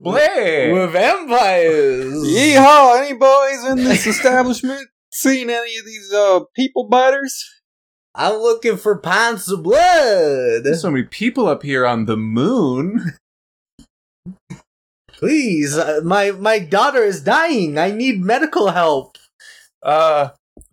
Blair. We're vampires. Yeehaw! Any boys in this establishment seen any of these uh people biters? I'm looking for pints of blood. There's so many people up here on the moon. Please, uh, my my daughter is dying. I need medical help. Uh,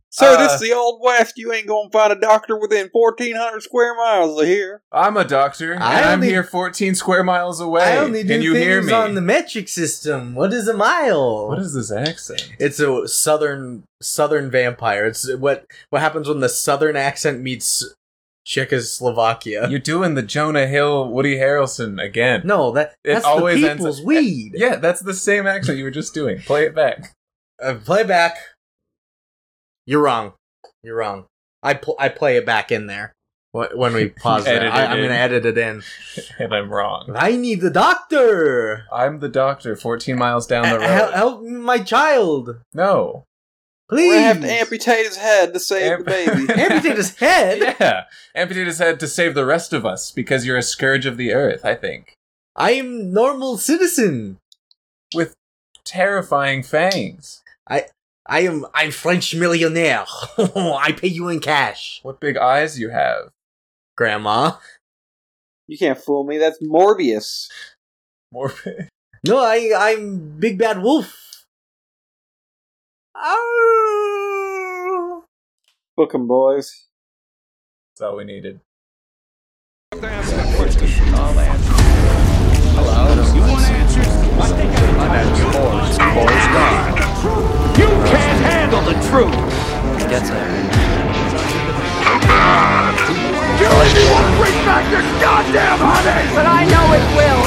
Sir, Uh, this is the old west. You ain't gonna find a doctor within fourteen hundred square miles of here. I'm a doctor, and I I'm only- here 14 square miles away. I only do Can you things hear me? on the metric system. What is a mile? What is this accent? It's a southern southern vampire. It's what what happens when the southern accent meets Czechoslovakia. You're doing the Jonah Hill, Woody Harrelson again. no, that It that's always the ends- people's weed. Yeah, that's the same accent you were just doing. Play it back. Uh, play back. You're wrong. You're wrong. I pl- I play it back in there wh- when we pause. that. Edit it I- I'm in. gonna edit it in. And I'm wrong. I need the doctor. I'm the doctor 14 miles down the Uh, hel- road. help my child, No. please. We have to amputate his head to save Amp- the baby. amputate his head. Yeah. Amputate his head to save the rest of us because you're a scourge of the earth, I think. I am normal citizen. With terrifying fangs. I am I'm French millionaire. I pay you in cash, What big eyes you have. Grandma. you can't fool me. That's Morbius. More No, I I'm Big Bad Wolf. Ow. Book 'em, boys. That's all we needed. You can't handle the truth. You really want to bring back your goddamn honey, but I know it will.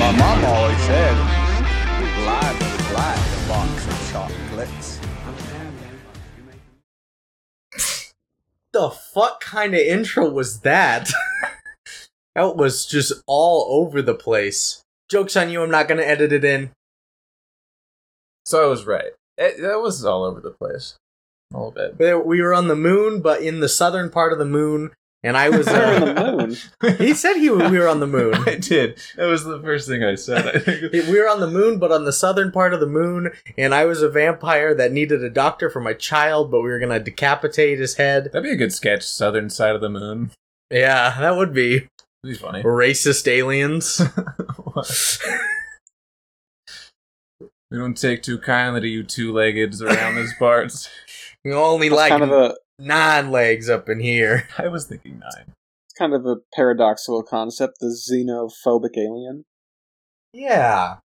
My mom always said, life is like a box of chocolates. The fuck kind of intro was that? that was just all over the place. Jokes on you. I'm not gonna edit it in. So I was right. It, that was all over the place. A little bit. But We were on the moon, but in the southern part of the moon, and I was. We're on Uh, the moon. he said he we were on the moon. I did. That was the first thing I said. I think. We were on the moon, but on the southern part of the moon, and I was a vampire that needed a doctor for my child, but we were gonna decapitate his head. That'd be a good sketch, Southern Side of the Moon. Yeah, that would be It'd be funny. racist aliens. we don't take too kindly to you two leggeds around these parts. We only It's like kind of a nine legs up in here. I was thinking nine. it's kind of a paradoxical concept. The xenophobic alien. Yeah.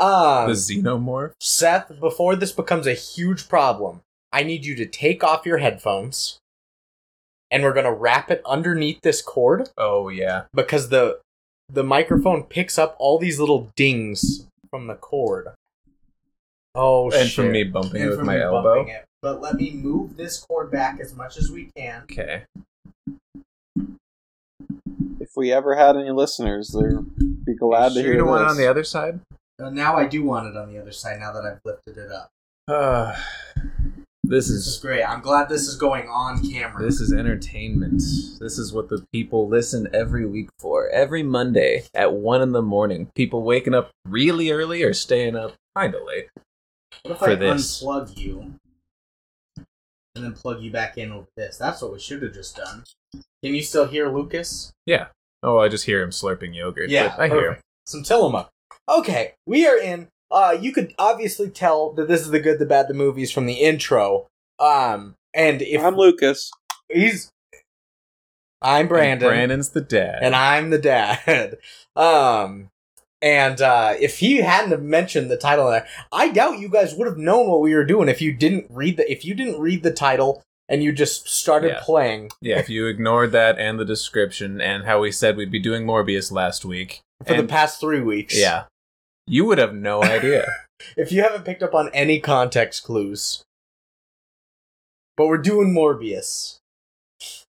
Um, the xenomorph? Seth, before this becomes a huge problem, I need you to take off your headphones, and we're gonna wrap it underneath this cord Oh, yeah. because the the microphone picks up all these little dings from the cord. Oh shit! and from me bumping And it with from my me elbow. bumping it. But let me move this cord back as much as we can. Okay. If we ever had any listeners, they'd be glad to sure hear you don't want it this. on the other side? Uh, Now I do want it on the other side. Now that I've lifted it up, Uh, this this is is great. I'm glad this is going on camera. this is entertainment. This is what the people listen every week for. Every Monday at one in the morning, people waking up really early or staying up kind of late. What if for I this. unplug you and then plug you back in with this? That's what we should have just done. Can you still hear Lucas? Yeah. Oh, I just hear him slurping yogurt. but I hear him. perfect. Some Tillamook. Okay, we are in. Uh, you could obviously tell that this is the good, the bad, the movies from the intro. Um, and if I'm Lucas. he's, I'm Brandon, And Brandon's the dad. and I'm the dad. Um, and uh, if he hadn't have mentioned the title, there, I doubt you guys would have known what we were doing if you didn't read the if you didn't read the title and you just started Yeah. playing. yeah, if you ignored that and the description and how we said we'd be doing Morbius last week For the and- past three weeks, Yeah. You would have no idea. If you haven't picked up on any context clues, but we're doing Morbius.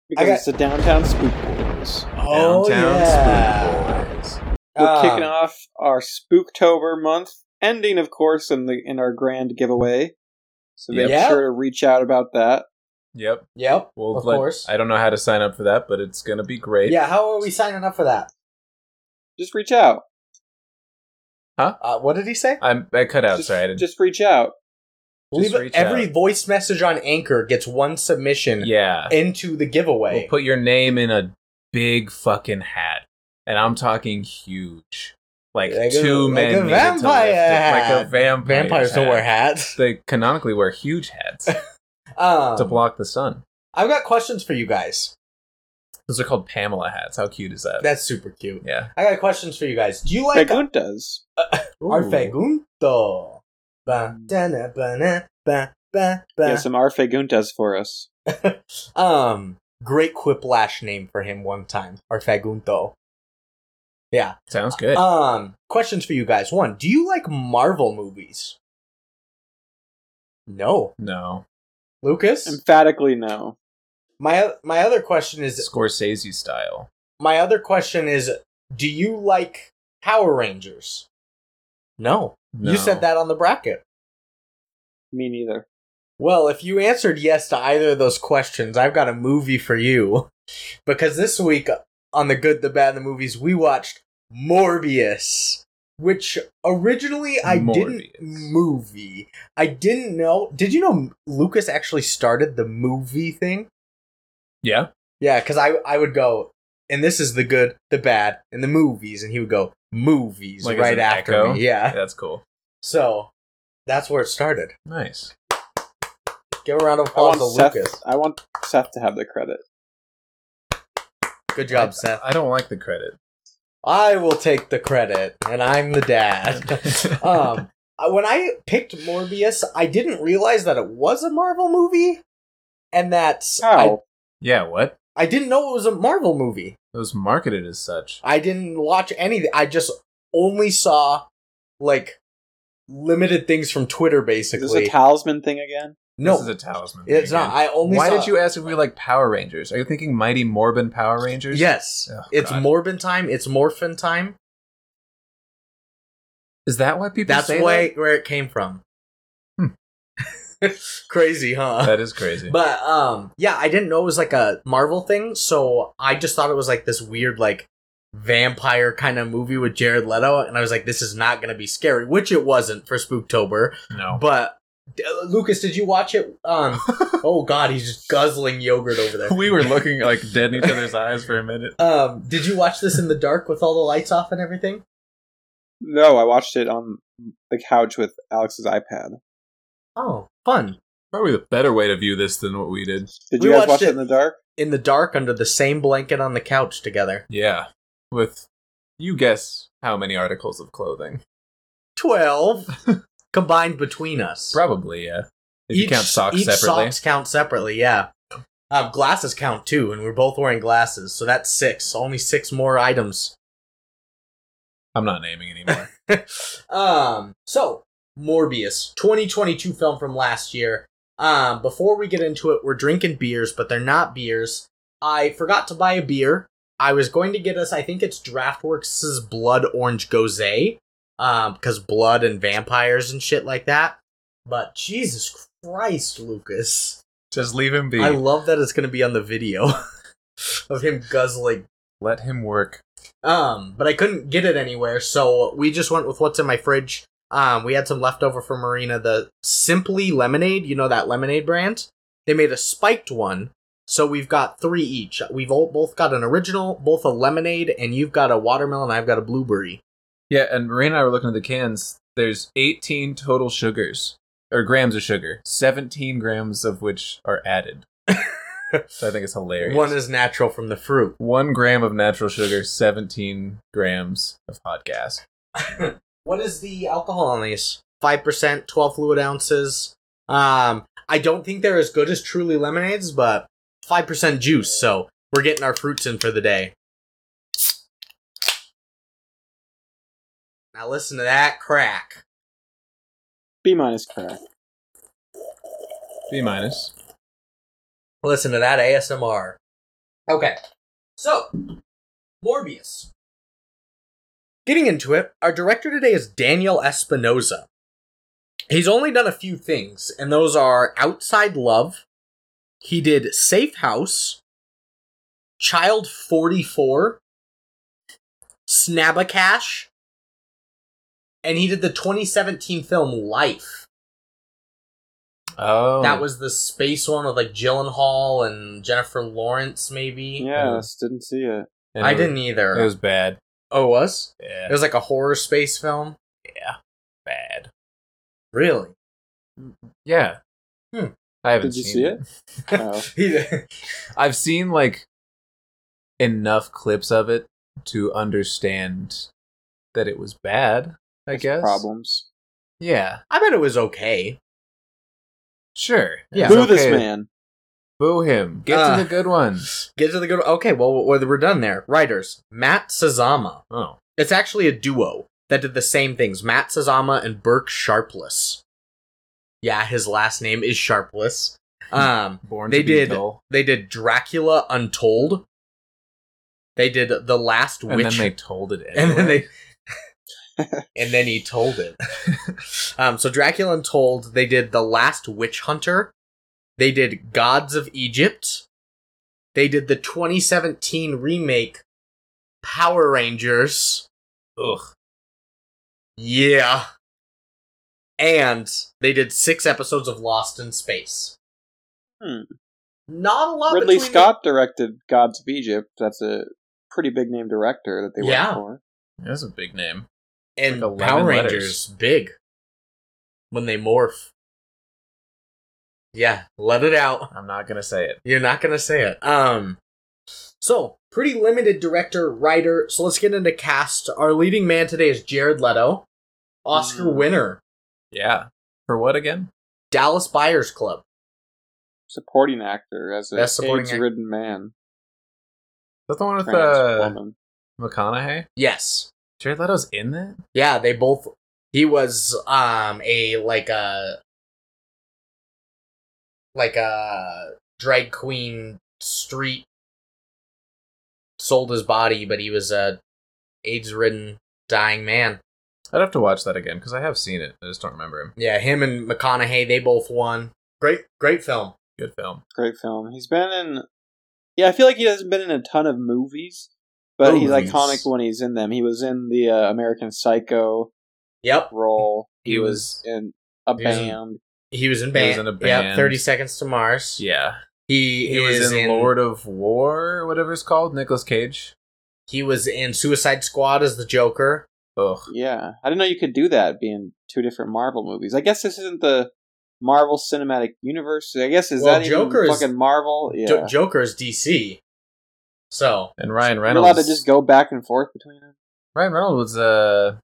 Because got- it's the downtown spook boys. Oh yeah, Spook Boys. We're Um, kicking off our Spooktober month, ending, of course, in the in our grand giveaway. So make Yeah. sure to reach out about that. Yep. Yep. Well, of let- course. I don't know how to sign up for that, but it's gonna be great. yeah. How are we signing up for that? Just reach out. Uh, what did he say? I'm. I cut out. Just, sorry, I didn't. just reach out. Just Leave it- reach every out. voice message on Anchor gets one submission yeah. into the giveaway. We'll put your name in a big fucking hat, and I'm talking huge, like, Like a- two like men a needed to lift it. vampire like a hat. vampire. Vampires don't wear hats. They canonically wear huge hats Um, to block the sun. I've got questions for you guys. Those are called Pamela hats. How cute is that? That's super cute. yeah. I got questions for you guys. Do you like Preguntas. Our Ooh. Mm. pregunto. Ba, da, na, ba, na, ba, ba, ba. Yeah, some arfeguntas for us. um, great quiplash name for him one time. Our pregunto. Yeah. Sounds good. Um, questions for you guys. One, do you like Marvel movies? No, no, Lucas. Emphatically, no. My my other question is Scorsese style. my other question is do you like Power Rangers? No. No. You said that on the bracket. Me neither. Well, if you answered yes to either of those questions, I've got a movie for you. Because this week on the good, the bad, and the movies, we watched Morbius, which originally I Morbius. didn't movie. I didn't know. Did you know Lucas actually started the movie thing? Yeah. Yeah, because I I would go, and this is the good, the bad, and the movies, and he would go movies Like as right an after echo? me. Yeah, That's cool. so that's where it started. Nice. Give a round of I applause want, to Seth, Lucas. I want Seth to have the credit. Good job, I- Seth. I don't like the credit. I will take the credit, and I'm the dad. um, I- when I picked Morbius, I didn't realize that it was a Marvel movie, and that I, How? yeah. What? I didn't know it was a Marvel movie. It was marketed as such. I didn't watch any. I just only saw like limited things from Twitter, Is this a basically. talisman thing again? no, This is a talisman. it's not. I only. Why saw- did you ask if we like Power Rangers? Are you thinking Mighty Morbin Power Rangers? Yes, Oh, it's God. Morbin time. It's Morphin time. Is that why people That's say why where it came from. Hmm. Crazy, huh? that? That is crazy. But um, yeah, I didn't know it was like a Marvel thing, so I just thought it was like this weird like vampire kind of movie with Jared Leto, and I was like, this is not gonna be scary, which it wasn't for Spooktober. no. But D- Lucas, did you watch it? Um, oh God, he's just guzzling yogurt over there. we were looking like dead in each other's eyes for a minute. Um, did you watch this in the dark with all the lights off and everything? No, I watched it on the couch with Alex's iPad. Oh, fun. Probably the better way to view this than what we did. Did We you guys watched watch it. it. in the dark? In the dark, under the same blanket on the couch together. Yeah. With you guess how many articles of clothing? Twelve combined between us. Probably, yeah. If you count socks each separately. Socks count separately, yeah. Um, glasses count too, and we're both wearing glasses, so that's six. Only six more items. I'm not naming anymore. um, so Morbius, 2022 film from last year. Um, before we get into it, we're drinking beers, but they're not beers. I forgot to buy a beer. I was going to get us, I think it's DraftWorks' Blood Orange Gose, um, because blood and vampires and shit like that. But Jesus Christ, Lucas. Just leave him be. I love that it's going to be on the video of him guzzling. Let him work. Um, but I couldn't get it anywhere, so we just went with what's in my fridge. Um, we had some leftover from Marina, the Simply Lemonade, you know that lemonade brand? They made a spiked one, so we've got three each. We've all, both got an original, both a lemonade, and you've got a watermelon, I've got a blueberry. Yeah, and Marie and I were looking at the cans. There's 18 total sugars, or grams of sugar, 17 grams of which are added. so I think it's hilarious. One is natural from the fruit. One gram of natural sugar, 17 grams of hot gas. What is the alcohol on these? Five percent, twelve fluid ounces. Um, I don't think they're as good as Truly lemonades, but five percent juice. So we're getting our fruits in for the day. Now listen to that crack. B minus correct. B minus. Listen to that ASMR. Okay, so Morbius. Getting into it, our director today is Daniel Espinosa. He's only done a few things, and those are Outside Love, He did Safe House, Child 44, Snabacash, and he did the 2017 film Life. Oh, That was the space one with like Gyllenhaal and Jennifer Lawrence, maybe. Yes, didn't see it. and I it was- didn't either. It was bad. oh, it was? Yeah, It was like a horror space film. bad. Really? Yeah. Hmm. I haven't Did you seen see it? Oh. I've seen like enough clips of it to understand that it was bad. I guess. Problems. Yeah. I bet it was okay. Sure. Yeah. It's Boo this okay. man. Boo him. Get Ah. to the good ones. Get to the good. Okay, well, we're, we're done there. Writers Matt Sazama. Oh. It's actually a duo that did the same things. Matt Sazama and Burke Sharpless. Yeah, his last name is Sharpless. Um, Born They to be did dull. they did Dracula Untold. They did The Last And Witch. then they told it. Anyway. and then they and then he told it um so dracula untold they did the last witch hunter they did gods of egypt they did the 2017 remake power rangers ugh yeah and they did six episodes of lost in space Hmm. not a lot Ridley between the- Scott directed Gods of Egypt. That's a pretty big name director that they worked Yeah. for. That's a big name. and Like 11 Power Rangers letters. big when they morph. Yeah, let it out. I'm not gonna say it. You're not gonna say it. Um, so pretty limited director writer. So let's get into cast. Our leading man today is Jared Leto, Oscar Mm. winner, Yeah. For what again? Dallas Buyers Club. Supporting actor as a Best supporting act- AIDS-ridden man. Is that the one with trans uh, woman. McConaughey? Yes, Jared Leto's in that? yeah, they both. He was um a like a like a drag queen street sold his body, but he was a AIDS-ridden dying man. I'd have to watch that again because I have seen it. I just don't remember him. Yeah, him and McConaughey, they both won. Great, great film. Good film. Great film. He's been in. Yeah, I feel like he hasn't been in a ton of movies, but he's Movies. iconic when he's in them. He was in the uh, American Psycho Yep, role. He was- in a he was in- band. he was in He band. was in a Yep, band. Thirty Seconds to Mars. Yeah. He, He was in, Lord of War, or whatever it's called. Nicolas Cage. He was in Suicide Squad as the Joker. Ugh. Yeah, I didn't know you could do that. Being two different Marvel movies. I guess this isn't the Marvel Cinematic Universe. I guess is Well, that Joker even is- fucking Marvel? Yeah, Jo- Joker is DC. So And Ryan You're allowed to Reynolds. just go back and forth between them. Ryan Reynolds was uh,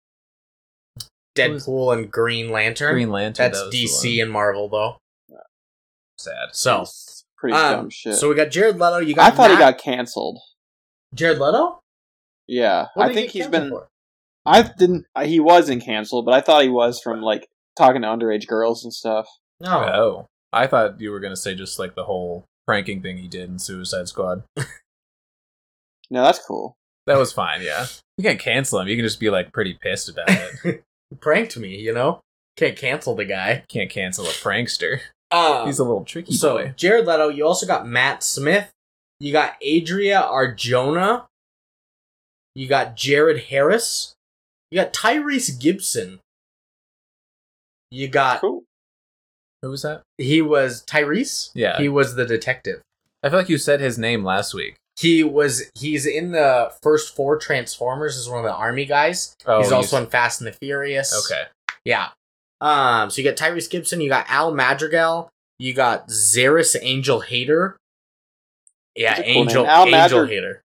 Who's- Deadpool and Green Lantern. Green Lantern. That's that was the DC one. and Marvel though. Sad. So, It's pretty um, dumb shit. so we got Jared Leto. You got I thought he Matt- got canceled. Jared Leto. Yeah, What I did he get think he's canceled been. for? I didn't. uh, He wasn't canceled, but I thought he was from like talking to underage girls and stuff. No, Oh. I thought you were gonna say just like the whole pranking thing he did in Suicide Squad. No, that's cool. That was fine. Yeah. You can't cancel him. You can just be like pretty pissed about it. he pranked me. You know, can't cancel the guy. can't cancel a prankster. Um, He's a little tricky so boy. Jared Leto, you also got Matt Smith, you got Adria Arjona, you got Jared Harris, you got Tyrese Gibson, you got Cool. Who was that? he was Tyrese. Yeah. he was the detective. I feel like you said his name last week. He was he's in the first four Transformers as one of the army guys. Oh, he's you also s- in Fast and the Furious. okay. Yeah. Um, so you got Tyrese Gibson, you got Al Madrigal, you got Zaris Angel Hater. Yeah, That's a cool Angel name. Al Angel Madri- Hater.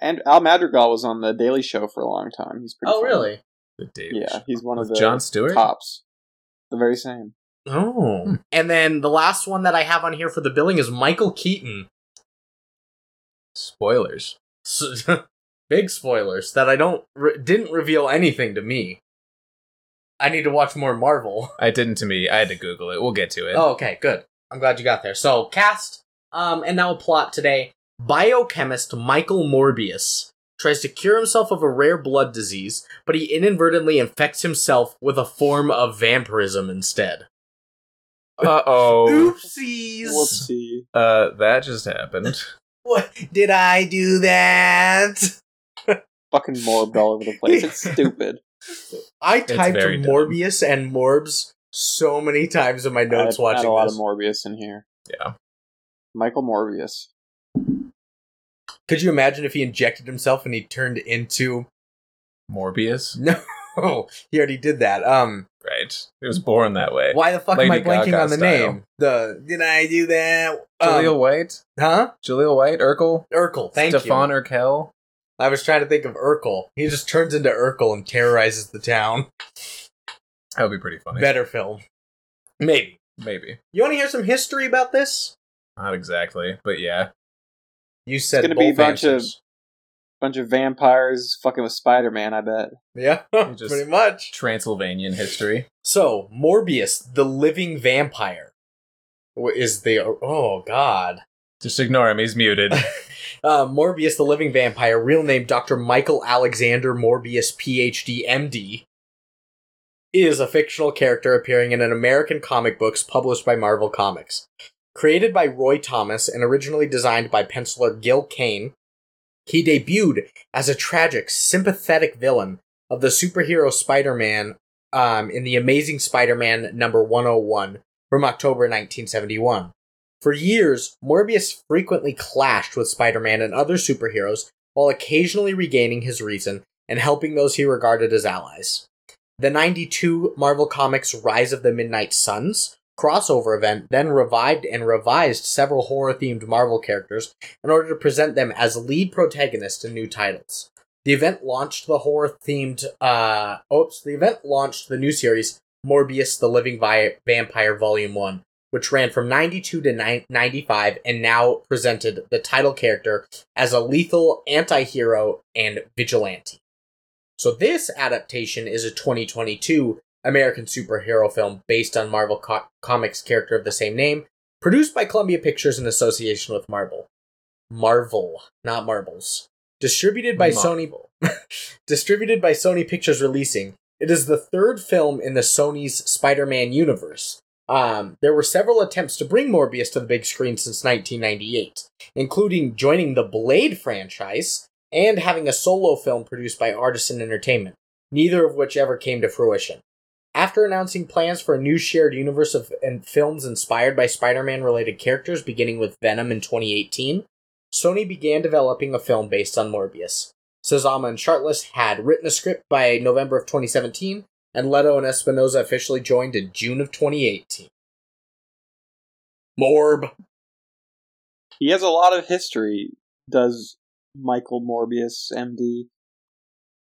And Al Madrigal was on the Daily Show for a long time. He's pretty. Oh funny. really? The Daily Yeah, Show. he's one of With the John Stewart. tops. The very same. Oh. And then the last one that I have on here for the billing is Michael Keaton. Spoilers. S big spoilers that I don't re- didn't reveal anything to me. I need to watch more Marvel. I didn't to me. I had to Google it. We'll get to it. Oh, okay, good. I'm glad you got there. So, cast, um, and now a plot today. Biochemist Michael Morbius tries to cure himself of a rare blood disease, but he inadvertently infects himself with a form of vampirism instead. Uh oh. Oopsies. Whoopsie. Uh, that just happened. What did I do that? Fucking morbed all over the place. It's stupid. I It's typed very dumb. Morbius and Morbs so many times in my notes I've had watching a lot this. of Morbius in here. Yeah. Michael Morbius. Could you imagine if he injected himself and he turned into Morbius. Oh, he already did that. Um Right. He was born that way. why the fuck am I Lady blanking Gaga on the style. name? The did I do that? Jaleel Um, White. huh? Jaleel White. Urkel. Urkel, thank Stefan you. Urkel. I was trying to think of Urkel. He just turns into Urkel and terrorizes the town. That would be pretty funny. Better film. Maybe. Maybe. You wanna hear some history about this? Not exactly, but yeah. You said gonna be a both bunch of- answers. Bunch of vampires fucking with Spider Man, I bet. Yeah, just- pretty much. Transylvanian history. So Morbius, the living vampire, wh- is the oh god. Just ignore him. He's muted. Uh, Morbius, the living vampire, real name Dr. Michael Alexander Morbius, PhD, MD, is a fictional character appearing in an American comic books published by Marvel Comics. Created by Roy Thomas and originally designed by penciler Gil Kane, he debuted as a tragic, sympathetic villain of the superhero Spider Man um, in The Amazing Spider Man number 101 from October 1971. For years, Morbius frequently clashed with Spider Man and other superheroes while occasionally regaining his reason and helping those he regarded as allies. The 92 Marvel Comics Rise of the Midnight Suns crossover event then revived and revised several horror themed Marvel characters in order to present them as lead protagonists in new titles. The event launched the horror themed, uh, oops, the event launched the new series Morbius the Living Vi- Vampire Volume 1, which ran from 92 to 9- 95 and now presented the title character as a lethal anti-hero and vigilante. So this adaptation is a 2022 American superhero film based on Marvel co- Comics character of the same name, produced by Columbia Pictures in association with Marvel. Marvel, not Marbles. Distributed by Sony distributed by Sony Pictures Releasing. It is the third film in the Sony's Spider-Man universe. Um, there were several attempts to bring Morbius to the big screen since 1998, including joining the Blade franchise and having a solo film produced by Artisan Entertainment, neither of which ever came to fruition. After announcing plans for a new shared universe of and films inspired by Spider-Man related characters beginning with Venom in 2018, Sony began developing a film based on Morbius. Sazama and Chartless had written a script by November of 2017, and Leto and Espinosa officially joined in June of 2018. Morb. He has a lot of history, does Michael Morbius, MD.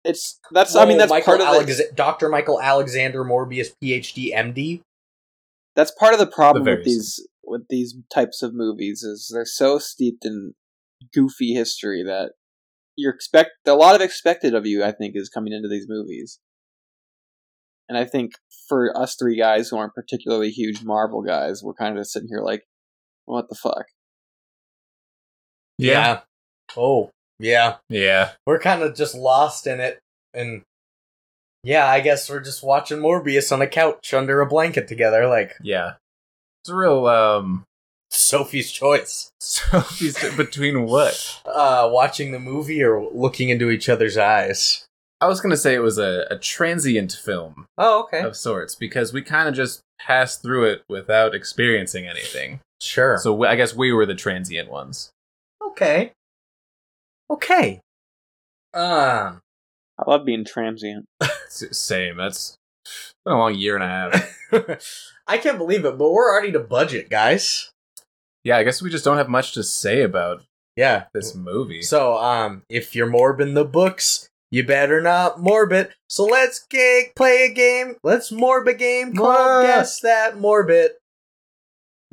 It's that's I mean Whoa, that's Michael part of the, Alex- Dr. Michael Alexander Morbius, PhD, MD. that's part of the problem The with various- these with these types of movies is they're so steeped in goofy history that you're expect a lot of expected of you I think is coming into these movies. And I think for us three guys who aren't particularly huge Marvel guys, we're kind of just sitting here like, what the fuck? Yeah. Oh, yeah. Yeah. We're kind of just lost in it. And yeah, I guess we're just watching Morbius on a couch under a blanket together, like Yeah. It's a real um Sophie's choice. so he's between what? Uh, watching the movie or looking into each other's eyes. I was gonna say it was a, a transient film Oh, okay. of sorts because we kind of just passed through it without experiencing anything. Sure. So we, I guess we were the transient ones. Okay. Okay. Um. I love being transient. S- Same. That's it's been a long year and a half. I can't believe it, but we're already to budget, guys. yeah, I guess we just don't have much to say about Yeah. this movie. So, um, if you're morbing the books, you better not morbid. So let's g- play a game. Let's morb a game called Morb. Guess That Morbid.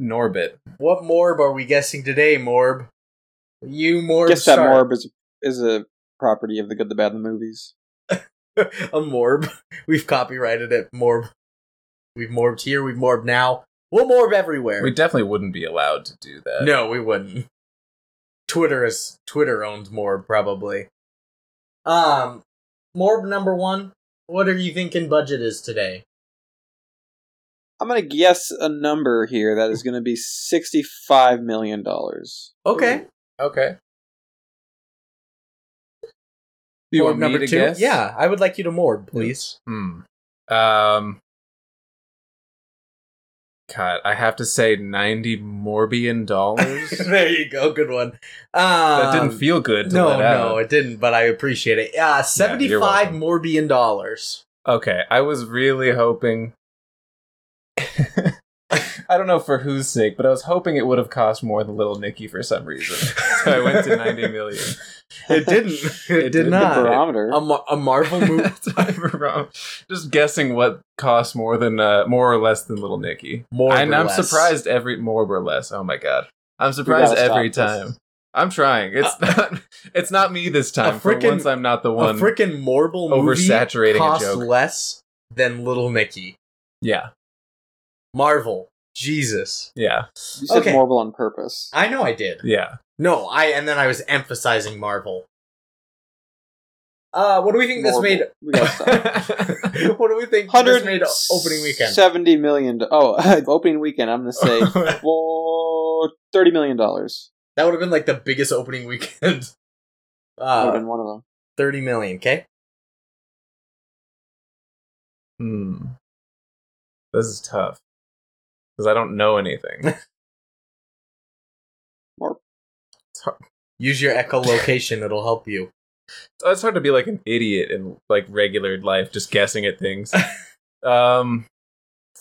Norbit. What morb are we guessing today, Morb? You morb. Guess that star- Morb is is a property of the good, the bad, and the movies. a morb. We've copyrighted it. Morb. We've morbed here. We've morbed now. We'll morb everywhere. We definitely wouldn't be allowed to do that. No, we wouldn't. Twitter is Twitter owns more probably. Um, Morb number one. What are you thinking budget is today? I'm gonna guess a number here that is gonna be sixty-five million dollars. Okay. Okay. Do you Morb want me to guess? Yeah, I would like you to Mord, please. Hmm. Um. God, I have to say ninety Morbian dollars. there you go. Good one. Um, that didn't feel good. To No, let out. no, it didn't. But I appreciate it. Uh, you're seventy-five welcome. Morbian dollars. Okay, I was really hoping. I don't know for whose sake, but I was hoping it would have cost more than Little Nicky for some reason. so I went to 90 million. It didn't. It, did didn't. The not. barometer. A, Mar- a Marvel movie. That's why we're wrong. Just guessing what costs more than uh, more or less than Little Nicky. More and or I'm less. surprised every more or less. Oh my god. I'm We gotta surprised stop every this. time. I'm trying. It's not it's not me this time. For Uh, frickin- once I'm not the A one. freaking Marvel movie oversaturating a costs joke. less than Little Nicky. yeah. Marvel. Jesus. Yeah. You said okay. Marvel on purpose. I know I did. Yeah. No, I and then I was emphasizing Marvel. Uh, what do we think this Marvel. made? We gotta stop. what do we think this Hundred made opening weekend? Seventy million. do- Oh, opening weekend. I'm gonna say four, thirty million dollars. That would have been like the biggest opening weekend. Would have Uh, been one of them. thirty million. Okay. Hmm. This is tough. Because I don't know anything. Use your echolocation; it'll help you. So Oh, it's hard to be like an idiot in like regular life, just guessing at things. um,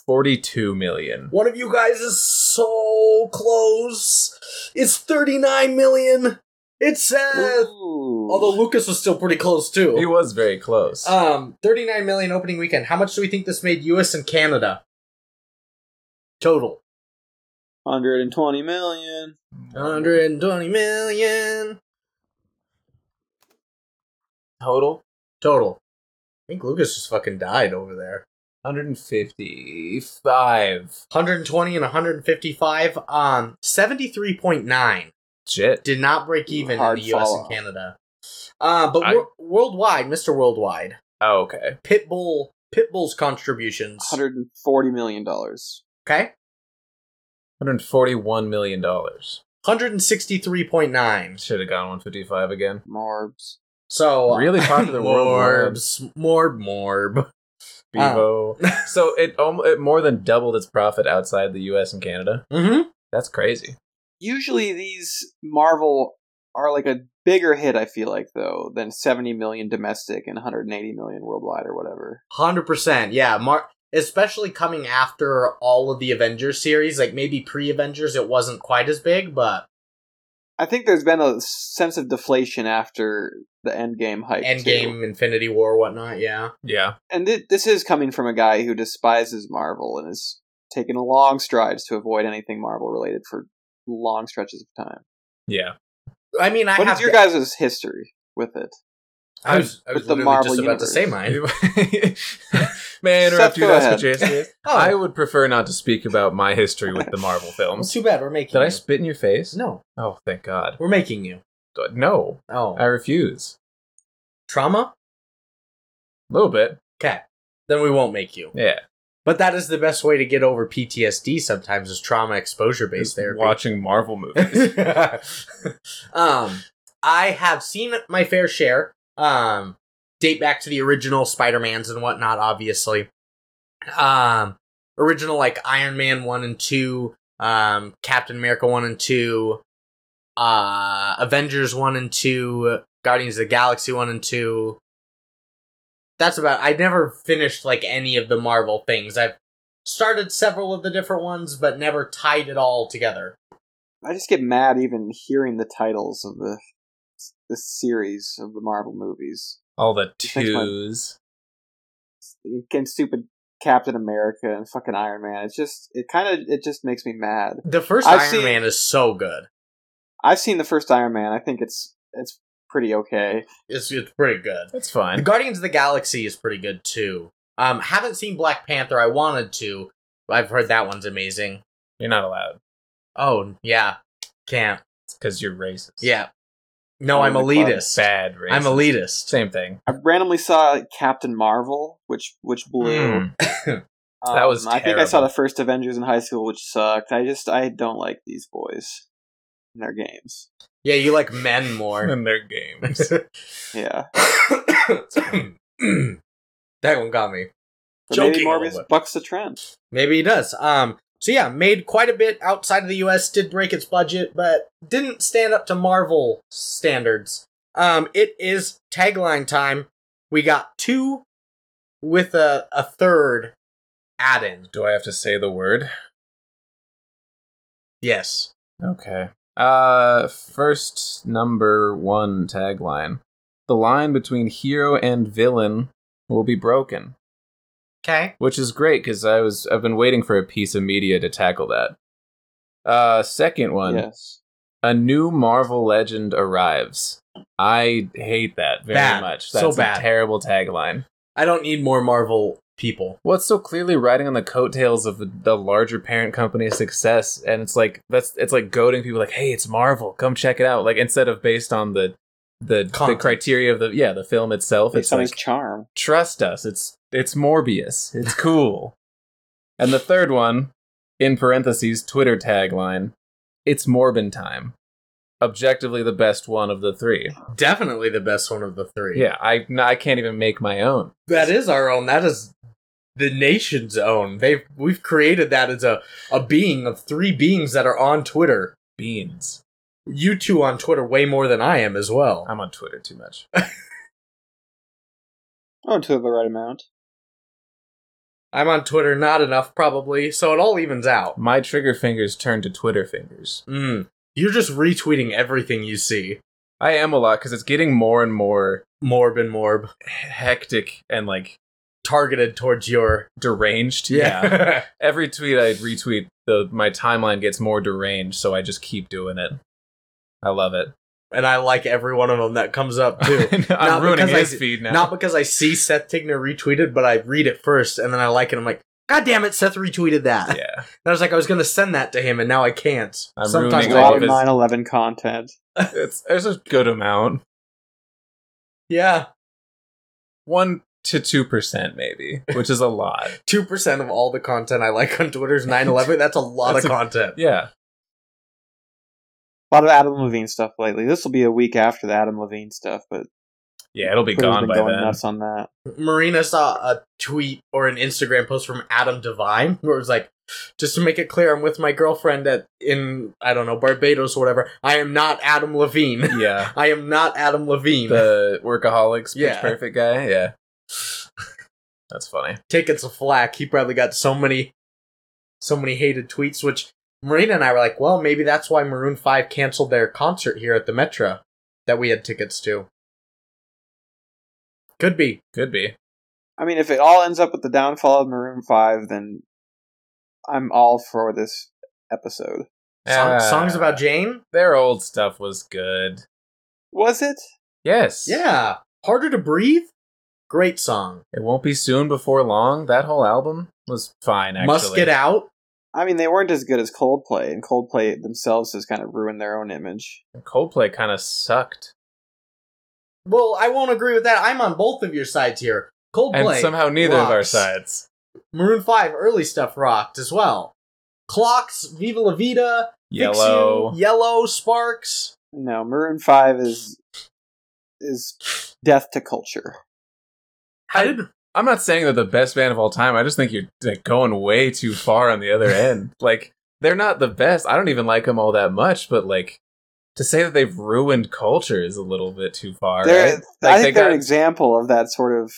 forty-two million. One of you guys is so close. It's thirty-nine million. It's Seth. Ooh. uh, Although Lucas was still pretty close too. He was very close. Um, thirty-nine million opening weekend. How much do we think this made U.S. and Canada total? 120 million. Hundred and twenty million total total. I think Lucas just fucking died over there. hundred and fifty-five. 120 and 155. Um, 73.9 Shit. did not break even Hard in the U.S. follow. and Canada. Uh, but I- wor- worldwide, Mr. Worldwide, Oh, okay. Pitbull, Pitbull's contributions. 140 million dollars. Okay, Hundred forty-one million dollars. 163.9. Should have gone one fifty-five again. Morbs. So uh, Really popular worldwide. morbs, morb, morb. Bevo. so it almo- it more than doubled its profit outside the U.S. and Canada. Mm-hmm. That's crazy. Usually these Marvel are like a bigger hit. I feel like though than 70 million domestic and 180 million worldwide or whatever. 100%. Yeah, Mar- especially coming after all of the Avengers series, like maybe pre-Avengers, it wasn't quite as big, but I think there's been a sense of deflation after the Endgame hype. too. Endgame, Infinity War, whatnot. Yeah. Yeah. and th- this is coming from a guy who despises Marvel and has taken long strides to avoid anything Marvel related for long stretches of time. Yeah. I mean, I what have is your guys' history with it? I was, I With was the literally Marvel just about to universe. say mine. May I interrupt Seth, you? go That's what ahead. your history is? Oh, I would prefer not to speak about my history with the Marvel well, films. too bad we're making. Did I you. spit in your face? no, Oh, thank God. we're making you. No, Oh, I refuse. trauma. A little bit. Okay, then we won't make you. Yeah. But that is the best way to get over PTSD. Sometimes is trauma exposure based Just therapy. watching Marvel movies. um, I have seen my fair share. Um, date back to the original Spider Mans and whatnot, obviously. Um, original like Iron Man one and two, um, Captain America one and two, uh, Avengers one and two, Guardians of the Galaxy one and two. That's about. I never finished like any of the Marvel things. I've started several of the different ones, but never tied it all together. I just get mad even hearing the titles of the the series of the Marvel movies. All the Thanks, Mike. twos. Again, stupid Captain America and fucking Iron Man. It's just it kind of it just makes me mad. The 1st I've Iron seen- Man is so good. I've seen the first Iron Man. I think it's it's pretty okay. It's it's pretty good. That's The fine. Guardians of the Galaxy is pretty good too. Um, haven't seen Black Panther. I wanted to. I've heard that one's amazing. You're not allowed. Oh yeah, can't. It's because you're racist. Yeah, no, I'm Oh, my God. elitist. Bad racist. I'm elitist. Same thing. Hmm. Hmm. I randomly saw Captain Marvel, which which blew Mm. That was Um, I think I saw terrible. the first Avengers in high school, which sucked. I just I don't like these boys and their games. Yeah, you like men more. in their games. Yeah, that one got me. but maybe Joking a little Morbius bit. bucks the trend. Maybe he does. Um. So yeah, made quite a bit outside of the U.S. Did break its budget, but didn't stand up to Marvel standards. Um. It is tagline time. We got two, with a a third add-in. Do I have to say the word? Yes. Okay. Uh, first number one tagline: the line between hero and villain will be broken, Okay. which is great because I was I've been waiting for a piece of media to tackle that. Uh, second one: Yes, a new Marvel legend arrives. I hate that very Bad. much. So That's bad. a terrible tagline. I don't need more Marvel people. Well, it's so clearly riding on the coattails of the, the larger parent company's success, and it's like that's it's like goading people like, "Hey, it's Marvel, come check it out!" Like instead of based on the the, the Content. criteria of the yeah the film itself, it's it's on like his charm. trust us, it's it's Morbius, it's cool. and the third one, in parentheses, Twitter tagline, it's Morbin time. Objectively, the best one of the three. Definitely the best one of the three. Yeah, I no, I can't even make my own. That is our own. That is the nation's own. They've we've created that as a a being of three beings that are on Twitter. Beans. You two on Twitter way more than I am as well. I'm on Twitter too much. Oh, to the right amount. I'm on Twitter not enough probably, so it all evens out. My trigger fingers turn to Twitter fingers. Mm. You're just retweeting everything you see. I am a lot because it's getting more and more Morb and Morb hectic and like targeted towards your deranged. Every tweet I retweet, the my timeline gets more deranged, so I just keep doing it. I love it. and I like every one of them that comes up too. I'm Not ruining because I his d- feed now. Not because I see Seth Tigner retweeted, but I read it first and then I like it. I'm like, God damn it, Seth retweeted that. And yeah. I was like, I was going to send that to him and now I can't. I'm Sometimes ruining It's all I all of his- 9/11 content. It's there's a good amount. Yeah. One to two percent maybe, which is a lot. 2% of all the content I like on Twitter is 9 11. That's a lot That's of a- content. Yeah. A lot of Adam Levine stuff lately. This will be a week after the Adam Levine stuff, but Yeah, it'll be Twitter's gone been by going then. nuts on that. Marina saw a tweet or an Instagram post from Adam Devine where it was like, just to make it clear, I'm with my girlfriend at in I don't know Barbados or whatever. I am not Adam Levine. Yeah. I am not Adam Levine. The workaholics pitch Yeah. perfect guy. Yeah. That's funny. taken some flack. He probably got so many, so many hated tweets. Which Marina and I were like, well, maybe that's why Maroon Five canceled their concert here at the Metro that we had tickets to. Could be. Could be. I mean, if it all ends up with the downfall of Maroon Five, then I'm all for this episode. Song, Ah. songs about Jane. Their old stuff was good. Was it? Yes. Yeah, harder to breathe. Great song. It won't be soon before long. That whole album was fine, actually. Must get out. I mean, they weren't as good as Coldplay, and Coldplay themselves has kind of ruined their own image. Coldplay kind of sucked. Well, I won't agree with that. I'm on both of your sides here. Coldplay and somehow neither of our rocks. sides. Maroon Five early stuff rocked as well. Clocks, Viva La Vida, Fix You, Yellow. Yellow, Sparks. No, Maroon Five is is death to culture. How did I'm not saying they're the best band of all time. I just think you're like, going way too far on the other end. Like, they're not the best. I don't even like them all that much, but like, to say that they've ruined culture is a little bit too far. They're, right? I Like, think they they're got- an example of that sort of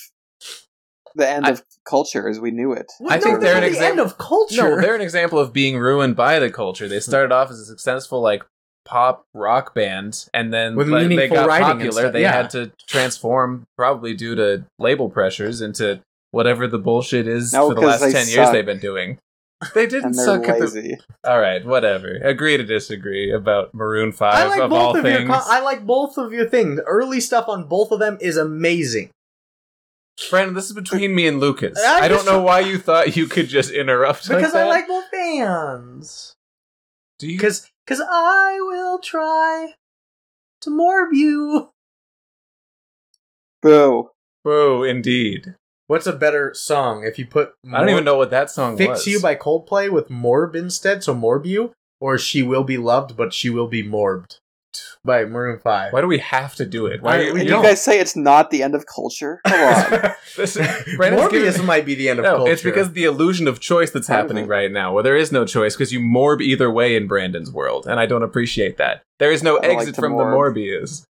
the end I- of culture as we knew it. Well, I no, think they're they're the an exam- end of culture. No, they're an example of being ruined by the culture. They Hmm. started off as a successful like pop rock band, and then With when they meaningful got writing and popular, stuff, they yeah. had to transform, probably due to label pressures, into whatever the bullshit is No, for the last 'cause they ten years suck. they've been doing. They didn't And they're suck at the. lazy. All right, whatever. Agree to disagree about Maroon Five I like of both all of your. things. Con- I like both of your things. Early stuff on both of them is amazing. Brandon, this is between me and Lucas. I I, don't just- know why you thought you could just interrupt like Because I that. like both bands. Do you Because because I will try to morb you. Boo! Whoa, indeed. What's a better song if you put I don't Mor- even know what that song Fix was. You by Coldplay with Morb instead, so Morb You, or She Will Be Loved, but She Will Be Morbed by Maroon 5. Why do we have to do it? Why I- are we we And don't. you guys say it's not the end of culture? Come on. This Brandon's Morbius giving- might be the end of no, culture. it's because of the illusion of choice that's happening right now, where there is no choice because you morb either way in Brandon's world, and I don't appreciate that. There is no I don't like exit to from morb. the Morbius.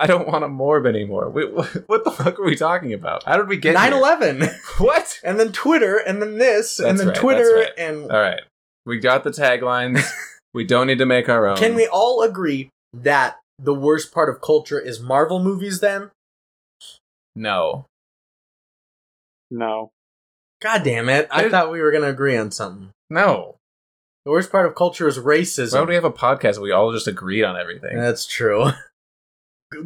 I don't want to morb anymore. We, wh- what the fuck are we talking about? How did we get 9 here? 11, What? and then Twitter, and then this, and That's then right, Twitter, that's right. and All right, we got the taglines. we don't need to make our own. can we all agree that the worst part of culture is Marvel movies then? No. no. God damn it. I There's- thought we were going to agree on something. No. The worst part of culture is Why racism. would we have a podcast if we all just agreed on everything? That's true.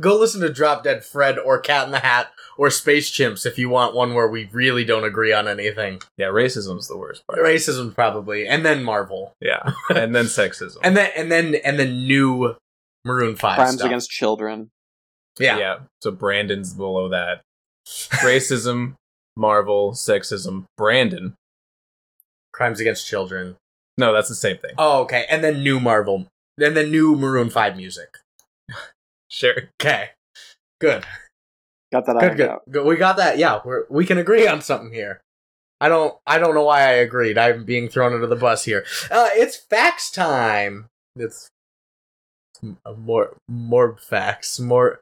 Go listen to Drop Dead Fred or Cat in the Hat or Space Chimps if you want one where we really don't agree on anything. yeah, racism's the worst part. Racism probably, and then Marvel, Yeah, and then sexism. and then and then and then new Maroon Five Crimes stuff. against children. yeah. So Brandon's below that. Racism, Marvel, sexism, Brandon. Crimes Against Children. No, that's the same thing. Oh, okay, and then new Marvel, and then new Maroon Five music. Sure. Okay, good, Got that good, ironed good, out. good. We got that. Yeah, we're, we can agree on something here. I don't. I don't know why I agreed. I'm being thrown under the bus here. Uh, it's facts time. It's m- more more facts. More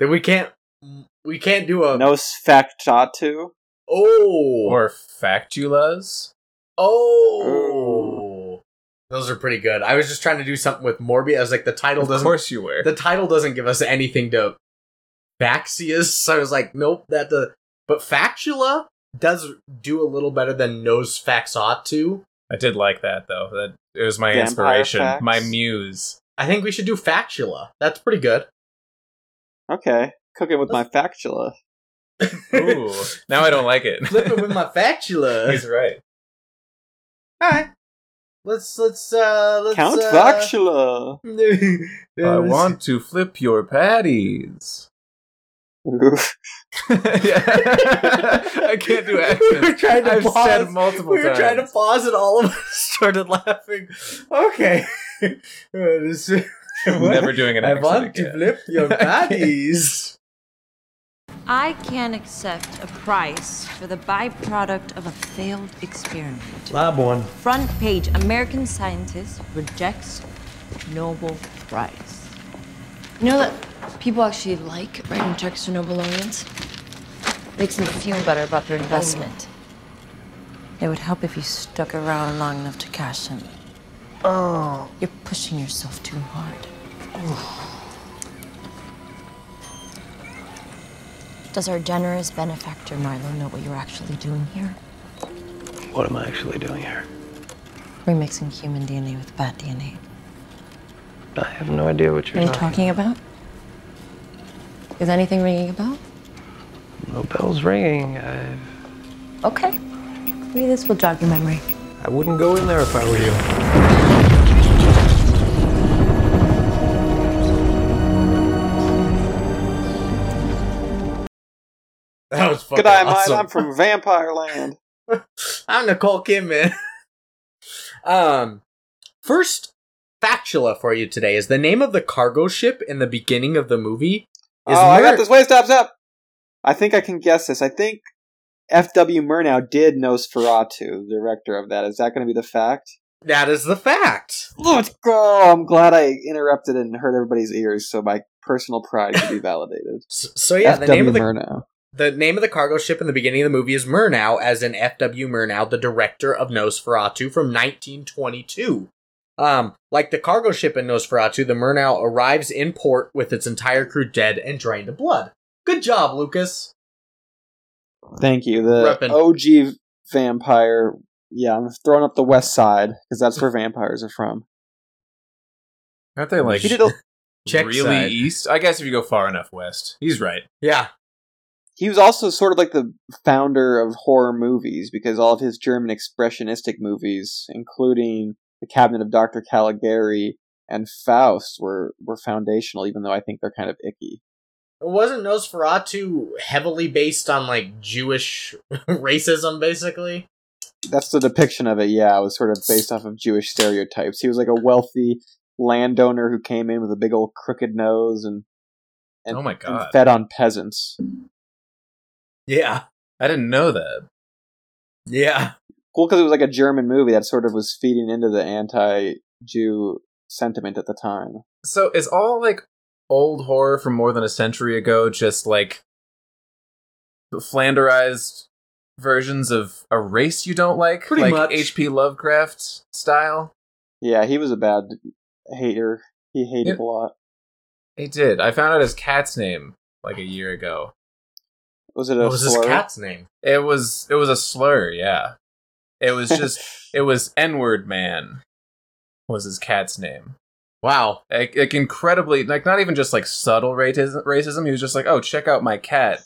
that we can't we can't do Oh. a No sfactatu. oh Or factulas. Oh. Those are pretty good. I was just trying to do something with Morbi. I was like, the title Of doesn't. course you were. The title doesn't give us anything to Vaxius. So I was like, nope, that does. But Factula does do a little better than Nose Facts ought to. I did like that though. That it was my Vampire inspiration, facts. my muse. I think we should do Factula. That's pretty good. Okay. Cooking with my factula. Ooh, now I don't like it. Flip it with my Factula. He's right. All right. Let's let's uh let's Count uh, factula. I let's- want to flip your patties. Oof. yeah. I can't do accents. We were trying to I've pause. said multiple we were times. trying to pause and all of us started laughing. Okay. Uh, this- I'm never doing an I accent want to again. flip your baddies. I can't accept a price for the byproduct of a failed experiment. Lab one. Front page American scientist rejects Nobel Prize. You know that people actually like writing checks to Nobel laureates? Makes them feel better about their investment. Oh. It would help if you stuck around long enough to cash them. Oh. You're pushing yourself too hard. Does our generous benefactor Marlowe know what you're actually doing here? What am I actually doing here? Remixing human DNA with bat DNA. I have no idea what What are you're you talking about? Is anything ringing a bell? No bells ringing. I, Okay. Maybe this will jog your memory. I wouldn't go in there if I were you. That was fucking Good eye, mine. awesome. I'm from Vampire Land. I'm Nicole Kidman. um, first factula for you today is the name of the cargo ship in the beginning of the movie is oh, I Mer- got this. Wait, stop, stop. I think I can guess this. I think F.W. Murnau did Nosferatu, the director of that. Is that going to be the fact? That is the fact. Let's go! I'm glad I interrupted and hurt everybody's ears so my personal pride could be validated. S- So yeah, the F.W. name of the Murnau. The name of the cargo ship in the beginning of the movie is Murnau, as in F.W. Murnau, the director of Nosferatu from 1922. Um, like the cargo ship in Nosferatu, the Murnau arrives in port with its entire crew dead and drained of blood. Good job, Lucas. Thank you. The Reppin'. OG vampire. Yeah, I'm throwing up the West Side because that's where vampires are from. Aren't they like He did. A, Check really side. east? I guess if you go far enough west. He's right. Yeah. he was also sort of like the founder of horror movies because all of his German expressionistic movies, including The Cabinet of Dr. Caligari and Faust, were were foundational. Even though I think they're kind of icky. Wasn't Nosferatu heavily based on like Jewish racism, basically? That's the depiction of it. Yeah, it was sort of based off of Jewish stereotypes. He was like a wealthy landowner who came in with a big old crooked nose and and, Oh my God. and fed on peasants. Yeah, I didn't know that. yeah. Cool because it was like a German movie that sort of was feeding into the anti-Jew sentiment at the time. So is all like old horror from more than a century ago just like flanderized versions of a race you don't like, Pretty like much. H.P. Lovecraft style? Yeah, he was a bad hater. He hated Yeah. a lot. He did. I found out his cat's name like a year ago. Was it a Oh, What was his slur? cat's name? It was it was a slur, yeah. It was just it was N-word man was his cat's name. Wow. Like, like incredibly like not even just like subtle racism racism, he was just like, "Oh, check out my cat."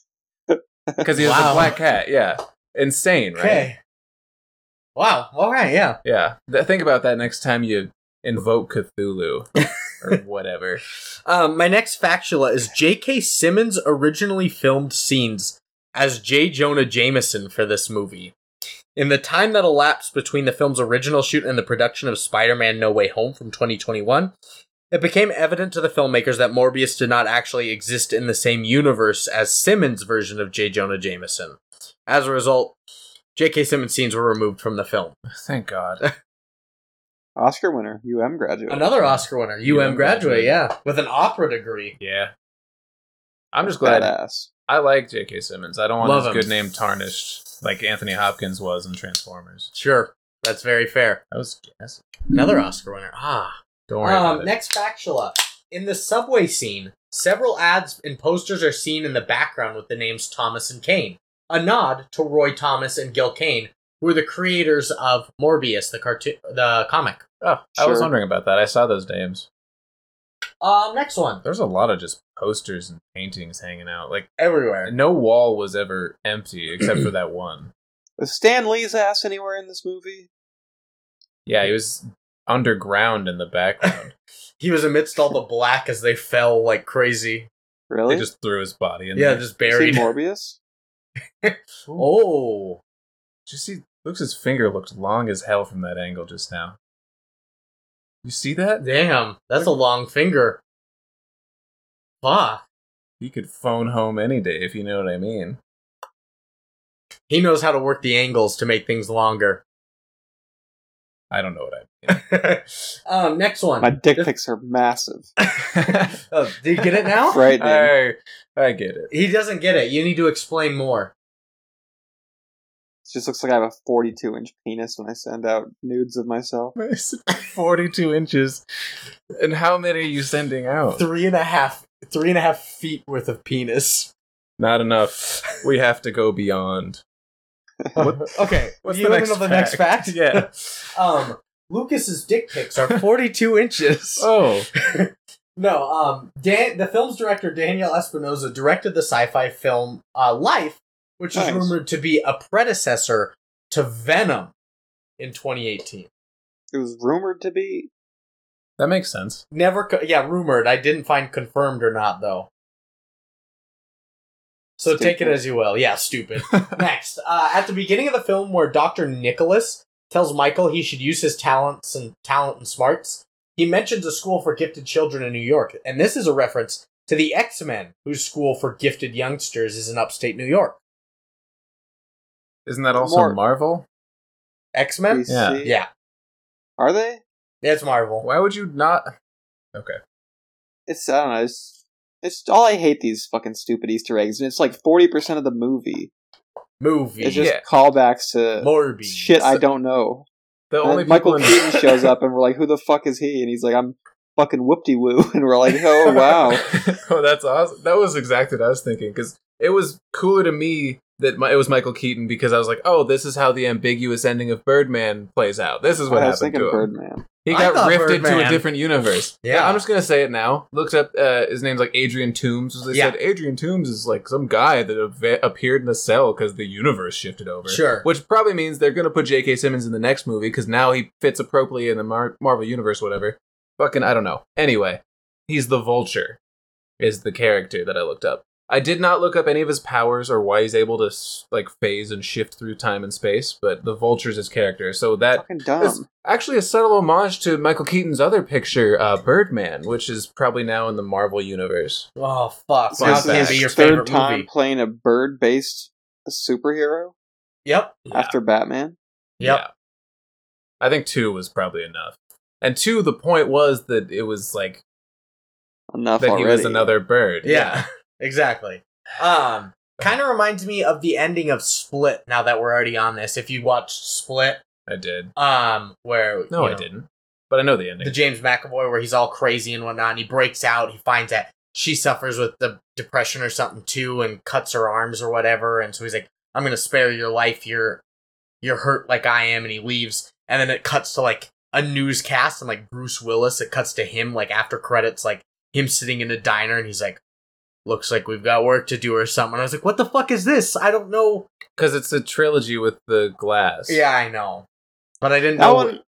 Cuz he was Wow. a black cat, yeah. Insane, right? Okay. Wow. All right. Yeah. Yeah. Th- think about that next time you invoke Cthulhu or whatever. Um, my next factula is J.K. Simmons originally filmed scenes as J. Jonah Jameson for this movie. In the time that elapsed between the film's original shoot and the production of Spider Man No Way Home from 2021, it became evident to the filmmakers that Morbius did not actually exist in the same universe as Simmons' version of J. Jonah Jameson. As a result, J.K. Simmons scenes were removed from the film. Thank God. Oscar winner, UM graduate. Another Oscar winner, UM, UM graduate, graduate. yeah, with an opera degree. Yeah. I'm just glad Badass. I like J.K. Simmons. I don't want Love his him. good name tarnished like Anthony Hopkins was in Transformers. Sure, that's very fair. That was guess. Another Oscar winner. Ah. Don't worry about Um, it. next factula. In the subway scene, several ads and posters are seen in the background with the names Thomas and Kane, a nod to Roy Thomas and Gil Kane, who are the creators of Morbius, the cartoon, the comic. oh, I was Sure. wondering about that. I saw those names. Um, next one. There's a lot of just posters and paintings hanging out. Like Everywhere. no wall was ever empty except for that one. Was Stan Lee's ass anywhere in this movie? Yeah, he was underground in the background. He was amidst all the black as they fell like crazy. Really? they just threw his body in Yeah, there. just Is he buried. Morbius? Oh, Did you see Luke's finger looked long as hell from that angle just now. You see that? damn! That's a long finger. Fuck. He could phone home any day if you know what I mean. He knows how to work the angles to make things longer. I don't know what I um, next one. My dick pics are massive. Oh, do you get it now? Frightening. I, I get it. He doesn't get it. You need to explain more. It just looks like I have a 42 inch penis when I send out nudes of myself. It's 42 inches. And how many are you sending out? Three and a half, three and a half feet worth of penis. Not enough. We have to go beyond. okay, What's you the wanna next know the next fact? fact? Yeah. um, Lucas's dick pics are forty-two inches. Oh, No, um, Dan, the film's director Daniel Espinosa directed the sci-fi film uh, Life, which is Nice. rumored to be a predecessor to Venom in 2018. It was rumored to be. that makes sense. Never, co- yeah, rumored. I didn't find confirmed or not though. So take it Stupid. as you will. Yeah, stupid. Next, uh, at the beginning of the film, where Doctor Nicholas tells Michael he should use his talents and talent and smarts, he mentions a school for gifted children in New York, and this is a reference to the X Men, whose school for gifted youngsters is in upstate New York. Isn't that also More- Marvel? X Men. DC. Yeah. Yeah, Are they? that's Marvel. Why would you not? It's, I don't know. It's, it's all I hate these fucking stupid Easter eggs, and it's like 40% of the movie. Movie. It's just Yeah. callbacks to Morbies. shit I don't know. The And only then Michael people in- Keaton shows up, and we're like, who the fuck is he? And he's like, I'm fucking whoopty woo. And we're like, oh, wow. oh, that's awesome. That was exactly what I was thinking because it was cooler to me that my, it was Michael Keaton because I was like, oh, this is how the ambiguous ending of Birdman plays out. This is what I was happened thinking to him. Birdman. He I got thought rifted to Birdman. a different universe. Yeah. I'm just gonna say it now. Looked up uh, his name's like Adrian Toombs. As they Yeah. said Adrian Toombs is like some guy that ava- appeared in the cell because the universe shifted over. Sure. which probably means they're gonna put J.K. Simmons in the next movie because now he fits appropriately in the Mar- Marvel universe, whatever. Fucking I don't know. Anyway, he's the Vulture, is the character that I looked up. I did not look up any of his powers or why he's able to s- like phase and shift through time and space, but the Vulture's his character, so that Fucking it's dumb. actually a subtle homage to Michael Keaton's other picture, uh, Birdman, which is probably now in the Marvel universe. Oh fuck! Fun Now it's gonna fact. be your Third favorite time movie. playing a bird based superhero Yep. after Batman. Yep. I think two was probably enough. And two, the point was that it was like Enough that already. he was another bird. Yeah, exactly. Um, kind of reminds me of the ending of Split. Now that we're already on this, if you watched Split, I did. um, where No, you I know, didn't. But I know the ending. the James McAvoy where he's all crazy and whatnot, and he breaks out. He finds that she suffers with the depression or something too, and cuts her arms or whatever. And so he's like, "I'm gonna spare your life. You're you're hurt like I am," and he leaves. And then it cuts to like a newscast and like Bruce Willis. It cuts to him like after credits, like him sitting in a diner, and he's like, "Looks like we've got work to do or something." And I was like, "What the fuck is this? I don't know." Because it's a trilogy with the glass. Yeah, I know, but I didn't That know. one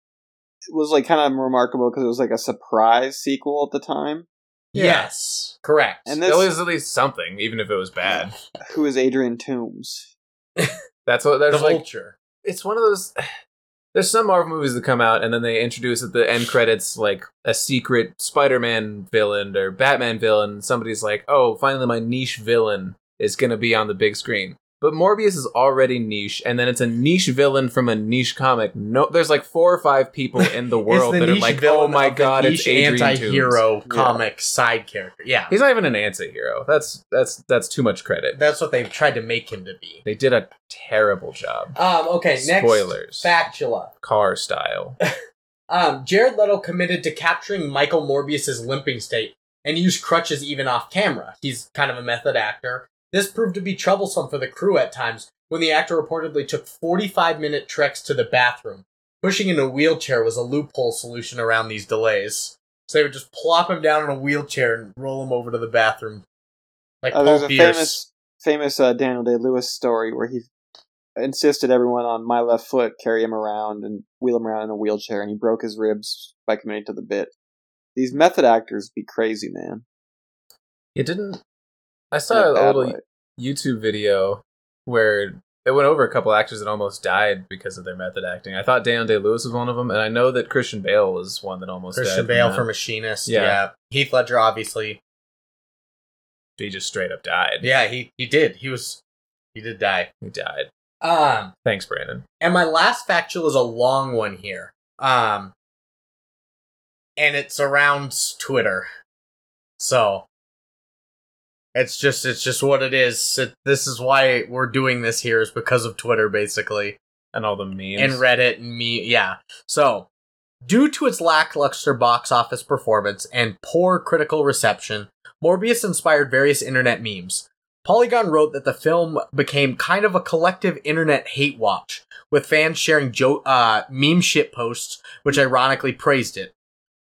was like kind of remarkable because it was like a surprise sequel at the time. Yes, correct. And That this, was at least something, even if it was bad. who is Adrian Toomes? That's what the there's like vulture. it's one of those there's some Marvel movies that come out and then they introduce at the end credits like a secret Spider-Man villain or Batman villain. Somebody's like, "Oh, finally my niche villain is going to be on the big screen." But Morbius is already niche, and then it's a niche villain from a niche comic. No, there's like four or five people in the world It's the that are niche like, "Oh villain my of the god, it's niche Adrian Toomes." anti-hero Yeah. comic side character. Yeah, He's not even an anti-hero. That's that's that's too much credit. that's what they've tried to make him to be. They did a terrible job, Um, okay, next Spoilers. factula. car style. Um, Jared Leto committed to capturing Michael Morbius's limping state and used crutches even off camera. He's kind of a method actor. This proved to be troublesome for the crew at times when the actor reportedly took 45 minute treks to the bathroom. Pushing in a wheelchair was a loophole solution around these delays. So they would just plop him down in a wheelchair and roll him over to the bathroom. Like Uh, Paul there's a Pierce. famous famous uh, Daniel Day Lewis story where he insisted everyone on my left foot carry him around and wheel him around in a wheelchair, and he broke his ribs by committing to the bit. These method actors be crazy, man. It didn't. I in a saw a bad little way. YouTube video where it went over a couple actors that almost died because of their method acting. I thought Daniel Day Lewis was one of them, and I know that Christian Bale was one that almost Christian died Bale that. for Machinist. Yeah. Yeah. Heath Ledger, obviously. he just straight up died. Yeah, he, he did. He was he did die. he died. Um Thanks, Brandon. and my last factual is a long one here. Um and it surrounds Twitter. So it's just it's just what it is. It, this is why we're doing this here is because of Twitter basically. And all the memes. and Reddit and me. Yeah. So, due to its lackluster box office performance and poor critical reception, Morbius inspired various internet memes. Polygon wrote that the film became kind of a collective internet hate watch, with fans sharing jo- uh, meme shit posts, which ironically praised it.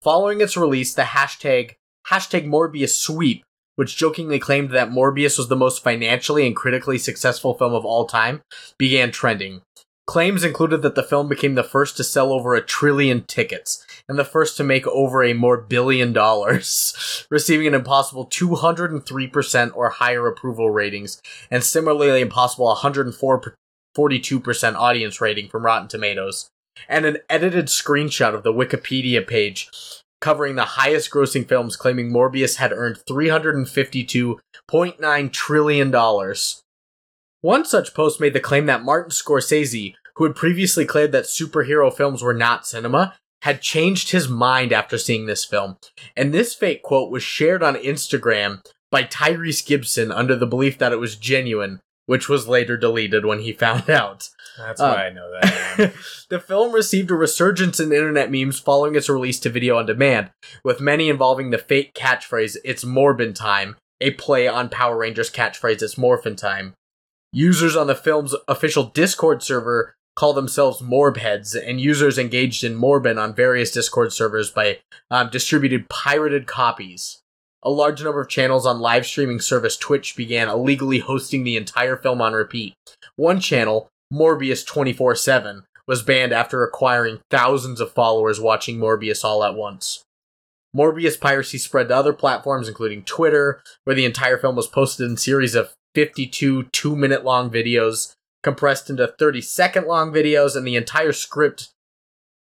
Following its release, the hashtag hashtag Morbius sweep, which jokingly claimed that Morbius was the most financially and critically successful film of all time, began trending. Claims included that the film became the first to sell over a trillion tickets and the first to make over a more billion dollars, receiving an impossible 203% or higher approval ratings and similarly impossible 142% audience rating from Rotten Tomatoes, and an edited screenshot of the Wikipedia page covering the highest grossing films claiming Morbius had earned $352.9 trillion. One such post made the claim that Martin Scorsese, who had previously claimed that superhero films were not cinema, had changed his mind after seeing this film. And this fake quote was shared on Instagram by Tyrese Gibson under the belief that it was genuine, which was later deleted when he found out. That's uh, why I know that. name. the film received a resurgence in internet memes following its release to video on demand, with many involving the fake catchphrase "It's Morbin Time," a play on Power Rangers catchphrase "It's Morphin Time." Users on the film's official Discord server call themselves Morbheads, and users engaged in Morbin on various Discord servers by um, distributed pirated copies. A large number of channels on live streaming service Twitch began illegally hosting the entire film on repeat. One channel, Morbius 24 7, was banned after acquiring thousands of followers watching Morbius all at once. Morbius piracy spread to other platforms, including Twitter, where the entire film was posted in series of 52 two minute long videos, compressed into 30 second long videos, and the entire script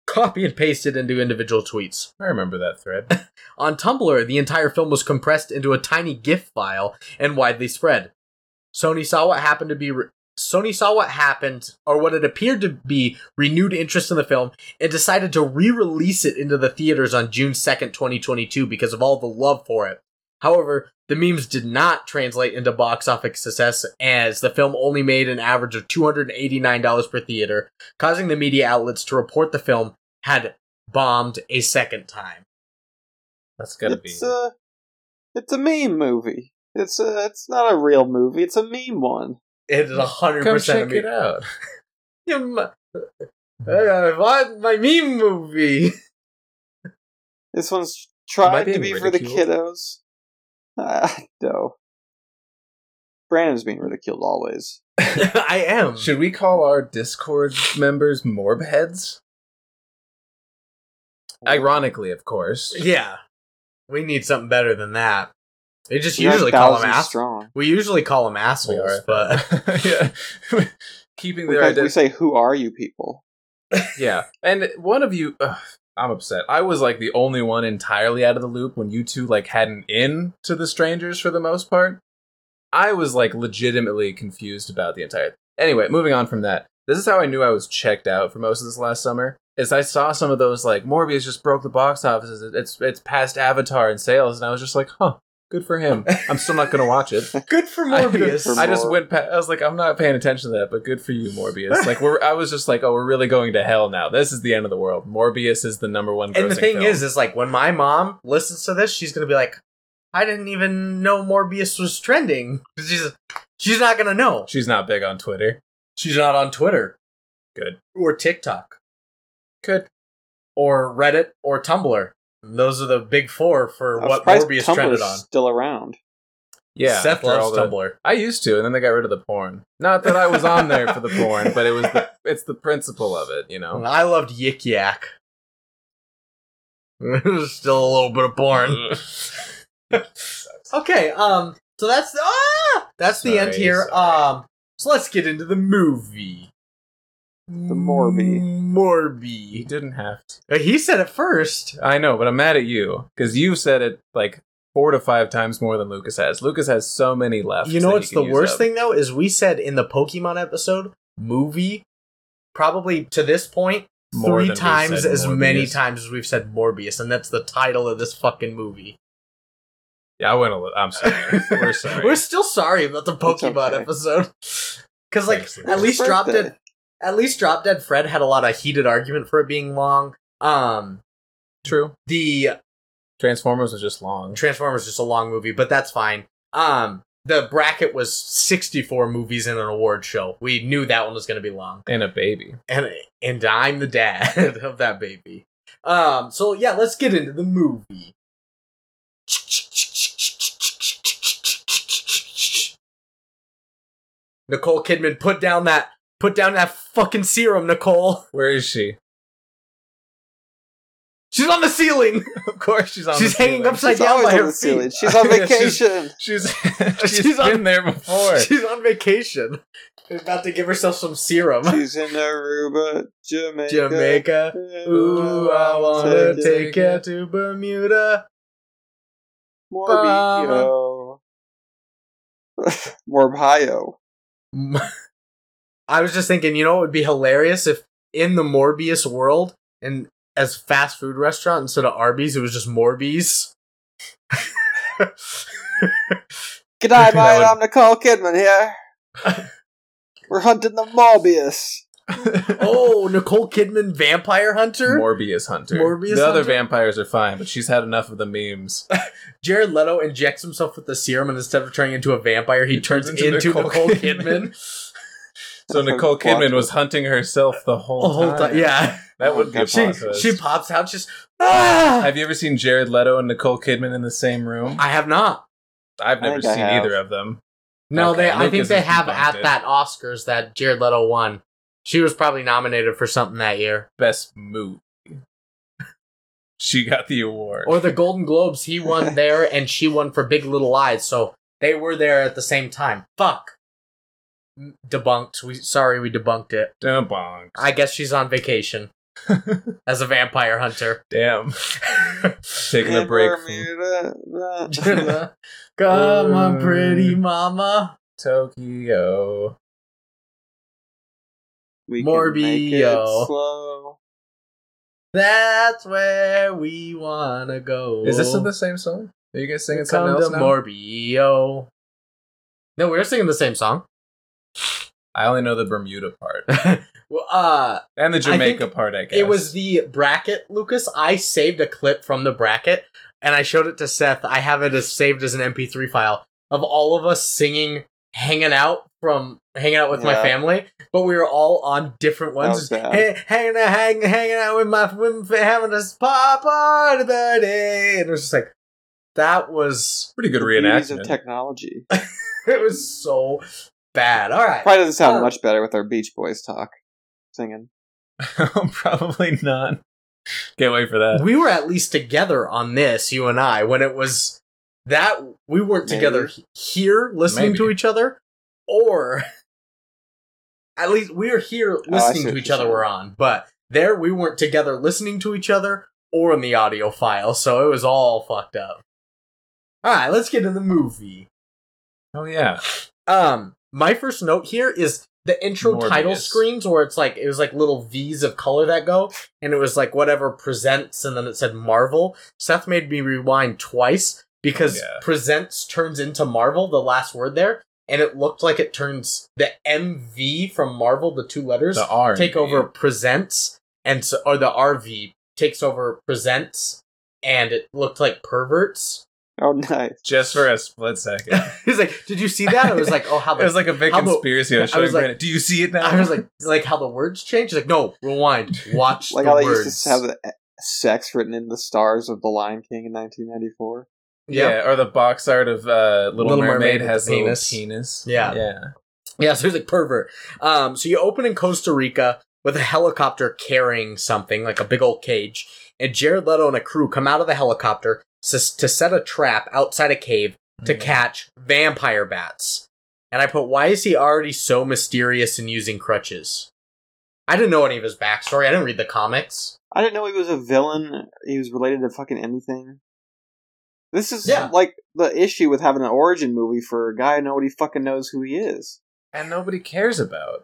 copy and pasted into individual tweets. I remember that thread. On Tumblr, the entire film was compressed into a tiny GIF file and widely spread. Sony saw what happened to be re- Sony saw what happened or what it appeared to be renewed interest in the film and decided to re-release it into the theaters on June 2nd, 2022 because of all the love for it. However, the memes did not translate into box office success as the film only made an average of $289 per theater, causing the media outlets to report the film had bombed a second time. That's gotta it's uh, be. a it's a meme movie. It's a it's not a real movie. It's a meme one. It is a hundred Come percent. check it out. out. uh, what my meme movie? This one's tried to being be for the ridiculed? kiddos. Uh, no. Brandon's being ridiculed always. I am. Should we call our Discord members morbheads? Ironically, of course. Yeah, we need something better than that. They just You guys usually call them thousand ass. strong. We usually call them We assholes, are. but yeah. Keeping We, their guys, we identity. say, "Who are you people?" Yeah. And one of you. Ugh, I'm upset. I was like the only one entirely out of the loop when you two like had an in to the strangers for the most part. I was like legitimately confused about the entire. Anyway, moving on from that. This is how I knew I was checked out for most of this last summer. Is I saw some of those like Morbius just broke the box office. It's it's past Avatar in sales, and I was just like, huh, good for him. I'm still not gonna watch it. good for I- Morbius. I, just Mor- went. Pa- I was like, I'm not paying attention to that, but good for you, Morbius. Like, we're. I was just like, oh, we're really going to hell now. This is the end of the world. Morbius is the number one. and the grossing thing film. is, is like when my mom listens to this, she's gonna be like, "I didn't even know Morbius was trending." She's she's not gonna know. she's not big on Twitter. She's not on Twitter. Good. Or TikTok. Good. Or Reddit or Tumblr. Those are the big four for I'm what surprised Morbius Tumblr's trended on. Still around. Yeah. Seth after all loves the- Tumblr. I used to, and then they got rid of the porn. Not that I was on there for the porn, but it was. The, it's the principle of it, you know. I loved Yik Yak. Still a little bit of porn. okay, um, so that's ah, that's the end Sorry, here. sorry. Um, so let's get into the movie. The Morby. You Morby. didn't have to. Uh, He said it first. I know, but I'm mad at you because you said it like four to five times more than Lucas has. Lucas has so many left. You know that what's he can the use worst up. thing though is we said in the Pokemon episode movie probably to this point More than three we times said as many Morbius. times as we've said Morbius, and that's the title of this fucking movie. Yeah, I went a little. I'm sorry. We're sorry. We're still sorry about the Pokemon okay. episode because like Thanks, at Lucas. least Drop Birthday. Dead at least Drop Dead Fred had a lot of heated argument for it being long. Um, True. the Transformers was just long. Transformers is just a long movie, but that's fine. Um, the bracket was 64 movies in an award show. We knew that one was going to be long. and a baby. and and I'm the dad of that baby. Um, so yeah, let's get into the movie. Nicole Kidman, put down that put down that fucking serum, Nicole. Where is she? She's on the ceiling. Of course, she's on. She's the hanging ceiling. upside She's down always by on her the ceiling. feet. She's on Yeah, she's- vacation. She's She's she's been on- there before. She's on vacation. She's about to give herself some serum. She's in Aruba, Jamaica. Jamaica. Ooh, I wanna take you to Bermuda. Morbio. Morbio. I was just thinking, you know, it would be hilarious if in the Morbius world and as fast food restaurant instead of Arby's, it was just Morbies. Good night, That mate. would- I'm Nicole Kidman here. We're hunting the Morbius. oh, Nicole Kidman, vampire hunter. Morbius Hunter. Morbius the other Hunter? vampires are fine, but she's had enough of the memes. Jared Leto injects himself with the serum, and instead of turning into a vampire, he, turns, into, Nicole, Kidman. So Nicole Fuck. Kidman was hunting herself the whole, The whole time, yeah. that would be. a She plot she twist. pops out, just ah. Have you ever seen Jared Leto and Nicole Kidman in the same room? I have not. I've never think I seen have. either of them. No, Okay, they. I Lucas think they has have debunked at it. that Oscars that Jared Leto won. She was probably nominated for something that year. Best move. She got the award. Or the Golden Globes, he won there and she won for Big Little Lies, so they were there at the same time. Fuck. M- Debunked. We sorry we debunked it. Damn bonk. I guess she's on vacation as a vampire hunter. Damn. Taking a break. From Bermuda. Come on, pretty mama. Tokyo. we Morbiyo. slow. That's where we wanna go. Is this in the same song? Are you guys singing Come something else to now? Morbiyo. No, we we're singing the same song. I only know the Bermuda part Well, uh, and the think Jamaica part. I guess it was the bracket, Lucas. I saved a clip from the bracket and I showed it to Seth. I have it as saved as an MP3 file of all of us singing, hanging out from hanging out with my Yeah. family, but we were all on different ones. was bad. Hey, hanging out, hanging, hanging out with my with, having a spa party, and it was just like that was pretty good Beauties of reenactment. technology. it was so bad. All right. Probably doesn't sound Uh, much better with our Beach Boys talk singing. Oh, Probably not. Can't wait for uh, that. we were at least together on this, you and I, when it was that we weren't Maybe. together he- here listening to Maybe. each other, or at least we are here Oh, I see listening what to you're each other. saying. We're on, but there we weren't together listening to each other or in the audio file, so it was all fucked up. All right, let's get to the movie. Oh yeah, Um, my first note here is the intro title Morbius. screens where it's like it was like little V's of color that go, and it was like whatever presents, and then it said Marvel. Seth made me rewind twice because Yeah. presents turns into Marvel, the last word there, and it looked like it turns the MV from Marvel, the two letters the R take over presents, and so or the RV takes over presents, and it looked like perverts. Oh, nice. just for a split second. He's like, did you see that? I was like, oh, how it the was like a big How about- conspiracy. I was I was showing like- Brandon. Do you see it now? I was like, like how the words change. Like, no, rewind, watch Like the how they words. used to have the e- sex written in the stars of The Lion King in 1994. yeah. yeah, Or the box art of uh, Little, Little Mermaid Mermaid, with has the the little penis. penis. Yeah. yeah. yeah. So he's like pervert. Um, so you open in Costa Rica with a helicopter carrying something like a big old cage, and Jared Leto and a crew come out of the helicopter s- to set a trap outside a cave to Mhm. catch vampire bats. And I put, why is he already so mysterious and using crutches? I didn't know any of his backstory. I didn't read the comics. I didn't know he was a villain. He was related to fucking anything. This is Yeah. like the issue with having an origin movie for a guy nobody fucking knows who he is. And nobody cares about.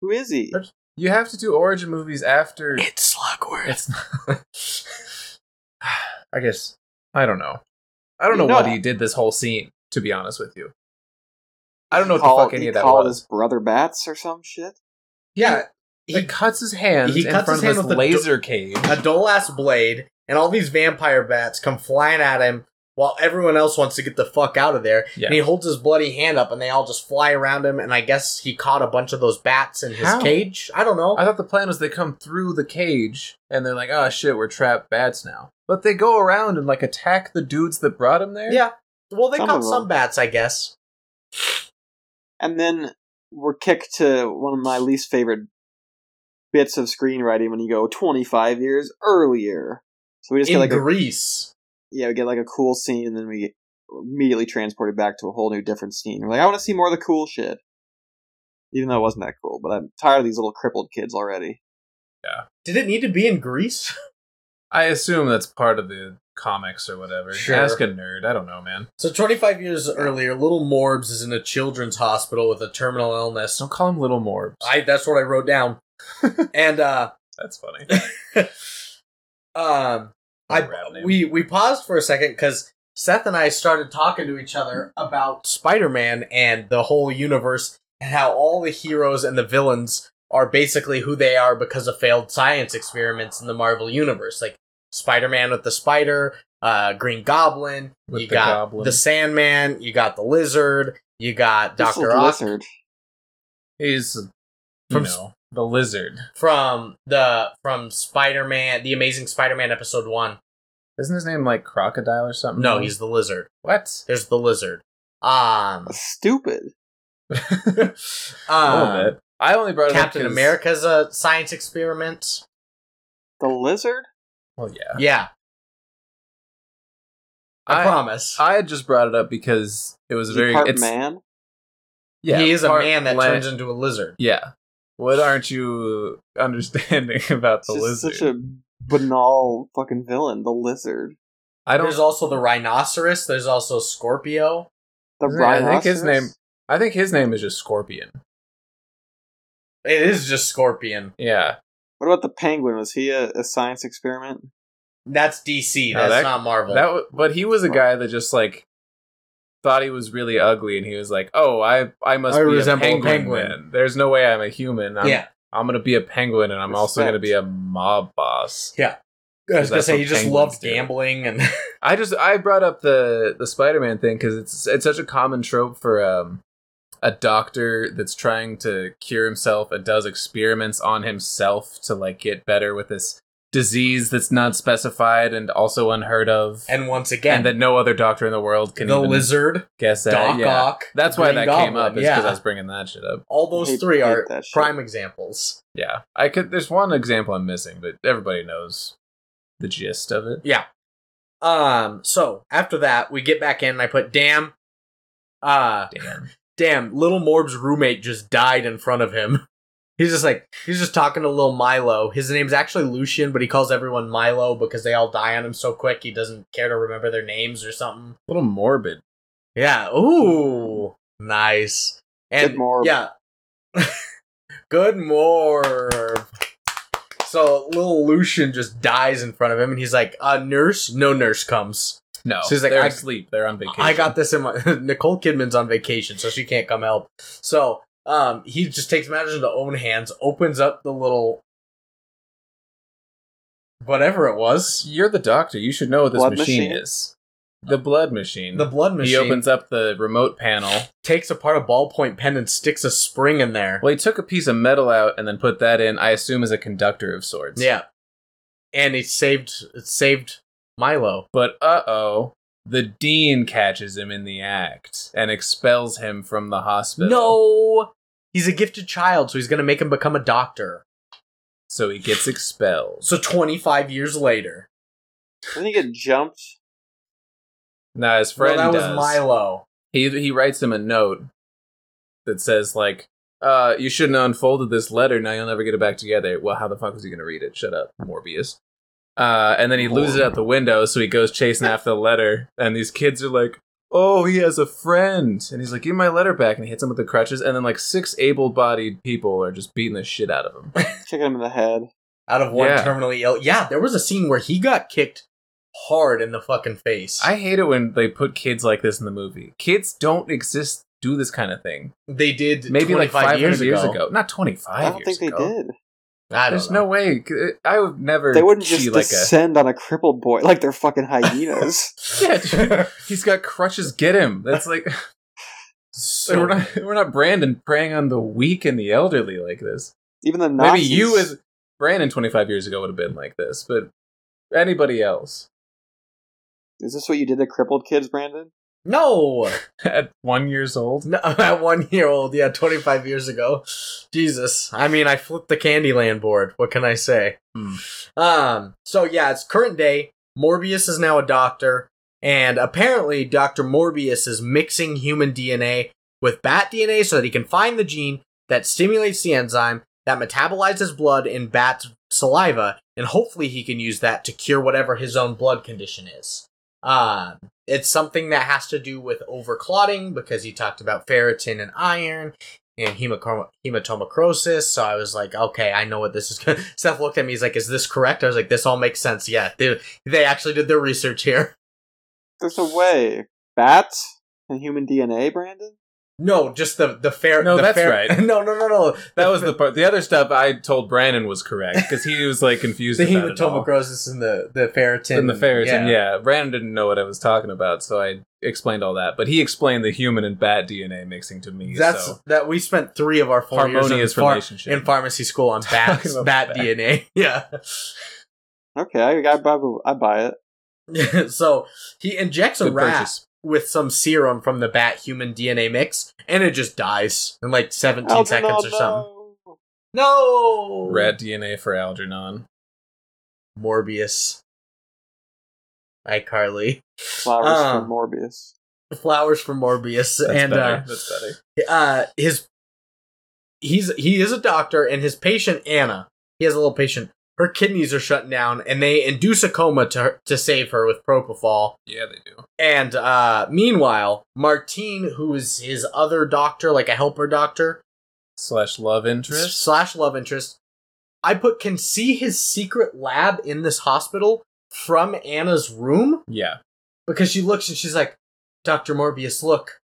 Who is he? You have to do origin movies after. It's Slugworth. It's not. I guess I don't know. I don't know No. what he did this whole scene. To be honest with you, I don't know He what the called- fuck any he of that called was. his brother bats or some shit. yeah, He, cuts his hand he in cuts front his hand of his with a laser cage. a dull ass blade, and all these vampire bats come flying at him while everyone else wants to get the fuck out of there. Yeah. And he holds his bloody hand up, and they all just fly around him. And I guess he caught a bunch of those bats in his How? cage. I don't know. I thought the plan was they come through the cage and they're like, "Oh shit, we're trapped bats now." But they go around and like attack the dudes that brought him there. yeah. Well, they Some caught of some them. bats, I guess. and then we're kicked to one of my least favorite bits of screenwriting when you go 25 years earlier. So we just in get like a, Greece. yeah, we get like a cool scene, and then we get immediately transported back to a whole new different scene. We're like, I want to see more of the cool shit, even though it wasn't that cool. But I'm tired of these little crippled kids already. Did it need to be in Greece? I assume that's part of the comics or whatever. Sure. Ask a nerd. I don't know, man. So 25 years earlier, Little Morbs is in a children's hospital with a terminal illness. Don't call him Little Morbs. I that's what I wrote down. and uh that's funny. um, I Route name. we we paused for a second because Seth and I started talking to each other about Spider Man and the whole universe and how all the heroes and the villains are basically who they are because of failed science experiments in the Marvel universe, like Spider Man with the spider, uh, Green Goblin, With you the got goblin. the Sandman, you got the Lizard, you got This Doctor little Ock lizard. He's you From s- know the lizard. from the from Spider Man, the Amazing Spider Man episode one. Isn't his name like crocodile or something? No, he's the Lizard. what? There's the lizard. Um, Stupid. Uh, A um, little bit. I only brought it up Captain 'cause- America's a science experiment. The lizard. Well, yeah. Yeah, I, promise. I had just brought it up because it was a He's very. part it's, man. Yeah, he is a part man that land- turns into a lizard. Yeah. What aren't you understanding about It's the just lizard? such a banal fucking villain. The lizard. I don't. There's also the rhinoceros. There's also Scorpio. The Yeah, I think his rhinoceros? name- I think his name is just Scorpion. It is just Scorpion. Yeah. What about the penguin? Was he a, a science experiment? That's DC. No, That's Oh, that- not Marvel. That. wa- But he was a guy that just like thought he was really ugly, and he was like, "Oh, I I must I be a resemble a penguin. penguin. then. There's no way I'm a human. I'm, yeah, I'm gonna be a penguin, and I'm also gonna Respect. be a mob boss." I was gonna that's say what he just penguins loved do. gambling and I just I brought up the the Spider-Man thing because it's it's such a common trope for um a doctor that's trying to cure himself and does experiments on himself to like get better with this disease that's not specified and also unheard of and once again and that no other doctor in the world can the even lizard, guess that. Doc yeah. Ock. That's the why Green that came Goblin, up. Is Yeah, because I was bringing that shit up. all those Hate- three hate are that shit. prime examples. Yeah, I could. There's one example I'm missing, but everybody knows the gist of it. Yeah. Um. So after that, we get back in. and I put damn. Uh, Damn. damn, little Morb's roommate just died in front of him. He's just like he's just talking to little Milo. His name's actually Lucian, but he calls everyone Milo because they all die on him so quick he doesn't care to remember their names or something. A little morbid. Yeah. Ooh. Nice. And Good Morb. yeah. Good Morb. So little Lucian just dies in front of him and he's like, a nurse? No nurse comes. No, So he's like, they're I- asleep. They're on vacation. I got this in my Nicole Kidman's on vacation, so she can't come help. So um, he just takes matters into own hands, opens up the little whatever it was, You're the doctor. You should know what this Blood machine, machine? is. The blood machine. the blood machine. He opens up the remote panel. takes apart a ballpoint pen and sticks a spring in there. Well, he took a piece of metal out and then put that in. I assume as a conductor of sorts. Yeah, and it saved it saved Milo. But uh oh, the dean catches him in the act and expels him from the hospital. No, he's a gifted child, so he's gonna make him become a doctor. So he gets expelled. So twenty five years later, Didn't he get jumped? Now his well, friend that does. was Milo. he he writes him a note that says like uh you shouldn't have unfolded this letter now you'll never get it back together well how the fuck was he gonna read it shut up morbius uh and then he loses it out the window so he goes chasing after the letter and these kids are like oh he has a friend and he's like give me my letter back and he hits him with the crutches and then like six able-bodied people are just beating the shit out of him Kicking him in the head. out of one Yeah. terminally ill. Yeah, there was a scene where he got kicked hard in the fucking face. i hate it when they put kids like this in the movie kids don't exist do this kind of thing they did maybe like 500 years ago, ago. not 25 I don't years think they ago. did. I don't There's know. no way. C- I would never. They wouldn't see just like a. descend on a crippled boy like they're fucking hyenas. Yeah, dude. He's got crutches. Get him. That's like So- we're not we're not Brandon preying on the weak and the elderly like this. Even the Nazis. Maybe you as Brandon 25 years ago would have been like this, but anybody else Is this what you did to crippled kids, Brandon? no, at one years old. no, at one year old, yeah, twenty five years ago. Jesus, I mean, I flipped the Candyland board. What can I say? Hmm. Um, so yeah, it's current day. Morbius is now a doctor, and apparently, Doctor Morbius is mixing human DNA with bat DNA so that he can find the gene that stimulates the enzyme that metabolizes blood in bat saliva, and hopefully he can use that to cure whatever his own blood condition is. Um, it's something that has to do with overclotting because he talked about ferritin and iron and hemochroma- hematomicrosis. So I was like, okay, I know what this is. gonna- Seth looked at me. He's like, is this correct? I was like, this all makes sense. Yeah, they, they actually did their research here. There's no way. Bats and human DNA, Brandon? No, just the the fair. No, the that's fer- right. No, no, no, no. That was the part. The other stuff I told Brandon was correct because he was like confused the about it all. hematomicrosis and the the ferritin In the ferritin, yeah. Brandon didn't know what I was talking about, so I explained all that. But he explained the human and bat DNA mixing to me. That's so. that we spent three of our four years Harmonious in, phar- relationship. in pharmacy school on bat Talking about bat bat. DNA. Yeah. Okay, I, I, buy, I buy it. so he injects a Good rat purchase. with some serum from the bat human DNA mix, and it just dies in like 17 Algernon, seconds or something. no. No, Rat DNA for Algernon. Morbius. iCarly. Flowers Uh. for Morbius. Flowers for Morbius, That's and better. uh, That's better. uh his he's he is a doctor and his patient anna he has a little patient her kidneys are shut down and they induce a coma to her, to save her with propofol Yeah, they do. and uh meanwhile martine who is his other doctor like a helper doctor Slash love interest. slash love interest i put can see his secret lab in this hospital from anna's room Yeah. because she looks and she's like dr morbius look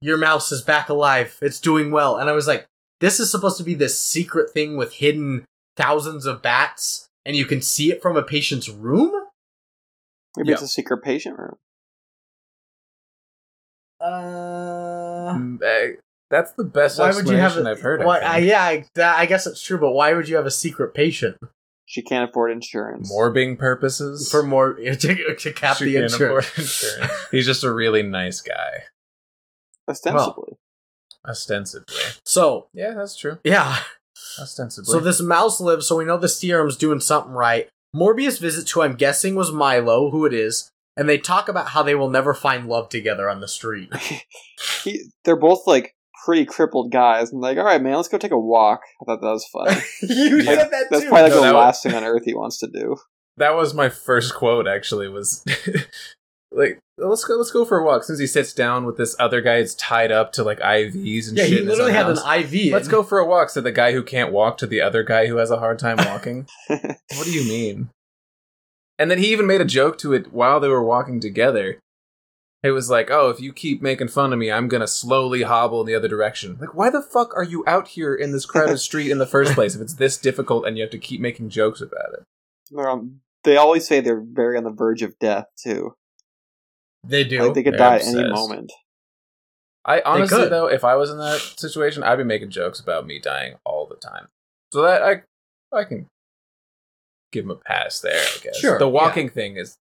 your mouse is back alive. It's doing well. And I was like, this is supposed to be this secret thing with hidden thousands of bats, and you can see it from a patient's room? Maybe it's Yeah. a secret patient room. Uh. Mm, eh, That's the best Why would you explanation have? A, I've heard. Why, I I, think. yeah, I, that- I guess it's true. But why would you have a secret patient She can't afford insurance. Morbing purposes. for more to, to cap She the can't afford insurance? insurance. He's just a really nice guy, ostensibly. ostensibly. So Yeah, that's true. yeah, Ostensibly. so this mouse lives. So we know the serum's doing something right. Morbius visits who I'm guessing was Milo, who it is, and they talk about how they will never find love together on the street. He, they're both like pretty crippled guys. And like, all right, man, let's go take a walk. I thought that was fun. you Yeah. said that That's too. probably like No, the that last thing on earth he wants to do. that was my first quote actually was like let's go let's go for a walk since he sits down with this other guy it's tied up to like ivs and yeah, shit he in his literally own had house. an IV. let's in. go for a walk said the guy who can't walk to the other guy who has a hard time walking what do you mean and then he even made a joke to it while they were walking together it was like oh if you keep making fun of me i'm gonna slowly hobble in the other direction like why the fuck are you out here in this crowded street in the first place if it's this difficult and you have to keep making jokes about it They're on- they always say they're very on the verge of death too. They do. Like they could They're die at any obsessed. moment. I honestly could. though, if I was in that situation, I'd be making jokes about me dying all the time. So that I I can give him a pass there, I guess. Sure, The yeah. walking thing is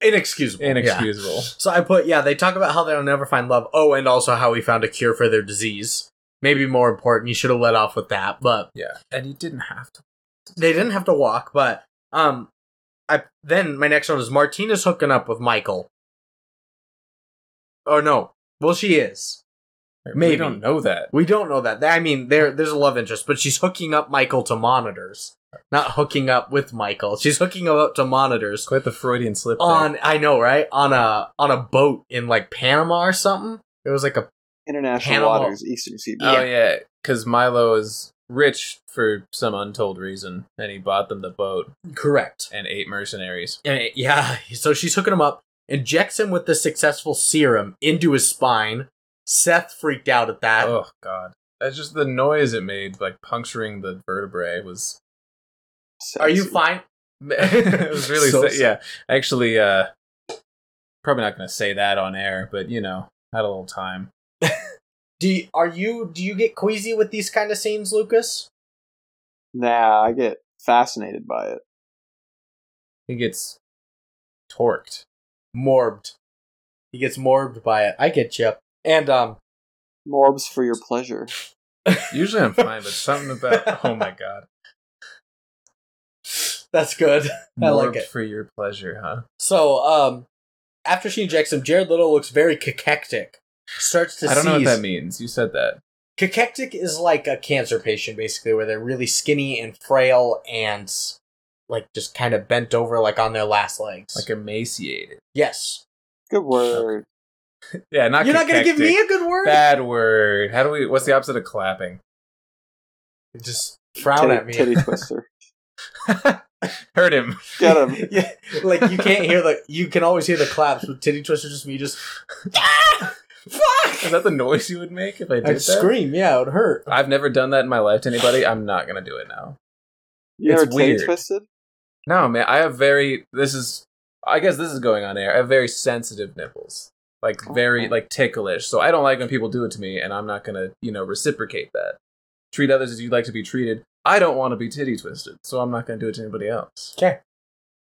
Inexcusable. Yeah. inexcusable. So I put, yeah, they talk about how they'll never find love. Oh, and also how he found a cure for their disease. Maybe more important, you should have let off with that, but Yeah. And he didn't have to. they didn't have to walk. But um, I then my next one is Martina's hooking up with Michael. Oh no, well she is. Maybe. We don't know that. We don't know that. I mean, there there's a love interest, but she's hooking up Michael to monitors, not hooking up with Michael. She's hooking up to monitors Quite the Freudian slip there. on I know right on a on a boat in like Panama or something. It was like a International Hannibal- waters, Eastern Seaboard. Oh yeah, because Milo is rich for some untold reason, and he bought them the boat Correct. and eight mercenaries. And it- eh, yeah, so she's hooking him up, injects him with the successful serum into his spine. Seth freaked out at that. oh god. That's just the noise it made, like puncturing the vertebrae was Are you Sexy. fine? it was really So sa- yeah. Actually, uh, probably not going to say that on air, but you know, had a little time. Do you, are you do you get queasy with these kind of scenes, Lucas? Nah, I get fascinated by it. He gets torqued. Morbed. He gets morbed by it. I get you. And um Morbs for your pleasure. Usually I'm fine, but something about oh my god, that's good. I like Morbed it. for your pleasure, huh? So um after she injects him, Jared Little looks very cachectic. Starts to I don't know what seize. that means. You said that. Cachectic is like a cancer patient, basically, where they're really skinny and frail and like just kind of bent over, like on their last legs. Like emaciated. yes, Good word. Yeah, not. you're not gonna give me cachectic. a good word. bad word. How do we? What's the opposite of clapping? Just frown titty, at me. titty twister. Heard him. Get him. yeah, like you can't hear the. You can always hear the claps, but titty twister just me just. Ah! Is Fuck! that the noise you would make if I did I'd that? scream. Yeah, it would hurt. I've never done that in my life to anybody. I'm not gonna do it now. You It's ever titty weird. twisted? No, man, I have very. This is. I guess this is going on air. I have very sensitive nipples, like very Okay. like ticklish. So I don't like when people do it to me, and I'm not gonna you know reciprocate that. Treat others as you'd like to be treated. I don't want to be titty twisted, so I'm not gonna do it to anybody else.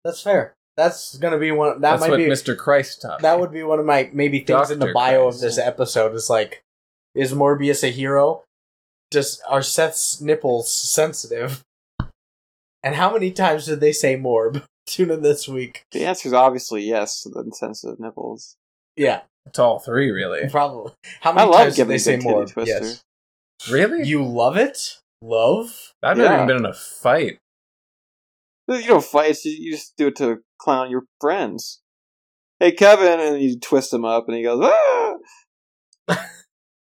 That's fair. That's gonna be one. That That's might what be Mr. Christ taught. that me. would be one of my maybe things in the Dr. bio of Christ. this episode is like is morbius a hero does are seth's nipples sensitive and how many times did they say morb Tune in this week. The answer is obviously yes to the sensitive nipples. Yeah, It's all three, really. probably. How I many love times did giving they a say good more? titty twister. Yes. Really? You love it? Love? I've never Yeah. even been in a fight. You don't fight. it's- You just do it to clown your friends. Hey, Kevin, and you twist him up, and he goes, ah!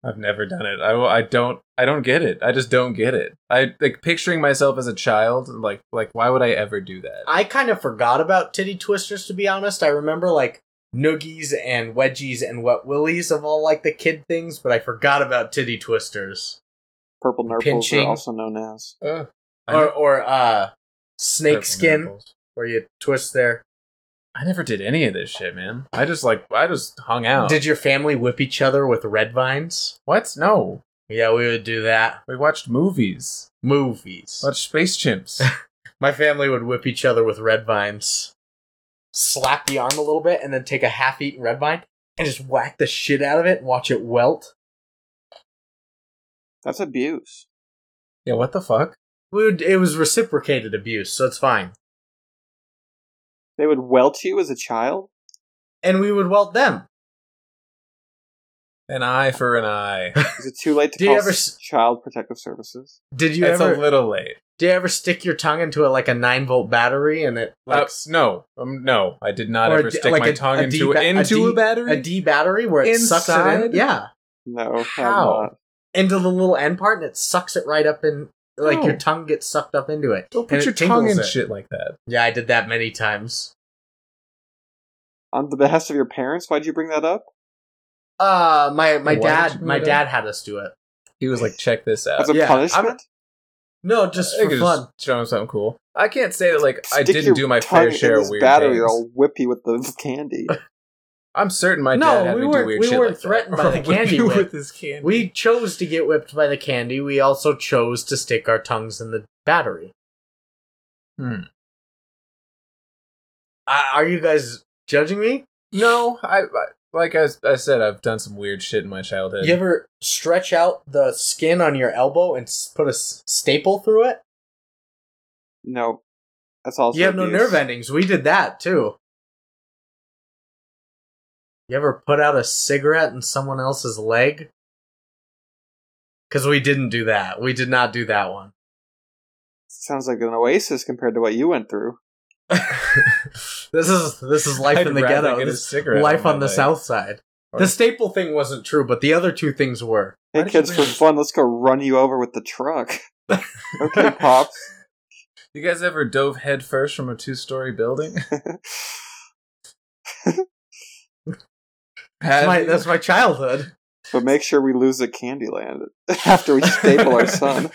I've never done it. I, I don't I don't get it. I just don't get it. I like picturing myself as a child. Like like why would I ever do that? I kind of forgot about titty twisters to be honest. I remember like noogies and wedgies and wet willies of all like the kid things, but I forgot about titty twisters. Purple nurples Pinching. are also known as. Ugh. I Or never- or uh snake Purple skin nipples. where you twist there. I never did any of this shit, man. I just like I just hung out. Did your family whip each other with red vines? what? No, Yeah, we would do that. we watched movies. Movies. Watched Space Chimps. My family would whip each other with red vines. Slap the arm a little bit and then take a half eaten red vine and just whack the shit out of it and watch it welt. That's abuse. yeah, what the fuck? We would, it was reciprocated abuse, so it's fine. They would welt you as a child. And we would welt them. An eye for an eye. Is it too late to Do you call ever s- s- Child Protective Services? Did you it's ever a little late. did you ever stick your tongue into a, like a nine volt battery and it Uh, like no, um, no, I did not or ever a d- stick like my a- tongue a into D ba- into a a, D- battery. a D battery where it sucks it in? Inside? Yeah. No. have How? not. Into the little end part and it sucks it right up in like No. your tongue gets sucked up into it. Oh. Don't and put it your tongue tingles in it. shit like that. Yeah, I did that many times. On the behest of your parents? Why'd you bring that up? Uh my Why my did you dad do my that? dad had us do it. He was like, "Check this out." As a yeah, punishment? No, just I for could fun. just show him something cool. I can't say that like I Stick didn't your do my tongue fair in share this of weird battery, things. or I'll whip you with the candy. I'm certain my No, dad had we me do weren't- weird we shit weren't like threatened that. by the Or whip candy you whip. with this candy. We chose to get whipped by the candy. We also chose to stick our tongues in the battery. Hmm. I are you guys judging me? No, I, I like I, I said I've done some weird shit in my childhood. You ever stretch out the skin on your elbow and s- put a s- staple through it? No. That's also you have no abuse. nerve endings. We did that too. You ever put out a cigarette in someone else's leg? Because we didn't do that. We did not do that one. Sounds like an oasis compared to what you went through. this is this is life I'd in the rather ghetto. get a This is cigarette life on my on the leg. south side. The staple thing wasn't true, but the other two things were. Hey Why did you kids, for bring this- fun, let's go run you over with the truck. okay, pops. You guys ever dove headfirst from a two-story building? That's Have my, you? that's my childhood. But make sure we lose at Candyland after we staple our son.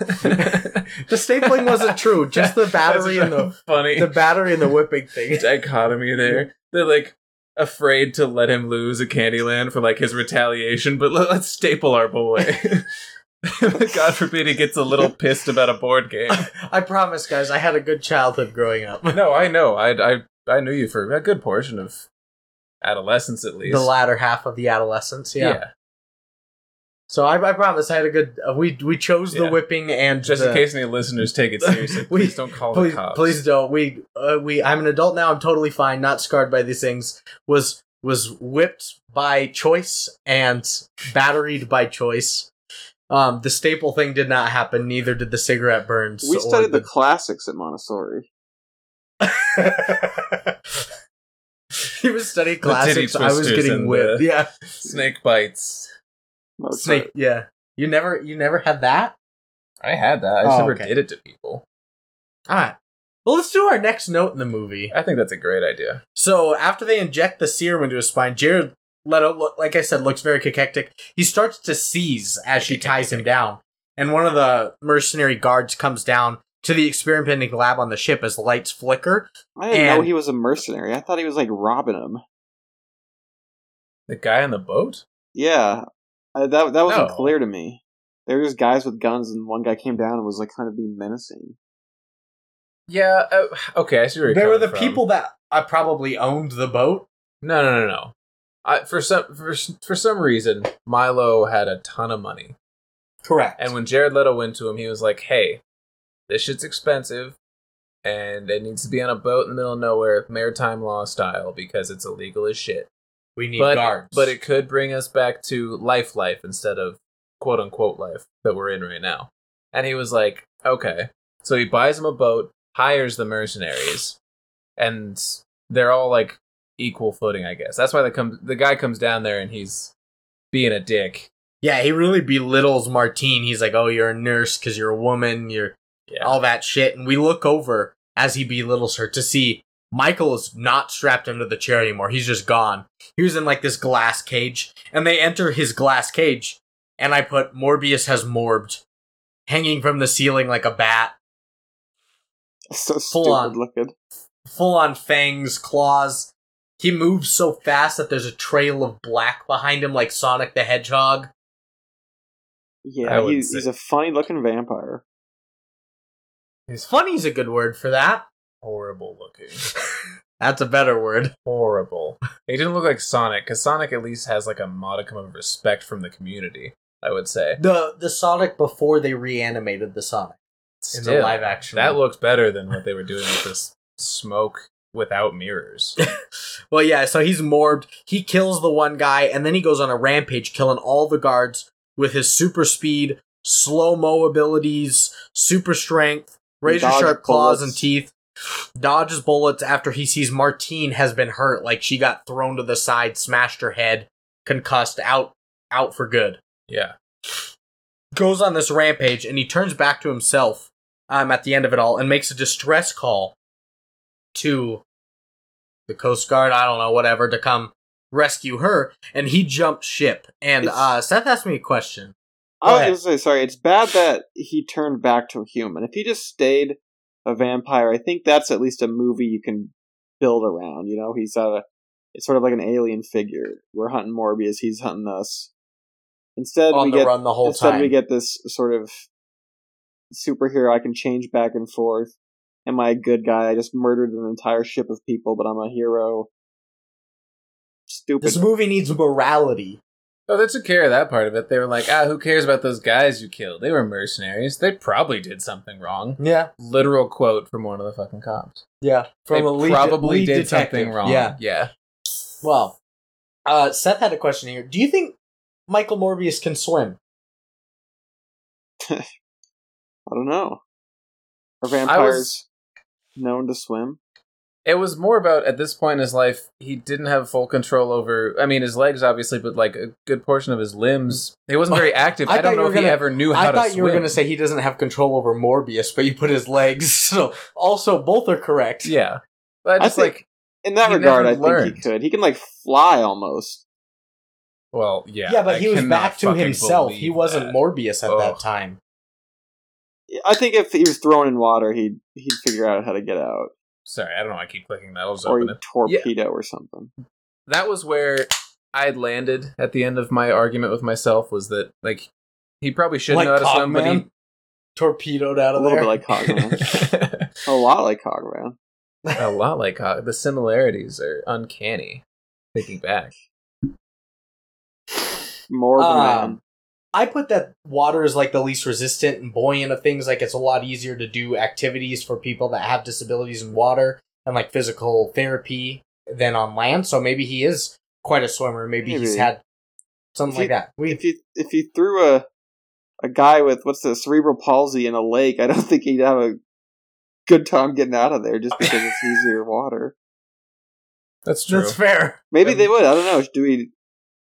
The stapling wasn't true. Just the battery That's and the funny the battery and the whipping thing. dichotomy there. They're like afraid to let him lose at Candyland for like his retaliation, but let, let's staple our boy. God forbid he gets a little pissed about a board game. I promise, guys, I had a good childhood growing up. No, I know. I I I knew you for a good portion of adolescence, at least. The latter half of the adolescence, yeah. So I, I promise I had a good. Uh, we we chose the Yeah. whipping and Just the- in case any listeners take it seriously, We- please don't call Please, the cops. please don't. We uh, we. I'm an adult now. I'm totally fine. Not scarred by these things. Was was whipped by choice and batteried by choice. Um, the staple thing did not happen. Neither did the cigarette burns. We or studied the the- classics at Montessori. he was studying The titty classics. I was twisters getting and whipped. the- Yeah, Snake bites. Mozart. snake. Yeah, you never you never had that. I had that. I just Oh, never okay. did it to people. All right. Well, let's do our next note in the movie. I think that's a great idea. So after they inject the serum into his spine, Jared Leto, look, like I said, looks very cachectic. He starts to seize as she ties him down, and one of the mercenary guards comes down to the experimenting lab on the ship as lights flicker. I didn't know And- he was a mercenary. I thought he was like robbing him. The guy on the boat. Yeah, I, that that wasn't No. clear to me. There were just guys with guns, and one guy came down and was like kind of being menacing. Yeah. Uh, okay. I see where you're They were coming the from. people that uh, probably owned the boat. No, no, no, no. I, for some for, s- for some reason, Milo had a ton of money, Correct. and when Jared Leto went to him, he was like, "Hey, this shit's expensive. and it needs to be on a boat in the middle of nowhere, maritime law style, because it's illegal as shit. We need But guards. but it could bring us back to life, life instead of quote unquote life that we're in right now. And he was like, okay. So he buys him a boat, hires the mercenaries, and they're all like equal footing, I guess. That's why the comes the guy comes down there and he's being a dick. yeah, he really belittles Martine. He's like, "Oh, you're a nurse because you're a woman. You're Yeah. all that shit." And we look over as he belittles her to see Michael is not strapped into the chair anymore. He's just gone. He was in like this glass cage, and they enter his glass cage. And I put Morbius has morbed, hanging from the ceiling like a bat. So Full on. stupid looking. full on fangs, claws. He moves so fast that there's a trail of black behind him, like Sonic the Hedgehog. I Yeah, wouldn't he's, say- he's a funny looking vampire. Funny's a good word for that. Horrible looking. That's a better word. Horrible. He didn't look like Sonic, because Sonic at least has like a modicum of respect from the community, I would say. The the Sonic before they reanimated the Sonic in the Still. live action. That one. looks better than what they were doing with this smoke without mirrors. well, yeah. So he's morbed. He kills the one guy, and then he goes on a rampage, killing all the guards with his super speed, slow mo abilities, super strength, razor Dodge sharp claws bullets. and teeth. Dodges bullets after he sees Martine has been hurt, like she got thrown to the side, smashed her head, concussed, out, out for good. Yeah. goes on this rampage and he turns back to himself um, at the end of it all and makes a distress call to the Coast Guard, I don't know, whatever, to come rescue her. And he jumped ship. And It's- uh, Seth asked me a question. Go I was ahead. gonna say, sorry, it's bad that he turned back to a human. If he just stayed a vampire, I think that's at least a movie you can build around. You know, he's uh, it's sort of like an alien figure. We're hunting Morbius, he's hunting us. Instead, on we the get run the whole instead time. we get this sort of superhero. I can change back and forth. Am I a good guy? I just murdered an entire ship of people, but I'm a hero. Stupid. this movie needs morality. Oh, they took care of that part of it. They were like, ah, who cares about those guys you killed? They were mercenaries. They probably did something wrong. Yeah, Literal quote from one of the fucking cops. yeah. they probably did something wrong. Yeah. Yeah. Well, uh, Seth had a question here. Do you think Michael Morbius can swim? I don't know. Are I vampires was known to swim? it was more about at this point in his life he didn't have full control over i mean his legs obviously but like a good portion of his limbs he wasn't very active I i, thought don't you know were if gonna- he ever knew how I to thought you were swim. going to say he doesn't have control over Morbius, but you put his legs. So also, both are correct. yeah but I just think- like In that He regard, never I think he learned. could. He can like fly almost. well yeah Yeah, but I he was cannot back to fucking himself. He believe wasn't that. Morbius at that Ugh. time. I think if he was thrown in water, he'd he'd figure out how to get out, sorry i don't know why i keep clicking that i'll just or open he'd it torpedo or something. that was where I had landed at the end of my argument with myself was that like he probably should like know how to swim, Cogman, torpedoed out A of little there. bit like Hogman, but he a lot like Hogman. a lot like Cog. The similarities are uncanny. Thinking back, More of a man. Um, I put that water is like the least resistant and buoyant of things. Like it's a lot easier to do activities for people that have disabilities in water and like physical therapy than on land. So maybe he is quite a swimmer. Maybe, he's Maybe. had something If like you- that. We If you if you threw a a guy with what's the cerebral palsy in a lake, I don't think he'd have a good time getting out of there just because it's easier water. that's true. that's fair. Maybe Um, they would. I don't know. Do we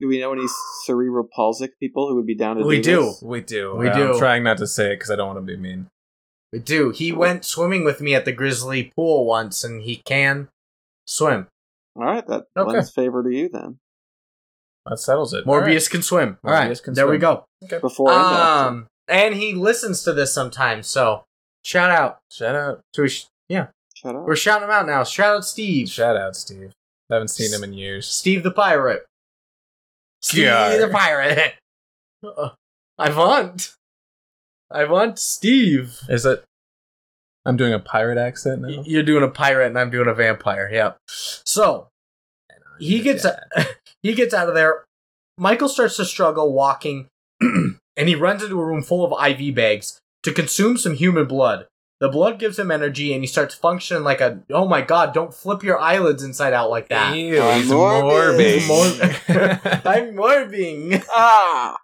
do we know any cerebral palsic people who would be down to We do. this? we do. We I'm do. trying not to say it because I don't want to be mean. We do. He went swimming with me at the Grizzly Pool once, and he can swim. All right, that Okay. lends favor to you then. That settles it. All right. Morbius can swim. All right, Morbius can there we swim. go. Before and after. um, and he listens to this sometimes. So shout out Shout out. to his, yeah, Shut up. we're shouting him out now. Shout out Steve, Shout out, Steve. I haven't seen him in years. Steve the pirate, Steve Gar. the pirate. Uh, I want, I want Steve. Is it? I'm doing a pirate accent now. Y- You're doing a pirate, and I'm doing a vampire. Yep. So he gets Yeah. he gets out of there. Michael starts to struggle walking, and he runs into a room full of IV bags to consume some human blood. The blood gives him energy, and he starts functioning like a. Oh my god! Don't flip your eyelids inside out like that. Ew, I'm he's morbid. morbid. I'm morbing. Ah,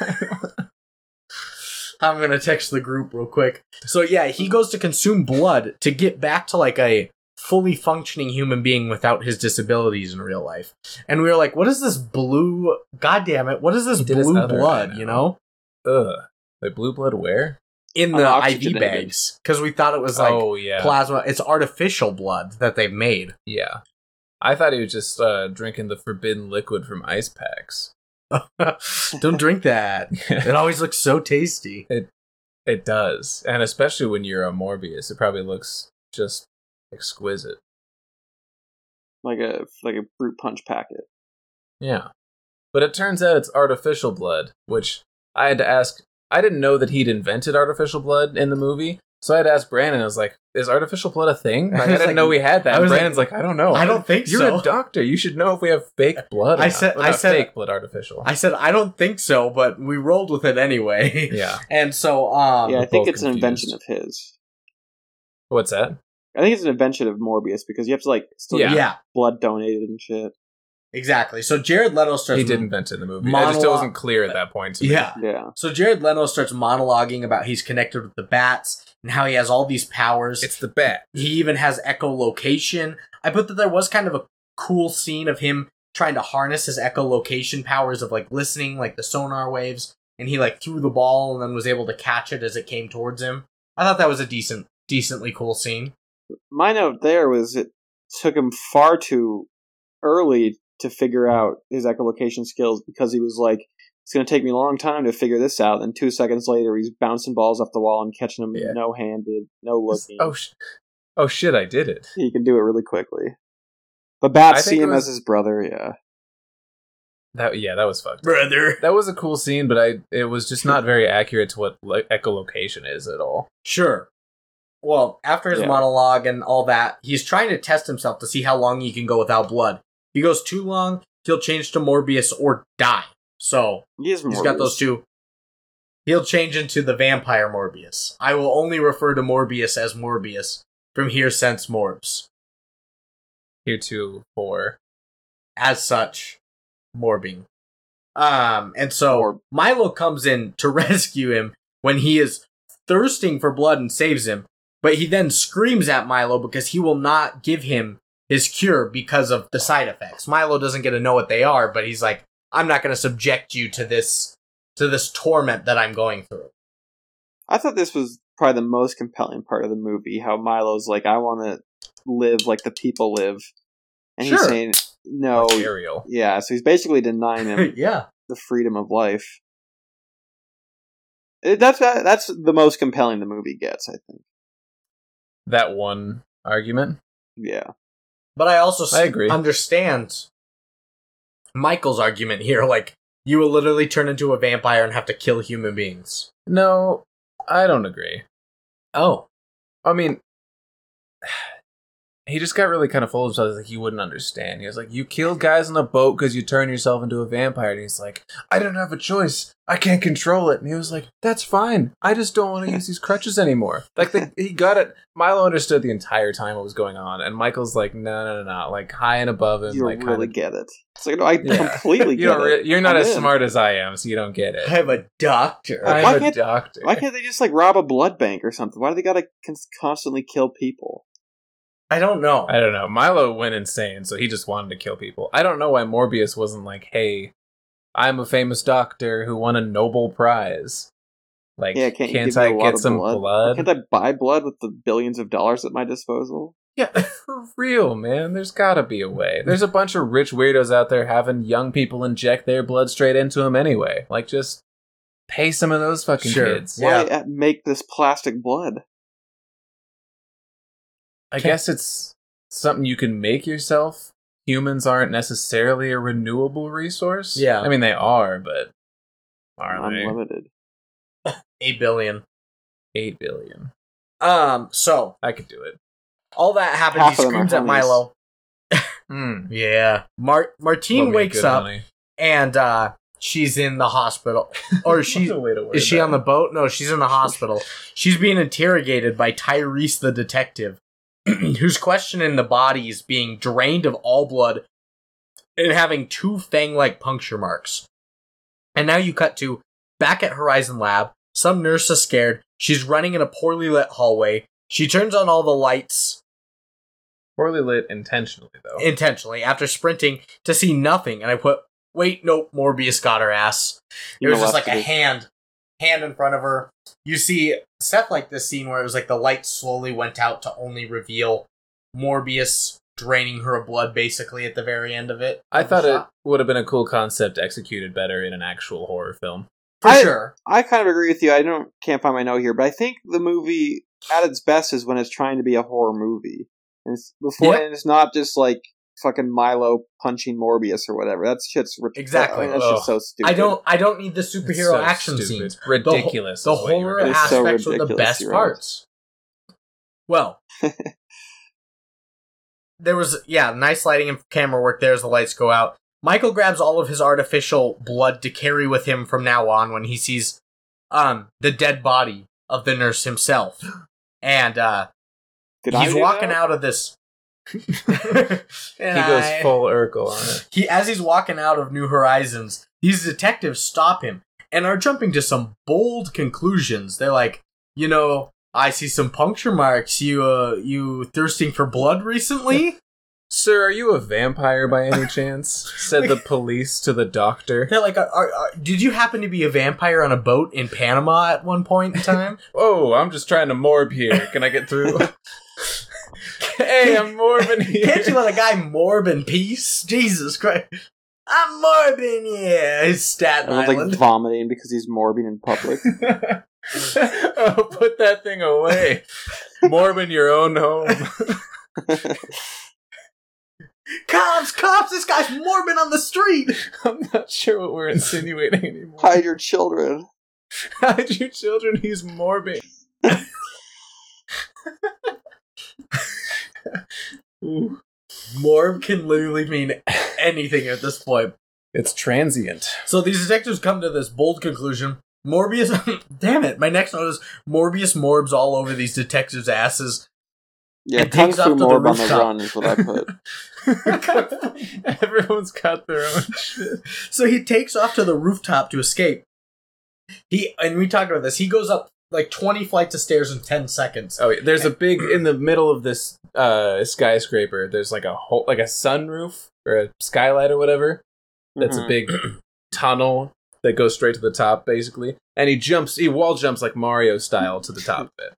I'm gonna text the group real quick. So yeah, he goes to consume blood to get back to like a fully functioning human being without his disabilities in real life. And we were like, what is this blue god damn it, what is this He did his blue other blood, eye now. you know? Ugh. Like blue blood where? In the IV Unoxygenated. bags. Because we thought it was like oh yeah. plasma. It's artificial blood that they've made. yeah. I thought he was just uh, drinking the forbidden liquid from ice packs. Don't drink that. It always looks so tasty. It does. And especially when you're a Morbius, it probably looks just exquisite. like a like a fruit punch packet. Yeah. But it turns out it's artificial blood, which I had to ask. I didn't know that he'd invented artificial blood in the movie. So I had to ask Brandon, I was like, is artificial blood a thing? Like, I, I was didn't like- know we had that. I And was like, Brandon's like, I don't know. I don't think You're so. a doctor. You should know if we have fake blood. Or I not. said- Well, I not said- fake blood artificial. I said I don't think so, but we rolled with it anyway. yeah. And so um yeah, I think both it's an invention of confused. his. What's that? I think it's an invention of Morbius because you have to like still Yeah. get yeah. blood donated and shit. Exactly. So Jared Leto starts. He did invent it in the movie. I just it monologue- wasn't clear at that point. to me. Yeah. Yeah, So Jared Leto starts monologuing about he's connected with the bats and how he has all these powers. It's the bat. he even has echolocation. I put that there was kind of a cool scene of him trying to harness his echolocation powers of like listening, like the sonar waves, and he like threw the ball and then was able to catch it as it came towards him. I thought that was a decent, decently cool scene. my note there was it took him far too early to figure out his echolocation skills because he was like, "It's going to take me a long time to figure this out." And two seconds later, he's bouncing balls off the wall and catching them Yeah. no-handed, no looking. Oh, sh- oh shit! I did it. he can do it really quickly. But bats I think see it him was- as his brother. Yeah, That yeah, that was fucked. Brother. That was a cool scene, but I it was just not very accurate to what lo- echolocation is at all. Sure. Well, after his Yeah. monologue and all that, he's trying to test himself to see how long he can go without blood. If he goes too long, he'll change to Morbius or die. So he is. he's Morbius. got those two. He'll change into the vampire Morbius. I will only refer to Morbius as Morbius from here since Morbs. Here two four. As such, Morbing. Um, and so Morb. Milo comes in to rescue him when he is thirsting for blood and saves him. But he then screams at Milo because he will not give him his cure because of the side effects. Milo doesn't get to know what they are, but he's like, "I'm not going to subject you to this to this torment that I'm going through." I thought this was probably the most compelling part of the movie. How Milo's like, I want to live like the people live, and he's Sure. saying no. like Ariel. Oh, Yeah, so he's basically denying him yeah, the freedom of life. It- That's that's the most compelling the movie gets. I think. That one argument. Yeah, but I also s- I agree. understand Michael's argument here. Like, you will literally turn into a vampire and have to kill human beings. No, I don't agree. Oh, I mean, he just got really kind of full of himself. He's Like he wouldn't understand. He was like, "You killed guys on a boat because you turned yourself into a vampire." And he's like, "I don't have a choice. I can't control it." And he was like, "That's fine. I just don't want to use these crutches anymore." Like the, he got it. Milo understood the entire time what was going on, and Michael's like, "No, no, no, no!" Like high and above him. you like don't really kinda- get it. It's like no, I Yeah. completely you get don't. it. Re- you're not I'm as in. smart as I am, so you don't get it. I'm a doctor. Why I'm a can't- doctor. Why can't they just like rob a blood bank or something? Why do they gotta con- constantly kill people? I don't know. I don't know. Milo went insane, so he just wanted to kill people. I don't know why Morbius wasn't like, "Hey, I'm a famous doctor who won a Nobel Prize. Like, yeah, can't, can't, you give me I a lot get of some blood? blood? Can't I buy blood with the billions of dollars at my disposal? Yeah, for real, man. There's gotta be a way. There's a bunch of rich weirdos out there having young people inject their blood straight into them anyway. Like, just pay some of those fucking Sure. kids. Yeah. Why uh, make this plastic blood? I Can't- guess it's something you can make yourself. Humans aren't necessarily a renewable resource. Yeah. I mean they are, but are they? Unlimited. Eight billion. Eight billion. Um. So I could do it. all that happens. Half he of them screams are at homies. Milo. Mm. Hmm. Yeah. Mar- Martine wakes up and uh, she's in the hospital, or she a way to worry is she about on the boat? No, she's in the hospital. she's being interrogated by Tyrese the detective, who's questioning the bodies being drained of all blood and having two fang-like puncture marks. And now you cut to back at Horizon Lab. Some nurse is scared. She's running in a poorly lit hallway. She turns on all the lights Poorly lit intentionally, though. intentionally after sprinting to see nothing, and I put, wait, nope, Morbius got her ass. It You was know just what like to a do. hand, hand in front of her. You see stuff like this scene where it was like the light slowly went out to only reveal Morbius draining her of blood, basically at the very end of it. I of the thought it shot. would have been a cool concept executed better in an actual horror film. for I- sure. I kind of agree with you. I don't can't find my note here, but I think the movie at its best is when it's trying to be a horror movie, and it's before Yep. and it's not just like fucking Milo punching Morbius or whatever. That shit's ret- Exactly. I mean, that Ugh. shit's so stupid. I don't. I don't need the It's superhero so action stupid. scenes. It's ridiculous. The, is what you horror were doing. It's so aspects were the ridiculous, best you're right. parts. Well, there was yeah, nice lighting and camera work there as the lights go out. Michael grabs all of his artificial blood to carry with him from now on when he sees um the dead body of the nurse himself. And uh Did I he's do walking that? out of this He goes full Urkel on it. he as he's walking out of New Horizons, these detectives stop him and are jumping to some bold conclusions. They're like, you know, I see some puncture marks. You uh you thirsting for blood recently? Sir, are you a vampire by any chance? Said the police to the doctor. They're like, are, are, are- did you happen to be a vampire on a boat in Panama at one point in time? Oh, I'm just trying to morb here. Can I get through? hey, I'm morbing here. Can't you let a guy morb in peace? Jesus Christ. I'm morbing here. It's Staten Everyone's like Island. vomiting because he's morbid in public. oh, put that thing away. Morb in your own home. cops, cops, this guy's morbing on the street. I'm not sure what we're insinuating anymore. Hide your children. Hide your children. He's morbid. Ooh. Morb can literally mean anything at this point. It's transient. So these detectives come to this bold conclusion. Morbius, damn it! My next note is Morbius morbs all over these detectives' asses. Yeah, It kung takes up fu to the morb on the rooftop. run is what I put. Everyone's got their own shit. So he takes off to the rooftop to escape. He and we talked about this. He goes up like twenty flights of stairs in ten seconds. Oh, yeah, there's a big in the middle of this uh, skyscraper. There's like a whole, like a sunroof or a skylight or whatever. That's Mhm. a big tunnel that goes straight to the top, basically. And he jumps, he wall jumps like Mario style to the top of it.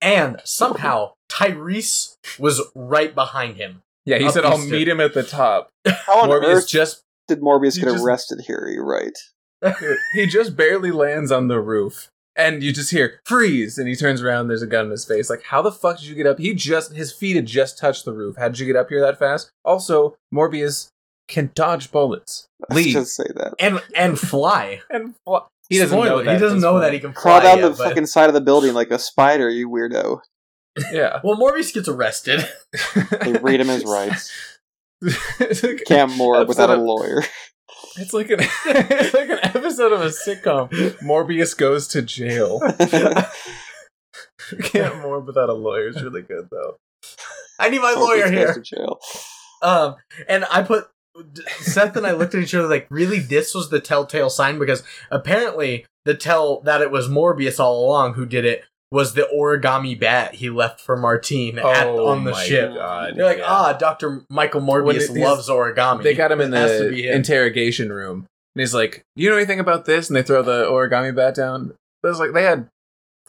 And somehow Tyrese was right behind him. Yeah, he Up said, these "I'll stairs." meet him at the top." How on Morbius earth just did Morbius you get just- arrested here? You're right. he just barely lands on the roof and you just hear freeze and he turns around there's a gun in his face like how the fuck did you get up he just his feet had just touched the roof how did you get up here that fast also morbius can dodge bullets Let's leave just say that. and and fly. and fly. he doesn't Spoiler, know that he doesn't know that he can fly. Crawl down yet, the but- fucking side of the building like a spider, you weirdo. he yeah Well, Morbius gets arrested. They read him his rights. it's, like, Cam Morb Upset without a him. lawyer. it's like an it's like an episode of a sitcom morbius goes to jail can't morb without a lawyer it's really good though I need my Morbius lawyer goes here. to jail. Um, and I put Seth and I looked at each other like, really, this was the telltale sign because apparently the tell that it was Morbius all along who did it was the origami bat he left for Martine at, on the Oh my ship. God, You're like, yeah. ah, Doctor Michael When Morbius it- these- loves origami. They got him in It has to the be him. interrogation room, and he's like, "Do you know anything about this?" And they throw the origami bat down. It was like they had,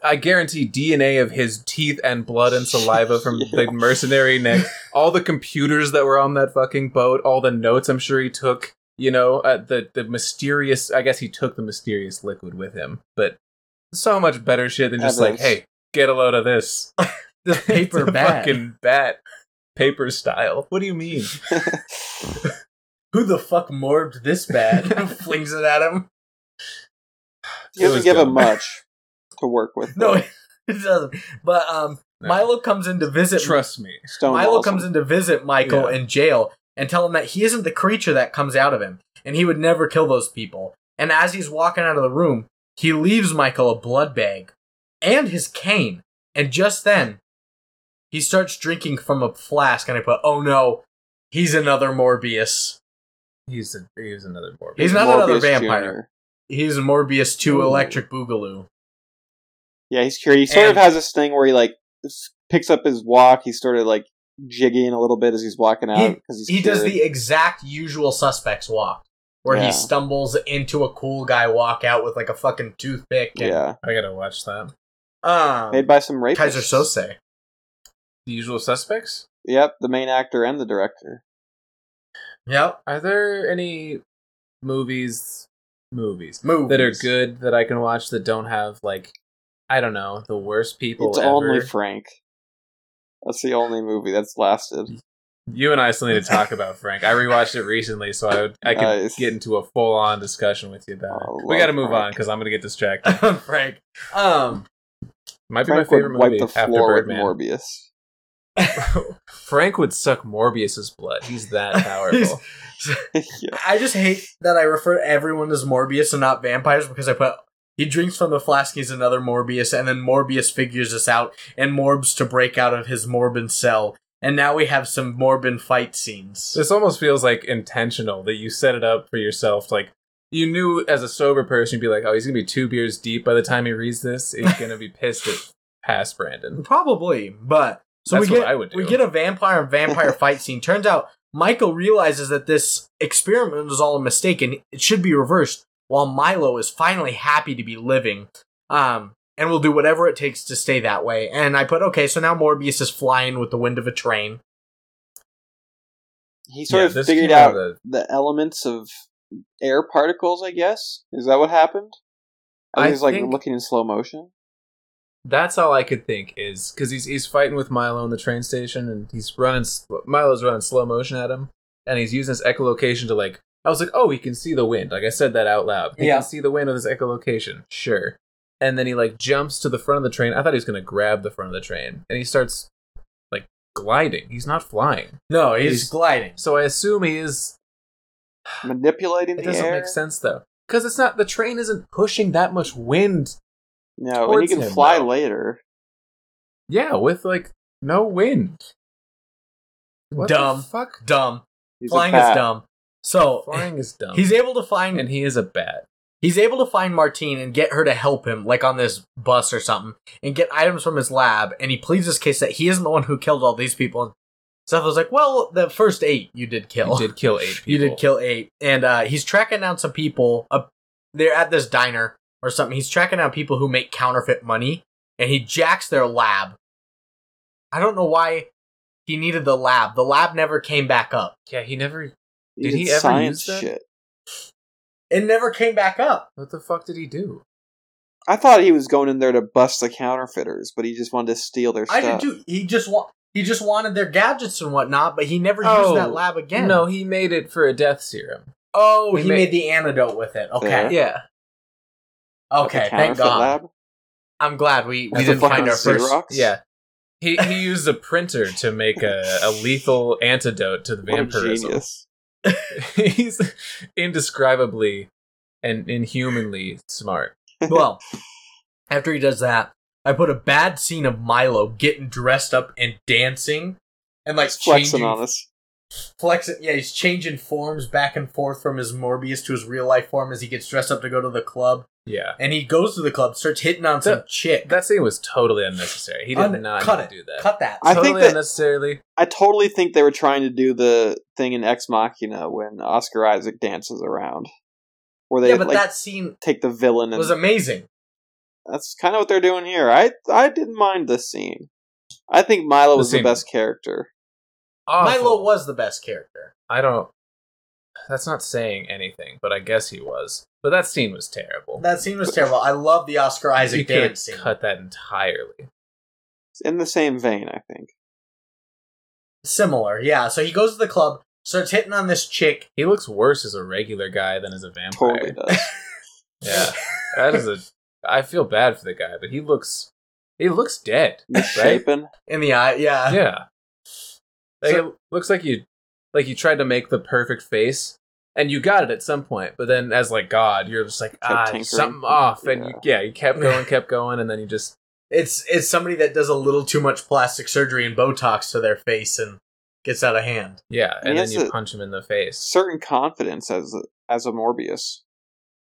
I guarantee, DNA of his teeth and blood and saliva from the mercenary neck, all the computers that were on that fucking boat, all the notes I'm sure he took. You know, uh, the the mysterious. I guess he took the mysterious liquid with him, but so much better shit than just like, Evidence. "Hey, get a load of this." the paper It's a bat. fucking bat, paper style. What do you mean? Who the fuck morbed this bat? Flings it at him. He doesn't was give dumb. him much to work with. No, though. it doesn't. But um, No. Milo comes in to visit. Trust me. Stonewalls Milo him. comes in to visit Michael Yeah. in jail and tell him that he isn't the creature that comes out of him. and he would never kill those people. And as he's walking out of the room, he leaves Michael a blood bag and his cane. And just then, he starts drinking from a flask, and I put, oh no, he's another Morbius. He's a, he's another Morbius. He's not another Morbius vampire. Jr.. He's Morbius 2 Ooh. Electric Boogaloo. Yeah, he's curious. He sort And- of has this thing where he like s- picks up his walk. He's sort of like jigging a little bit as he's walking out because he's He does scared. the exact usual suspects walk, where Yeah. he stumbles into a cool guy walk out with like a fucking toothpick. And, yeah I gotta watch that. Um, made by some rapists. Kaiser Sose. The usual suspects. Yep, the main actor and the director. Yep. Are there any movies, movies, Movies. that are good that I can watch that don't have like, I don't know, the worst people it's ever? only Frank. That's the only movie that's lasted. you and I still need to talk about Frank. I rewatched it recently, so I would, I could Nice. get into a full on discussion with you about I it. We love got to move Frank. on because I'm gonna get distracted. Frank. Um, Might be my Frank would favorite wipe movie the after floor with Birdman. Morbius. Frank would suck Morbius's blood. He's that he's- powerful. yeah. I just hate that I refer to everyone as Morbius and not vampires because I put he drinks from the flask. He's another Morbius, and then Morbius figures this out and morbs to break out of his morbin cell. And now we have some morbin fight scenes. this almost feels like intentional that you set it up for yourself. Like you knew as a sober person, you'd be like, "Oh, he's gonna be two beers deep by the time he reads this. He's gonna be pissed at past Brandon." Probably, but so That's we what get I would do. we get a vampire and vampire fight scene. Turns out Michael realizes that this experiment was all a mistake and it should be reversed. While Milo is finally happy to be living, um, and will do whatever it takes to stay that way. And I put okay, so now Morbius is flying with the wind of a train. He sort Yeah, of this figured came out of the elements of air particles. I guess is that what happened? I I think he's like think- looking in slow motion. the- that's all I could think is because he's he's fighting with Milo in the train station, and he's running. s- Milo's running slow motion at him, and he's using his echolocation to like. I was like, "Oh, he can see the wind." Like I said that out loud. He Yeah. can see the wind with his echolocation. Sure. And then he like jumps to the front of the train. I thought he was gonna grab the front of the train, and he starts like gliding. He's not flying, No, he's, He's- gliding. so I assume he is. Manipulating It the doesn't air. make sense though, because it's not the train isn't pushing that much wind. No, and he towards can him, fly though. later. Yeah, with like no wind. What the Dumb. fuck. Dumb. He's a Flying is bat. dumb. So Flying is dumb. he's able to find and he is a bat. He's able to find Martine and get her to help him, like on this bus or something, and get items from his lab. And he pleads his case that he isn't the one who killed all these people. And Seth was like, "Well, the first eight you did You kill. did kill eight. People. You did kill eight. And uh, he's tracking down some people. Up, they're at this diner or something. He's tracking down people who make counterfeit money, and he jacks their lab. I don't know why he needed the lab. The lab never came back up. Yeah, he never. He Did did he ever science use that? shit. It never came back up. What the fuck did he do? I thought he was going in there to bust the counterfeiters, but he just wanted to steal their I stuff. did too. He just wa- he just wanted their gadgets and whatnot, but he never used Oh, that lab again. No, he made it for a death serum. oh, he he ma- made the antidote with it. Yeah. Okay, Yeah, At the okay, thank counterfeit God. lab? I'm glad we, we That's a didn't fucking find our first. Xerox? yeah. He he used a printer to make a, a lethal antidote to the What a vampirism. genius. He's indescribably and inhumanly smart. Well, after he does that, I put a bad scene of Milo getting dressed up and dancing, and like He's flexing changing on us. flexing. Yeah, he's changing forms back and forth from his Morbius to his real life form as he gets dressed up to go to the club, Yeah, and he goes to the club, starts hitting on some That- chick. that scene was totally unnecessary. He did Un- not cut need it. to do that. Cut that. I totally think that- unnecessarily. I totally think they were trying to do the thing in Ex Machina when Oscar Isaac dances around, where they yeah, but like that scene take the villain, and was amazing. that's kind of what they're doing here. I I didn't mind this scene. I think Milo The was scene- the best character. Awful. Milo was the best character. I don't. That's not saying anything, but I guess he was. But that scene was terrible. That scene was terrible. I love the Oscar you Isaac could dance have scene. cut that entirely. In the same vein, I think. Similar, yeah. So he goes to the club, starts hitting on this chick. He looks worse as a regular guy than as a vampire. Totally does. Yeah, that is a. I feel bad for the guy, but he looks. He looks dead, right? Misshapen. In the eye, yeah. yeah. Like, So- it looks like you, like you tried to make the perfect face, and you got it at some point, but then as like God, you're just like ah, tinkering. there's something off, and you, yeah, you kept going, kept going, and then you just It's it's somebody that does a little too much plastic surgery and Botox to their face and gets out of hand. yeah, He and then has you a- punch him in the face. Certain confidence as a, as a Morbius.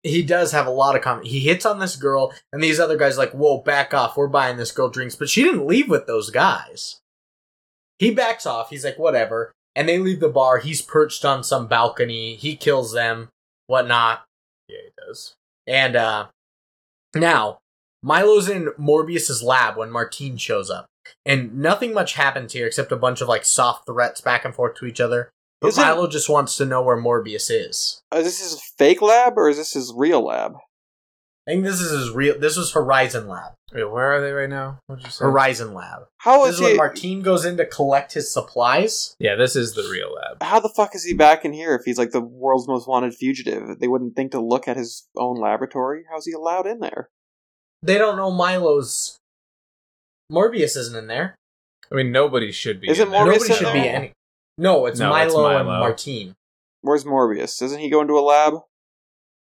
He does have a lot of comment. He hits on this girl, and these other guys like, "Whoa, back off! We're buying this girl drinks." But she didn't leave with those guys. He backs off. He's like, "Whatever," and they leave the bar. He's perched on some balcony. He kills them, whatnot. Yeah, he does. And uh, now Milo's in Morbius's lab when Martine shows up, and nothing much happens here except a bunch of like soft threats back and forth to each other. But Isn't- Milo just wants to know where Morbius is. Uh, Is this his fake lab or is this his real lab? I think this is his real. This was Horizon Lab. Wait, where are they right now? What'd you say? Horizon Lab. How This is is when he? Martine goes in to collect his supplies. Yeah, this is the real lab. How the fuck is he back in here if he's like the world's most wanted fugitive? They wouldn't think to look at his own laboratory. How's he allowed in there? They don't know Milo's. Morbius isn't in there. I mean, nobody should be. Is in it there. Morbius Nobody in should be there? any. No, it's, No, Milo, it's and Milo. Martine. Where's Morbius? Doesn't he go into a lab?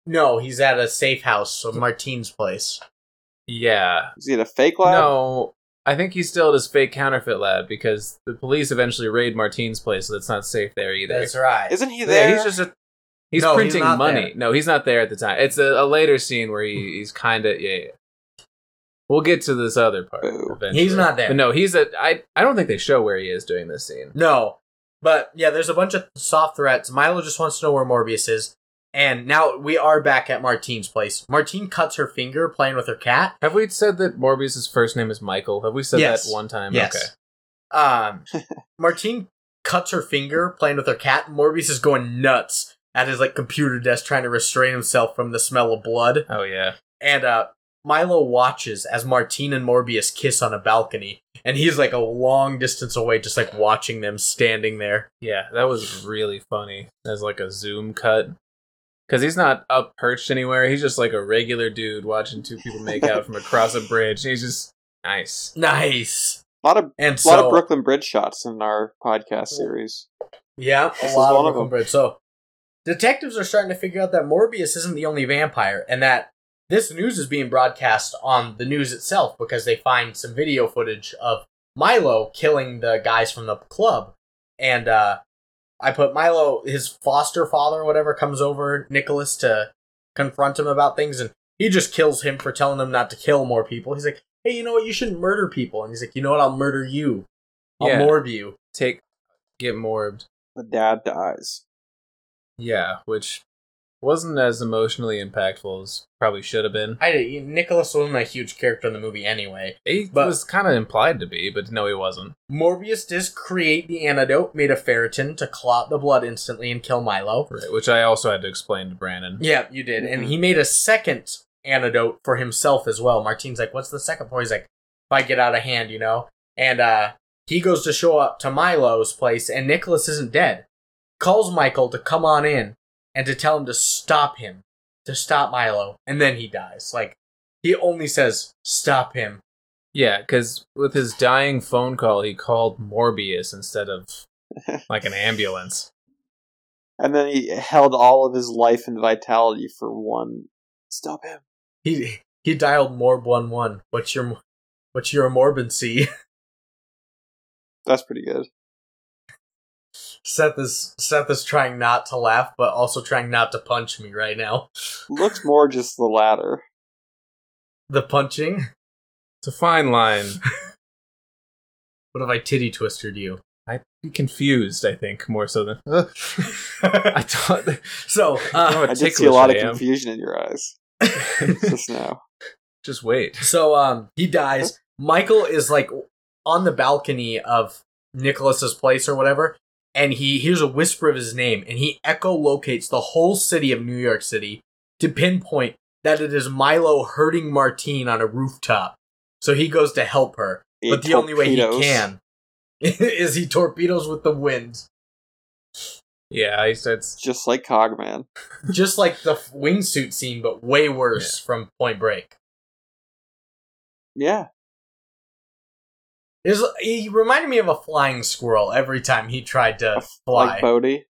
No, he's at a safe house, so Martine's place. Yeah, Is he at a fake lab? no. I think he's still at his fake counterfeit lab because the police eventually raid Martine's place, so that's not safe there either. That's right. Isn't he there? Yeah, he's just a, he's No, he's printing not money. there. No, he's not there at the time. It's a, a later scene where he, he's kind of yeah, yeah. We'll get to this other part. Boo. eventually. He's not there. But no, he's a. I I don't think they show where he is during this scene. No, but yeah, there's a bunch of soft threats. Milo just wants to know where Morbius is, and now we are back at Martine's place. Martine cuts her finger playing with her cat. Have we said that Morbius' first name is Michael? Have we said Yes. that one time? Yes. Um, Martine cuts her finger playing with her cat. and Morbius is going nuts at his like computer desk trying to restrain himself from the smell of blood. Okay. Oh yeah. And uh, Milo watches as Martine and Morbius kiss on a balcony, and he's like a long distance away, just like watching them standing there. Yeah, that was really funny as like a zoom cut. Cause he's not up perched anywhere. He's just like a regular dude watching two people make out from across a bridge. He's just nice. Nice. a lot of And a lot so, of Brooklyn Bridge shots in our podcast series. yeah, a This is lot one of of Brooklyn them. Bridge. So, detectives are starting to figure out that Morbius isn't the only vampire, and that this news is being broadcast on the news itself because they find some video footage of Milo killing the guys from the club. And uh, I put Milo, his foster father, or whatever, comes over, Nicholas, to confront him about things, and he just kills him for telling him not to kill more people. He's like, hey, you know what? You shouldn't murder people. And he's like, you know what? I'll murder you. I'll Yeah. morb you. Take get morbed. The dad dies. Yeah, which wasn't as emotionally impactful as probably should have been. I Nicholas wasn't a huge character in the movie anyway. He But- was kind of implied to be, but no, he wasn't. Morbius does create the antidote made of ferritin to clot the blood instantly and kill Milo. Right, which I also had to explain to Brandon. Yeah, you did. And Mhm. he made a second antidote for himself as well. Martine's like, "What's the second for?" He's like, "If I get out of hand, you know." And uh, he goes to show up to Milo's place, and Nicholas isn't dead. Calls Michael to come on in and to tell him to stop him, to stop Milo, and then he dies. Like he only says, "Stop him." Yeah, because with his dying phone call, he called Morbius instead of like an ambulance. And then he held all of his life and vitality for one. Stop him. He he dialed morb one one. What's your what's your morbancy? That's pretty good. Seth is Seth is trying not to laugh, but also trying not to punch me right now. Looks more just the latter. The punching. It's a fine line. What if I titty twisted you? I'd be confused, I think, more so than. I thought. So uh, I did see a lot of confusion in your eyes confusion. just now. Just wait. so um he dies. Oh. Michael is like on the balcony of Nicholas's place or whatever, and he hears a whisper of his name, and he echolocates the whole city of New York City to pinpoint that it is Milo hurting Martine on a rooftop. So he goes to help her, He but the only way he torpedoes. can is he torpedoes with the wind, Yeah, I said. Just like Cogman. just like the f- wingsuit scene, but way worse from Point Break. Yeah. It was- he reminded me of a flying squirrel every time he tried to fly. Like Bodhi.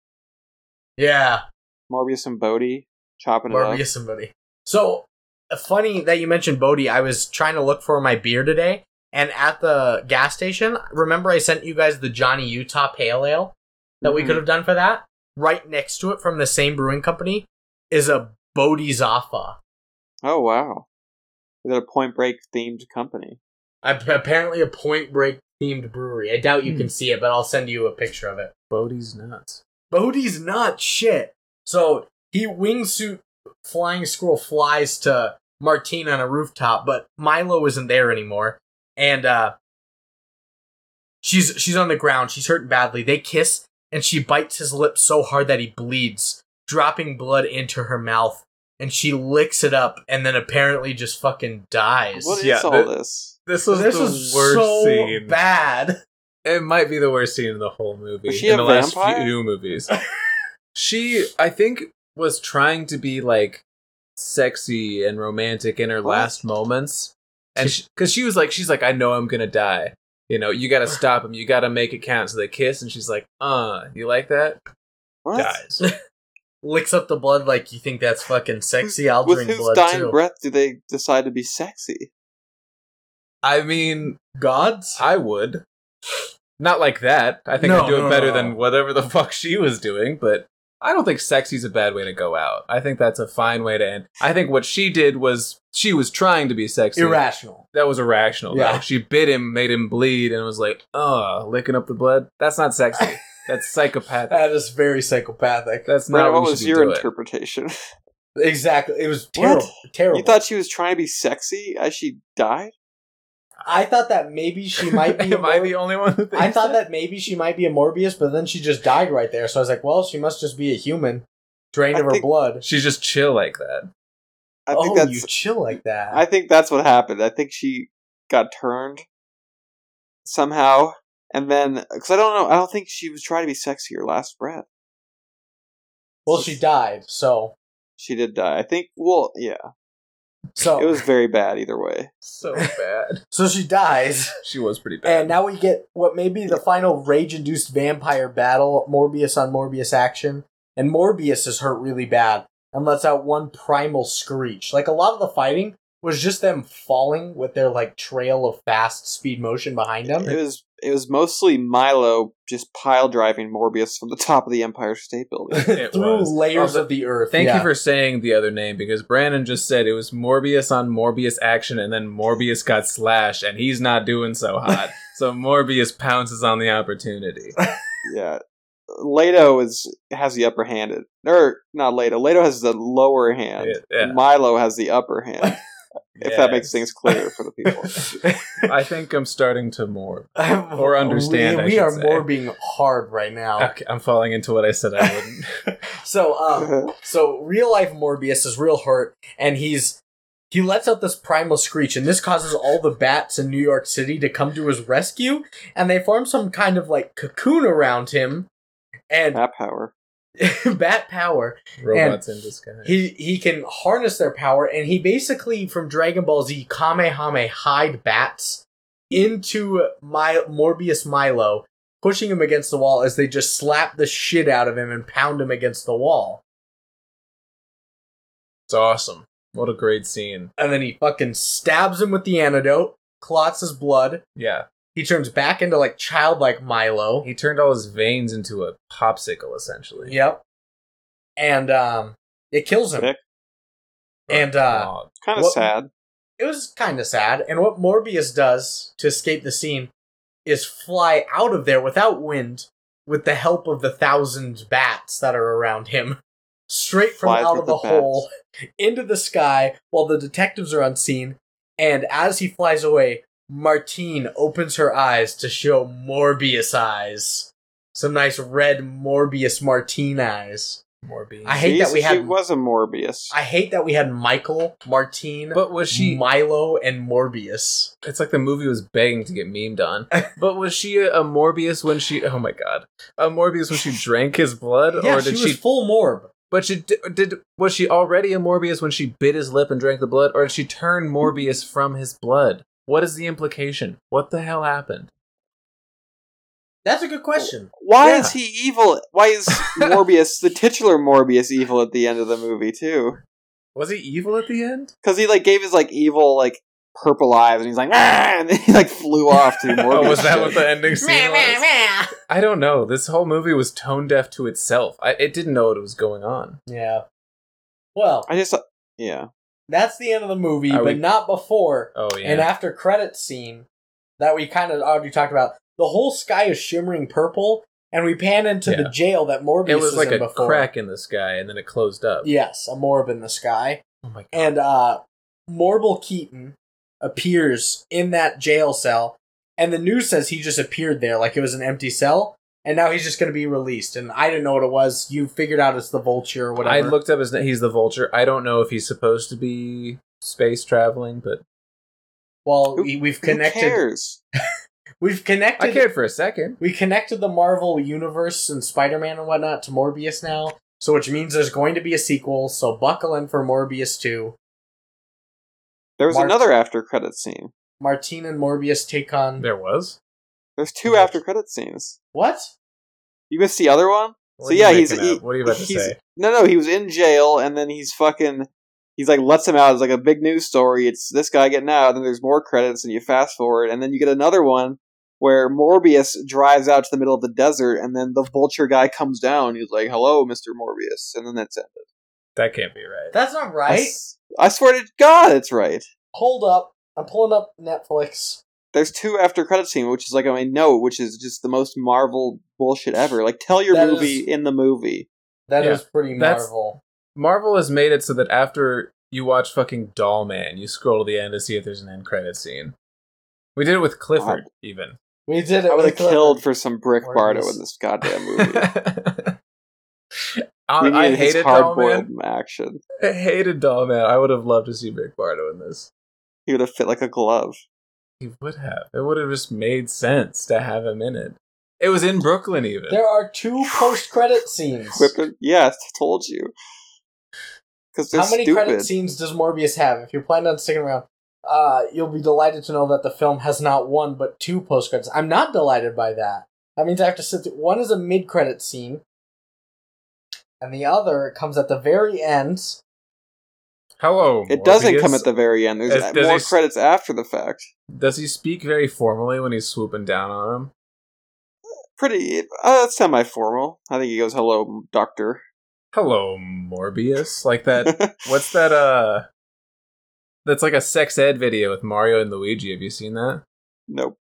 Yeah. Morbius and Bodhi chopping it Morbius somebody. So uh, funny that you mentioned Bodhi. I was trying to look for my beer today, and at the gas station, remember I sent you guys the Johnny Utah Pale Ale that we Mhm. could have done for that. Right next to it, from the same brewing company, is a Bodhi Zafa. up. Oh wow, is that a Point Break themed company? Apparently, a Point Break themed brewery. I doubt you Hmm. can see it, but I'll send you a picture of it. Bodhi's nuts. Bodhi's not shit. So he wingsuit flying squirrel flies to Martine on a rooftop, but Milo isn't there anymore. And uh she's she's on the ground, she's hurting badly. They kiss and she bites his lip so hard that he bleeds, dropping blood into her mouth, and she licks it up and then apparently just fucking dies. What is Yeah, all the- this? This was this the is worst so scene. bad. It might be the worst scene in the whole movie. Was she in a the last vampire? few movies. she, I think, was trying to be like sexy and romantic in her What? last moments. And because she, was like, she's like, I know I'm gonna die. You know, you gotta stop him. You gotta make it count. So they kiss, and she's like, "Uh, you like that?" What? Dies. Licks up the blood like you think that's fucking sexy. I'll With drink whose blood dying too. breath do they decide to be sexy? I mean, Gods? I would. Not like that. I think No, I'd do it no, better no. than whatever the fuck she was doing, but I don't think sexy's a bad way to go out. I think that's a fine way to end. I think what she did was she was trying to be sexy. Irrational. That was irrational. Yeah. Yeah. She bit him, made him bleed, and was like, ugh, licking up the blood. That's not sexy. That's psychopathic. That is very psychopathic. That's Brad, not what what we was should your be doing. interpretation? Exactly. It was terrible. Terrible. you thought she was trying to be sexy as she died? I thought that maybe she might be. a Am I Mor- the only one who thinks I thought that maybe she might be a Morbius, but then she just died right there. So I was like, well, she must just be a human, drained I of her think- blood. She's just chill like that. I think oh, that's you chill like that. I think that's what happened. I think she got turned somehow, and then because I don't know, I don't think she was trying to be sexy. Her last breath, well, she died. So she did die. I think. Well, yeah, so it was very bad either way. So bad. so she dies, she was pretty bad. and now we get what may be the final rage-induced vampire battle: Morbius on Morbius action, and Morbius is hurt really bad and lets out one primal screech. Like a lot of the fighting was just them falling with their like trail of fast speed motion behind them. It was it was mostly Milo just pile driving Morbius from the top of the Empire State Building. It through was. layers Oh, of the earth. Thank yeah. you for saying the other name because Brandon just said it was Morbius on Morbius action, and then Morbius got slashed, and he's not doing so hot. so Morbius pounces on the opportunity. yeah, Leto is has the upper hand, or not Leto. Leto has the lower hand. Yeah. Milo has the upper hand. If that makes things clear for the people. I think I'm starting to more. or understand, We, I we should are say. more being hard right now. Okay, I'm falling into what I said I wouldn't. So, um, so real life Morbius is real hurt, and he's he lets out this primal screech, and this causes all the bats in New York City to come to his rescue, and they form some kind of like cocoon around him, and That power. bat power. Robots in disguise. He he can harness their power, and he basically from Dragon Ball Z Kamehame hide bats into my Morbius Milo, pushing him against the wall as they just slap the shit out of him and pound him against the wall, it's awesome. What a great scene. and then he fucking stabs him with the antidote, clots his blood. Yeah. He turns back into like childlike Milo. He turned all his veins into a popsicle, essentially. Yep, and um, it kills him. Sick. And uh, Oh, Kind of What- sad. it was kind of sad. And what Morbius does to escape the scene is fly out of there without wind with the help of the thousand bats that are around him. Straight from Flies out with of the, the hole into the sky while the detectives are on scene. And as he flies away, Martine opens her eyes to show Morbius eyes. Some nice red Morbius Martine eyes. Morbius. I hate that we Jeez, She had was a Morbius. I hate that we had Michael, Martine, But was she Milo, and Morbius. It's like the movie was begging to get memed on. But was she a, a Morbius when she? Oh my god, a Morbius when she drank his blood, Yeah, or did she was she? full morb. but she di- did. Was she already a Morbius when she bit his lip and drank the blood, or did she turn Morbius from his blood? What is the implication? What the hell happened? That's a good question. Why Yeah. is he evil? Why is Morbius, the titular Morbius, evil at the end of the movie too? Was he evil at the end? Because he like gave his like evil like purple eyes, and he's like, "Ah!" and then he like flew off to Morbius. oh, was that shit. what the ending scene was? I don't know. This whole movie was tone deaf to itself. I, it didn't know what was going on. Yeah. Well, I just yeah. that's the end of the movie, Are but we- not before Oh yeah. an after credit scene that we kind of already talked about. The whole sky is shimmering purple, and we pan into Yeah. the jail that Morbius it was is like in a before. crack in the sky, and then it closed up. Yes, a morb in the sky, Oh my god. and uh, Morble Keaton appears in that jail cell, and the news says he just appeared there like it was an empty cell. And now he's just going to be released. And I didn't know what it was. You figured out it's the vulture or whatever. I looked up his name. He's the Vulture. I don't know if he's supposed to be space traveling, but Well, Who- we, we've Who connected. cares? We've I connected. cared for a second. We connected the Marvel universe and Spider-Man and whatnot to Morbius now, so which means there's going to be a sequel. So buckle in for Morbius two. There was Mark- another after credit scene. Martine and Morbius take on There was. There's two Yes. after credit scenes. what? You missed the other one? What so are you yeah, he's making he- up? What are you about to he's- say? No, no, he was in jail and then he's fucking he's like lets him out. It's like a big news story. It's this guy getting out, then there's more credits and you fast forward and then you get another one where Morbius drives out to the middle of the desert and then the vulture guy comes down. He's like, "Hello, Mr. Morbius." And then that's it. That can't be right. That's not I right. s- I swear to god it's right. Hold up, I'm pulling up Netflix. There's two after credit scene, which is like I mean, no, which is just the most Marvel bullshit ever. Like tell your That movie is- in the movie. That is Yeah, pretty that's- Marvel. Marvel has made it so that after you watch fucking Doll Man, you scroll to the end to see if there's an end credit scene. We did it with Clifford, even. We did it. I would have with Clifford. killed for some Brick Or Bardo this- in this goddamn movie. I, we I needed his hated Doll hard-boiled Man. action. I hated Doll Man. I would have loved to see Rick Bardo in this. He would have fit like a glove. He would have. It would have just made sense to have him in it. It was in Brooklyn, even. There are two post-credit scenes. Whip it. Yes, told you. Because they're How many stupid. credit scenes does Morbius have? If you're planning on sticking around, uh, you'll be delighted to know that the film has not one but two post credits. I'm not delighted by that. That means I have to sit through one is a mid credit scene, and the other comes at the very end. Hello. it doesn't Morbius. come at the very end. There's As- does more he s- credits after the fact. Does he speak very formally when he's swooping down on him? Pretty, uh, semi-formal. I think he goes, "Hello, doctor." Hello, Morbius. Like that. what's that? Uh, that's like a sex ed video with Mario and Luigi. Have you seen that? nope.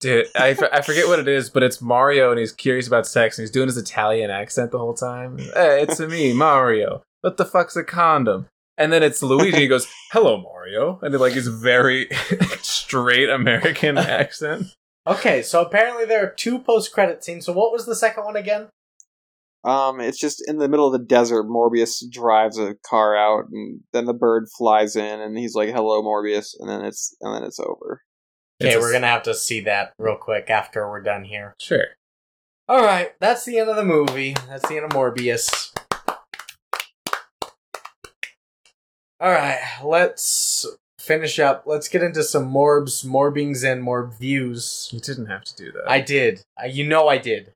Dude, I, f- I forget what it is, but it's Mario and he's curious about sex and he's doing his Italian accent the whole time. Hey, it's me, Mario. What the fuck's a condom? And then it's Luigi. He goes, "Hello, Mario," and it, like he's very straight American accent. Okay, so apparently there are two post credit scenes. So what was the second one again? Um, it's just in the middle of the desert. Morbius drives a car out, and then the bird flies in, and he's like, "Hello, Morbius," and then it's and then it's over. Okay, It's a- we're gonna have to see that real quick after we're done here. sure. All right, that's the end of the movie. That's the end of Morbius. All right, let's finish up. Let's get into some morbs, morbings, and morb views. You didn't have to do that. I did. I, you know I did.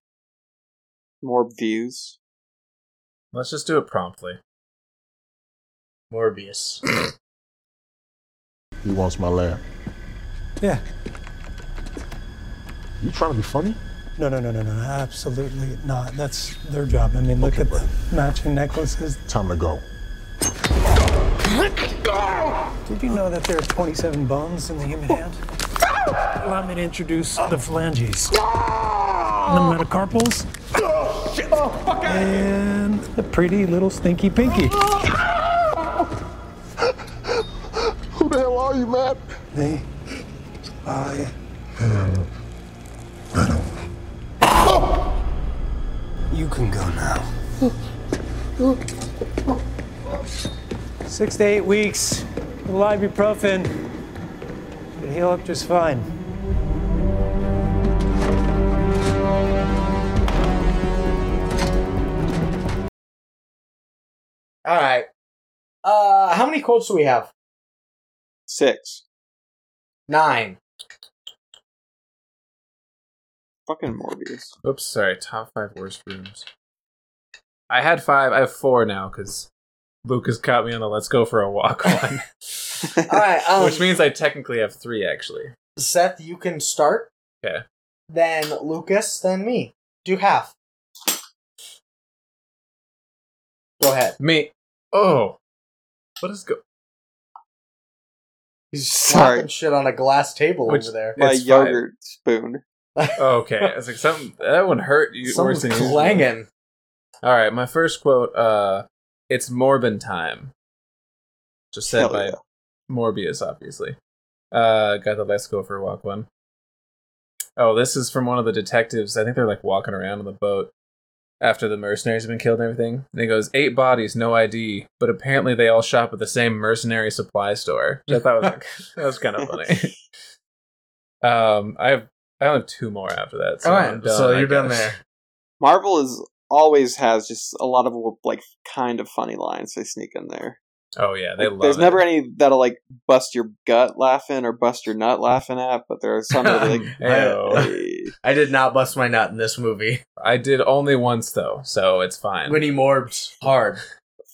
More views. Let's just do it promptly. Morbius. He wants my laugh. Yeah. You trying to be funny? No, no, no, no, no. Absolutely not. That's their job. I mean, look Okay, at brother. the matching necklaces. Time to go. Did you know that there are 27 bones in the human Oh. hand? Ah! Allow me to introduce the phalanges, the Ah! metacarpals, Oh, and the pretty little stinky pinky. Ah! Who the hell are you, man? They, I, I don't. you can go now. Six to eight weeks of ibuprofen. It'll heal up just fine. All right. Uh, how many quotes do we have? Six. Nine. Fucking Morbius. Oops, sorry. Top five worst rooms. I had five. I have four now because Lucas caught me on the "Let's go for a walk" one, All Uh, right, um, which means I technically have three actually. Seth, you can start. Okay. Then Lucas, then me. Do half. Go ahead. Me. Oh, what is go? He's Sorry. slapping shit on a glass table Which- over there. My It's fine. yogurt spoon. Oh, okay, I was like something that one hurt you worse Someone's than usual. clanging. All right, my first quote. Uh, it's Morbin time. Just said Hell by yeah. Morbius, obviously. Uh, got the let's go for a walk one. Oh, this is from one of the detectives. I think they're like walking around on the boat after the mercenaries have been killed and everything. And he goes, eight bodies, no ID, but apparently they all shop at the same mercenary supply store. Which I thought was like, that was kind of funny. um, I have I only have two more after that. So All right, I'm done, so I you're done guess. there. Marvel is always has just a lot of like kind of funny lines they sneak in there. Oh yeah, they Like, love. there's it. never any that'll like bust your gut laughing or bust your nut laughing at, but there are some that are like, Ayo. hey. I did not bust my nut in this movie. I did only once though, so it's fine. When he morbed hard.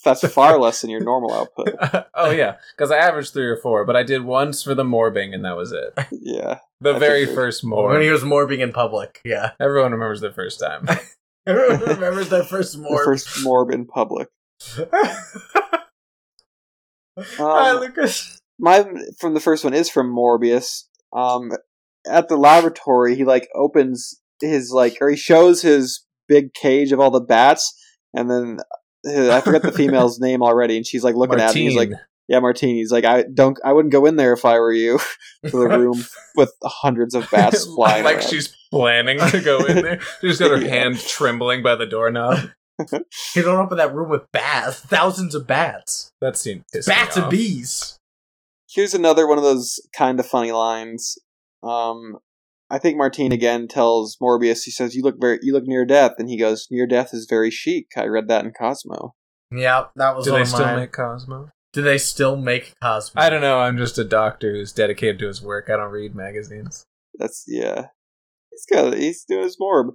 that's far less than your normal output. oh yeah, because I averaged three or four, but I did once for the morbing, and that was it. Yeah, The That's very okay. first When he morb. was morbing in public. Yeah. Everyone remembers the first time. Everyone remembers their first the morb. first morb in public. Hi, Um, Lucas. mine from the first one is from Morbius. Um, at the laboratory, he like opens his like or he shows his big cage of all the bats, and then uh, I forget the female's name already, and she's like looking at him. He's like, Martine. "Yeah, Martine." He's like, "I don't, I wouldn't go in there if I were you." to the room with hundreds of bats flying. like around. she's planning to go in there. She's got her Yeah. hand trembling by the doorknob. You don't open that room with bats. Thousands of bats. That seemed pissed me Bats and off. bees. here's another one of those kind of funny lines. Um, I think Martine again tells Morbius. He says, "You look very, you look near death," and he goes, "Near death is very chic." I read that in Cosmo. Yeah, that was Do one they of still mine. make Cosmo? Do they still make Cosmo? I don't know. I'm just a doctor who's dedicated to his work. I don't read magazines. That's yeah. He's got, he's doing his Morb.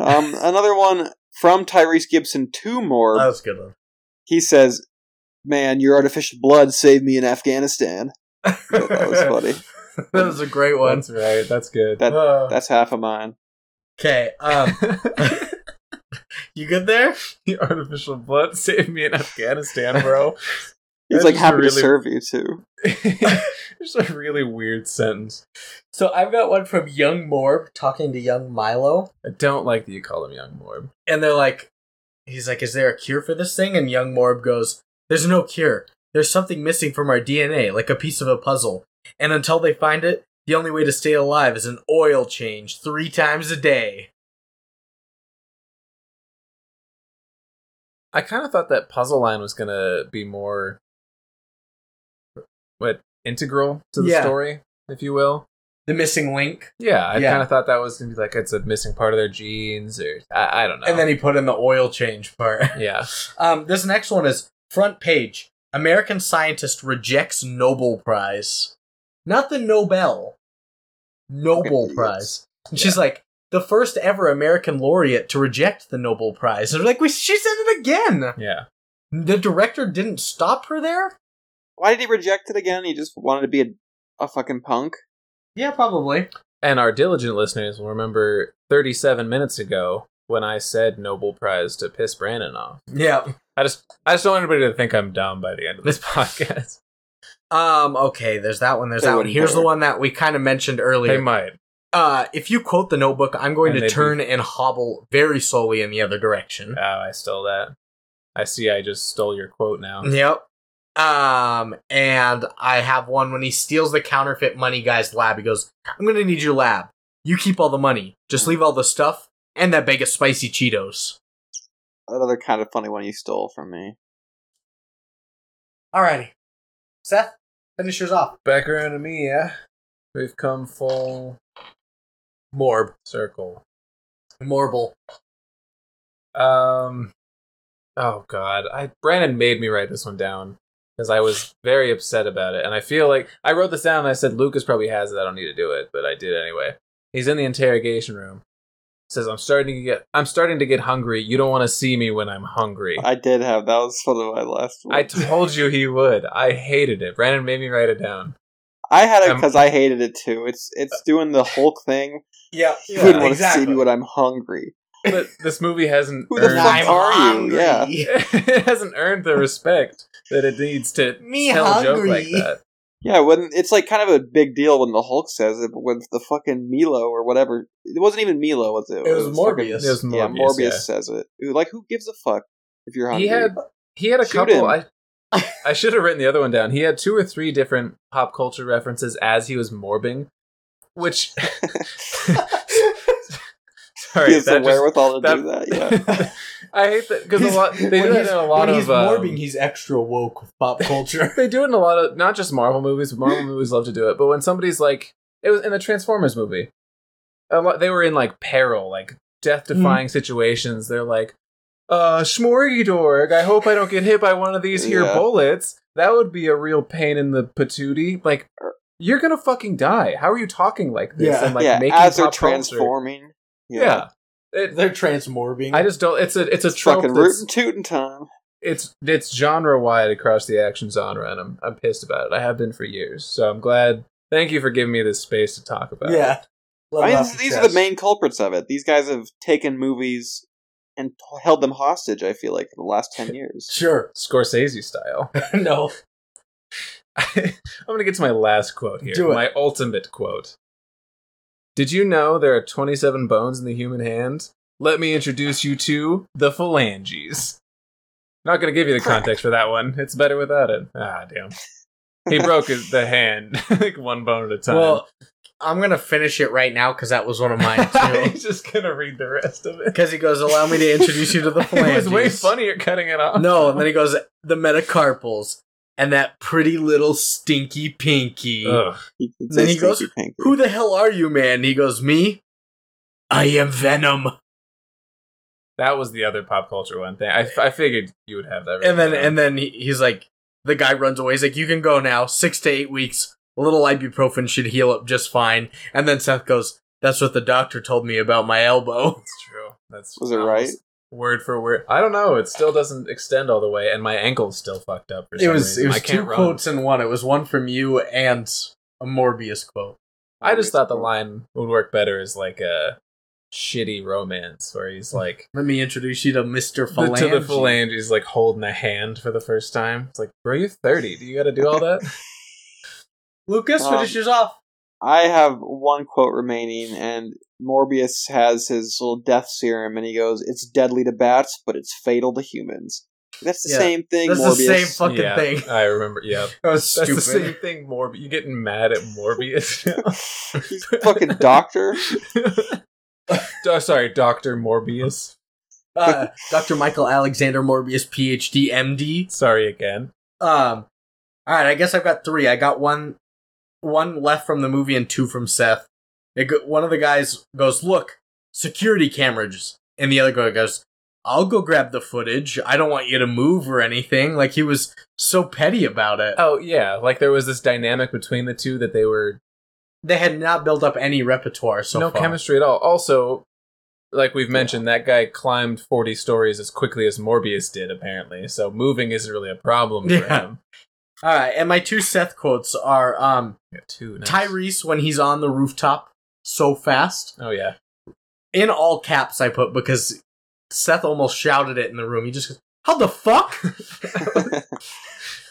Um, another one from Tyrese Gibson to Morb. That was a good one. he says, "Man, your artificial blood saved me in Afghanistan." That was funny. that was a great one. That's right. That's good. That- Uh, That's half of mine. okay. Um, you good there? the artificial blood saved me in Afghanistan, bro. He's That's like just a happy to really- serve you too. It's a really weird sentence. So I've got one from Young Morb talking to Young Milo, I don't like that you call him Young Morb. and they're like, he's like, "Is there a cure for this thing?" And Young Morb goes, "There's no cure. There's something missing from our DNA, like a piece of a puzzle. And until they find it, the only way to stay alive is an oil change three times a day." I kind of thought that puzzle line was gonna be more, what integral to the Yeah. story, if you will. The missing link. Yeah, I Yeah. kind of thought that was gonna be like it's a missing part of their genes, or I, I don't know. And then he put in the oil change part. yeah, Um, this next one is front page. American scientist rejects Nobel Prize. Not the Nobel. Nobel Okay, Prize. And she's like, the first ever American laureate to reject the Nobel Prize. And they're like, we, she said it again. yeah. The director didn't stop her there? Why did he reject it again? He just wanted to be a, a fucking punk. Yeah, probably. And our diligent listeners will remember 37 minutes ago when I said Nobel Prize to piss Brandon off. Yeah. I just I just don't want anybody to think I'm dumb by the end of this podcast. Um, okay, there's that one, there's They that one. wouldn't Here's the care. one that we kind of mentioned earlier. they might. uh, if you quote the notebook, I'm going And to they'd be- turn and hobble very slowly in the other direction. Oh, I stole that. I see. I just stole your quote now. Yep. Um, and I have one when he steals the counterfeit money guy's lab. He goes, "I'm gonna need your lab. You keep all the money. Just leave all the stuff and that bag of spicy Cheetos." Another kind of funny one you stole from me. Alrighty, Seth, finish yours off. Back around to me, yeah. We've come full Morb, circle. Morble. Um. Oh God, I Brandon made me write this one down because I was very upset about it, and I feel like I wrote this down and I said Lucas probably has it. I don't need to do it, but I did anyway. He's in the interrogation room. Says, "I'm starting to get, I'm starting to get hungry. You don't want to see me when I'm hungry." I did have that was one of my last. Ones. I told you he would. I hated it. Brandon made me write it down. I had it Um, because I hated it too. It's it's doing the Hulk thing. Yeah, You wouldn't want to see me when I'm hungry. But this movie hasn't Who the earned, fuck are you? Yeah. it hasn't earned the respect that it needs to Me tell a joke like hungry. that. Yeah, when it's like kind of a big deal when the Hulk says it, but when the fucking Milo or whatever, it wasn't even Milo, was it? It was fucking- Morbius. It was yeah, Morbius, Morbius yeah. says it. Like, who gives a fuck if you're hungry? He had he had a Shoot couple. him. I I should have written the other one down. He had two or three different pop culture references as he was morbing, which sorry, he has the that just- wherewithal to do that- that. Yeah. I hate that because a He's- lot they when do that he's- in a lot when of he's um, morbing, he's extra woke with pop culture. they do it in a lot of not just Marvel movies, but Marvel movies love to do it. But when somebody's like, it was in the Transformers movie, a lot, they were in like peril, like Mm. death-defying situations. They're like, "Uh, Schmorgidorg, I hope I don't get hit by one of these here Yeah. bullets. That would be a real pain in the patootie." Like. You're gonna fucking die. How are you talking like this? Yeah. And like yeah, making as they're pop culture? transforming. Yeah, It- They're transmorbing. I just don't. It's a it's a It's trope fucking that's- rootin' tootin' time. it's it's genre wide across the action genre, and I'm I'm pissed about it. I have been for years, so I'm glad. Thank you for giving me this space to talk about. it. yeah. Love I mean, and these these are success. the main culprits of it. These guys have taken movies and t- held them hostage. I feel like for the last ten years. Sure. Scorsese style. no. I'm gonna get to my last quote here. Do it. My ultimate quote. Did you know there are 27 bones in the human hand? Let me introduce you to the phalanges. Not gonna give you the context for that one. It's better without it. Ah, damn. He broke his, the hand like one bone at a time. Well, I'm gonna finish it right now because that was one of mine too. He's just gonna read the rest of it. Because he goes, "Allow me to introduce you to the It phalanges." was way funnier cutting it off. No, and then he goes, "The metacarpals and that pretty little stinky pinky." Ugh. He could Then say he goes, Stinky Pinky. Who the hell are you, man? And he goes, "Me. I am Venom." that was the other pop culture one thing. I, I figured you would have that. And then written and then he, he's like, the guy runs away. He's like, "You can go now. Six to eight weeks. A little ibuprofen should heal up just fine." And then Seth goes, "That's what the doctor told me about my elbow." down. that's true. That's Was it almost right? Word for word. I don't know. It still doesn't extend all the way, and my ankle's still fucked up. For It some was reason. it was I can't two run. quotes in one. It was one from you and a Morbius quote. I just thought the line would work better as like a shitty romance where he's like Let me introduce you to Mister the- Phalange. to the phalanges like holding a hand for the first time. It's like, bro, you're 30. Do you got to do all that? Lucas Um, finishes off. I have one quote remaining, and Morbius has his little death serum, and he goes, "It's deadly to bats, but it's fatal to humans." That's the Yeah, same thing. That's Morbius. the same fucking Yeah, thing. I remember. Yeah, That was That's stupid. the same thing, Morbius. You getting mad at Morbius He's a fucking doctor. now? Do- sorry, Doctor Morbius. Uh, Dr. Michael Alexander Morbius, PhD, MD. Sorry again. Um, all right, I guess I've got three. I got one, one left from the movie and two from Seth. It go, one of the guys goes, "Look, security cameras," and the other guy goes, "I'll go grab the footage. I don't want you to move or anything." Like he was so petty about it. Oh yeah, like there was this dynamic between the two that they were They had not built up any repertoire so no far. chemistry at all. Also, like we've mentioned, that guy climbed forty stories as quickly as Morbius did, apparently. So moving isn't really a problem for Yeah. him. All right, and my two Seth quotes are um, Yeah, two. nice. Tyrese when he's on the rooftop so fast. Oh yeah. in all caps I put because Seth almost shouted it in the room. He just goes, How the fuck?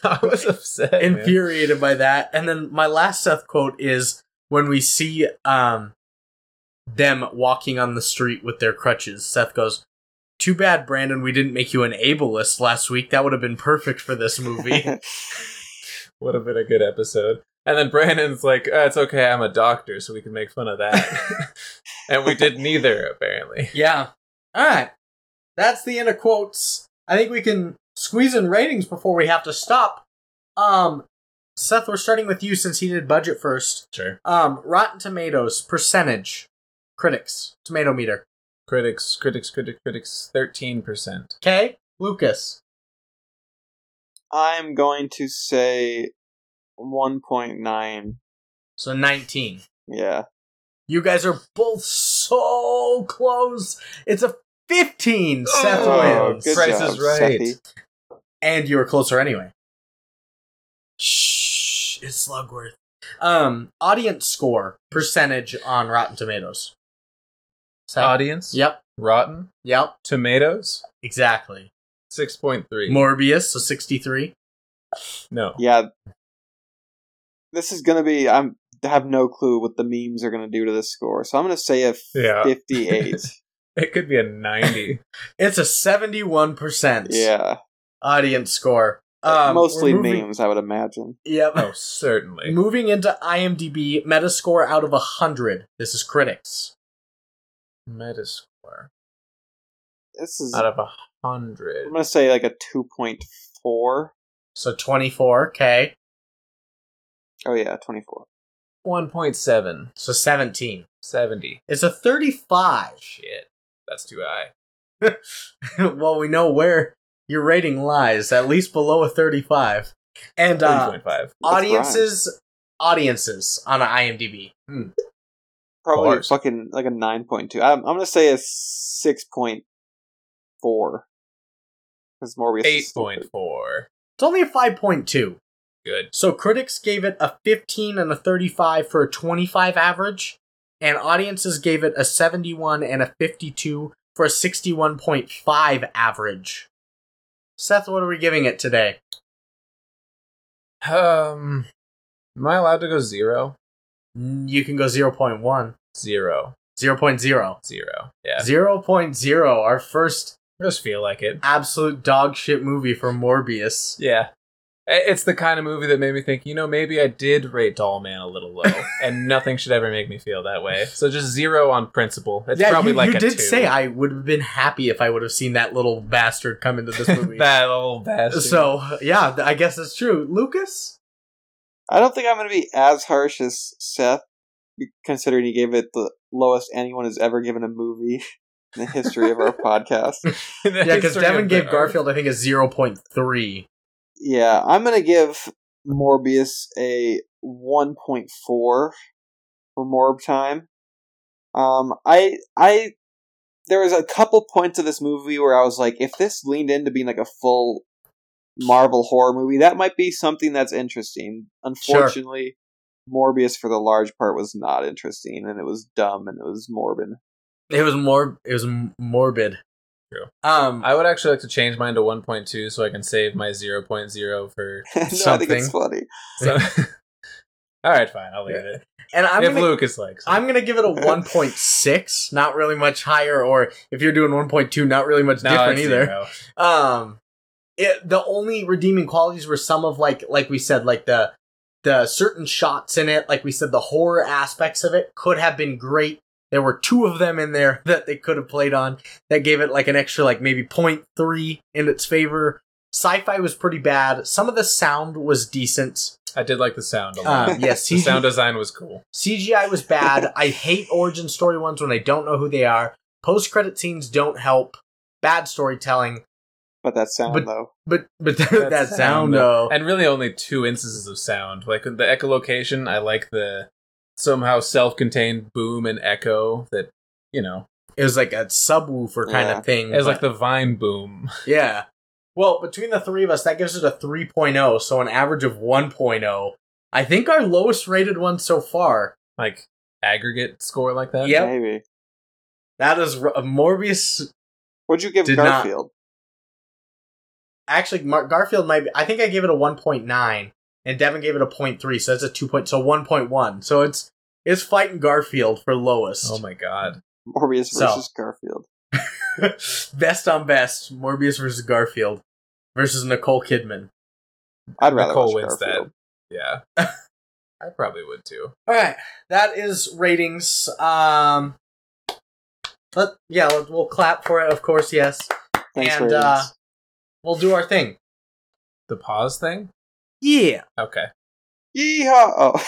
I was upset. man. Infuriated by that. And then my last Seth quote is when we see um them walking on the street with their crutches, Seth goes, Too bad, Brandon, we didn't make you an ableist last week. That would have been perfect for this movie. Would have been a good episode. And then Brandon's like, "Uh, it's okay, I'm a doctor, so we can make fun of that. and we did neither, apparently. yeah. Alright. That's the end of quotes. I think we can squeeze in ratings before we have to stop. Um Seth, we're starting with you since he did budget first. Sure. Um, Rotten Tomatoes percentage, critics, tomato meter. Critics, critics, critics, critics, thirteen percent. Okay, Lucas. I'm going to say 1.9. So nineteen. Yeah. You guys are both so close. It's a 15. Seth Oh, wins. good Price job, is right. Sethy. And you were closer anyway. Shh, it's Slugworth. Um, audience score percentage on Rotten Tomatoes. Seth? Audience. Yep. Rotten. Yep. Tomatoes. Exactly. Six point three. Morbius, so 63. No. Yeah. This is gonna be. I'm I have no clue what the memes are gonna do to this score, so I'm gonna say a Yeah. fifty-eight. It could be a ninety. It's a 71% yeah, audience score. Um, mostly we're moving- memes, I would imagine. Yep. oh, certainly. Moving into IMDb, Metascore out of 100. This is critics. Metascore This is. out of a I'm hundred. gonna say like a two point four. So 24, okay. Oh yeah, twenty-four. One point seven. So 17. Seventy. It's a 35. Shit. That's too high. well, we know where your rating lies, at least below a 35. And Three uh, point five. audiences audiences on IMDb. Probably Bars. fucking like a nine point two. I'm I'm gonna say a six point four. Because Morbius. Eight is- point four. It's only a 5.2. Good. So critics gave it a 15 and a 35 for a 25 average, and audiences gave it a 71 and a 52 for a 61.5 average. Seth, what are we giving it today? Um, am I allowed to go zero? Mm, You can go 0.1, 0.0. Zero. 0.0. Zero. Yeah. our first I just feel like it. absolute dog shit movie for Morbius. Yeah. I- It's the kind of movie that made me think, you know, maybe I did rate Doll Man a little low, and nothing should ever make me feel that way. So just zero on principle. It's probably you, like you a did two. say I would have been happy if I would have seen that little bastard come into this movie. that old bastard. so yeah, I guess that's true. Lucas, I don't think I'm going to be as harsh as Seth, considering he gave it the lowest anyone has ever given a movie in the history of our podcast. yeah, because Devin gave Garfield, I think, a zero point three. Yeah, I'm going to give Morbius a 1.4 for Morb time. Um, I I there was a couple points of this movie where I was like, if this leaned into being like a full Marvel horror movie, that might be something that's interesting. Unfortunately, Morbius for the large part was not interesting, and it was dumb and it was morbid. It was more. It was m- morbid. True. Um. I would actually like to change mine to 1.2 so I can save my 0.0 for. no, I think it's Something. funny. So... All right, fine. I'll leave it. and I'm if gonna, Lucas likes, it. I'm gonna give it a 1.6. Not really much higher, or if you're doing 1.2, not really much No, different it's either. zero. Um. It, the only redeeming qualities were some of like like we said like the the certain shots in it like we said the horror aspects of it could have been great there were two of them in there that they could have played on that gave it like an extra like maybe 0.3 in its favor sci-fi was pretty bad some of the sound was decent I did like the sound a lot. um, yes the sound design was cool. CGI was bad. I hate origin story ones when I don't know who they are. Post credit scenes don't help. Bad storytelling. But that sound But- though. But but that, sound though. and really only two instances of sound. Like the echolocation, I like the somehow self-contained boom and echo that you know it was like a subwoofer kind Yeah. of thing. as like but- the vine boom. Yeah. Well, between the three of us, that gives it a 3.0, so an average of 1.0. I think our lowest rated one so far. Like aggregate score like that. Yep. Maybe. That is R- uh, Morbius. What'd you give Did not- Garfield? Actually, Mark Garfield might be. I think I gave it a 1.9, and Devin gave it a 0.3, so that's a 2. Point, so 1.1. So it's it's fighting Garfield for lowest. Oh my god. Morbius So. versus Garfield. best on best, Morbius versus Garfield versus Nicole Kidman. I'd rather Nicole watch wins Garfield. that. Yeah. I probably would too. All right, that is ratings. Um, let yeah, let, we'll clap for it, of course. Yes, Thanks And, for uh, we'll do our thing. The pause thing? Yeah. Okay. Yeehaw!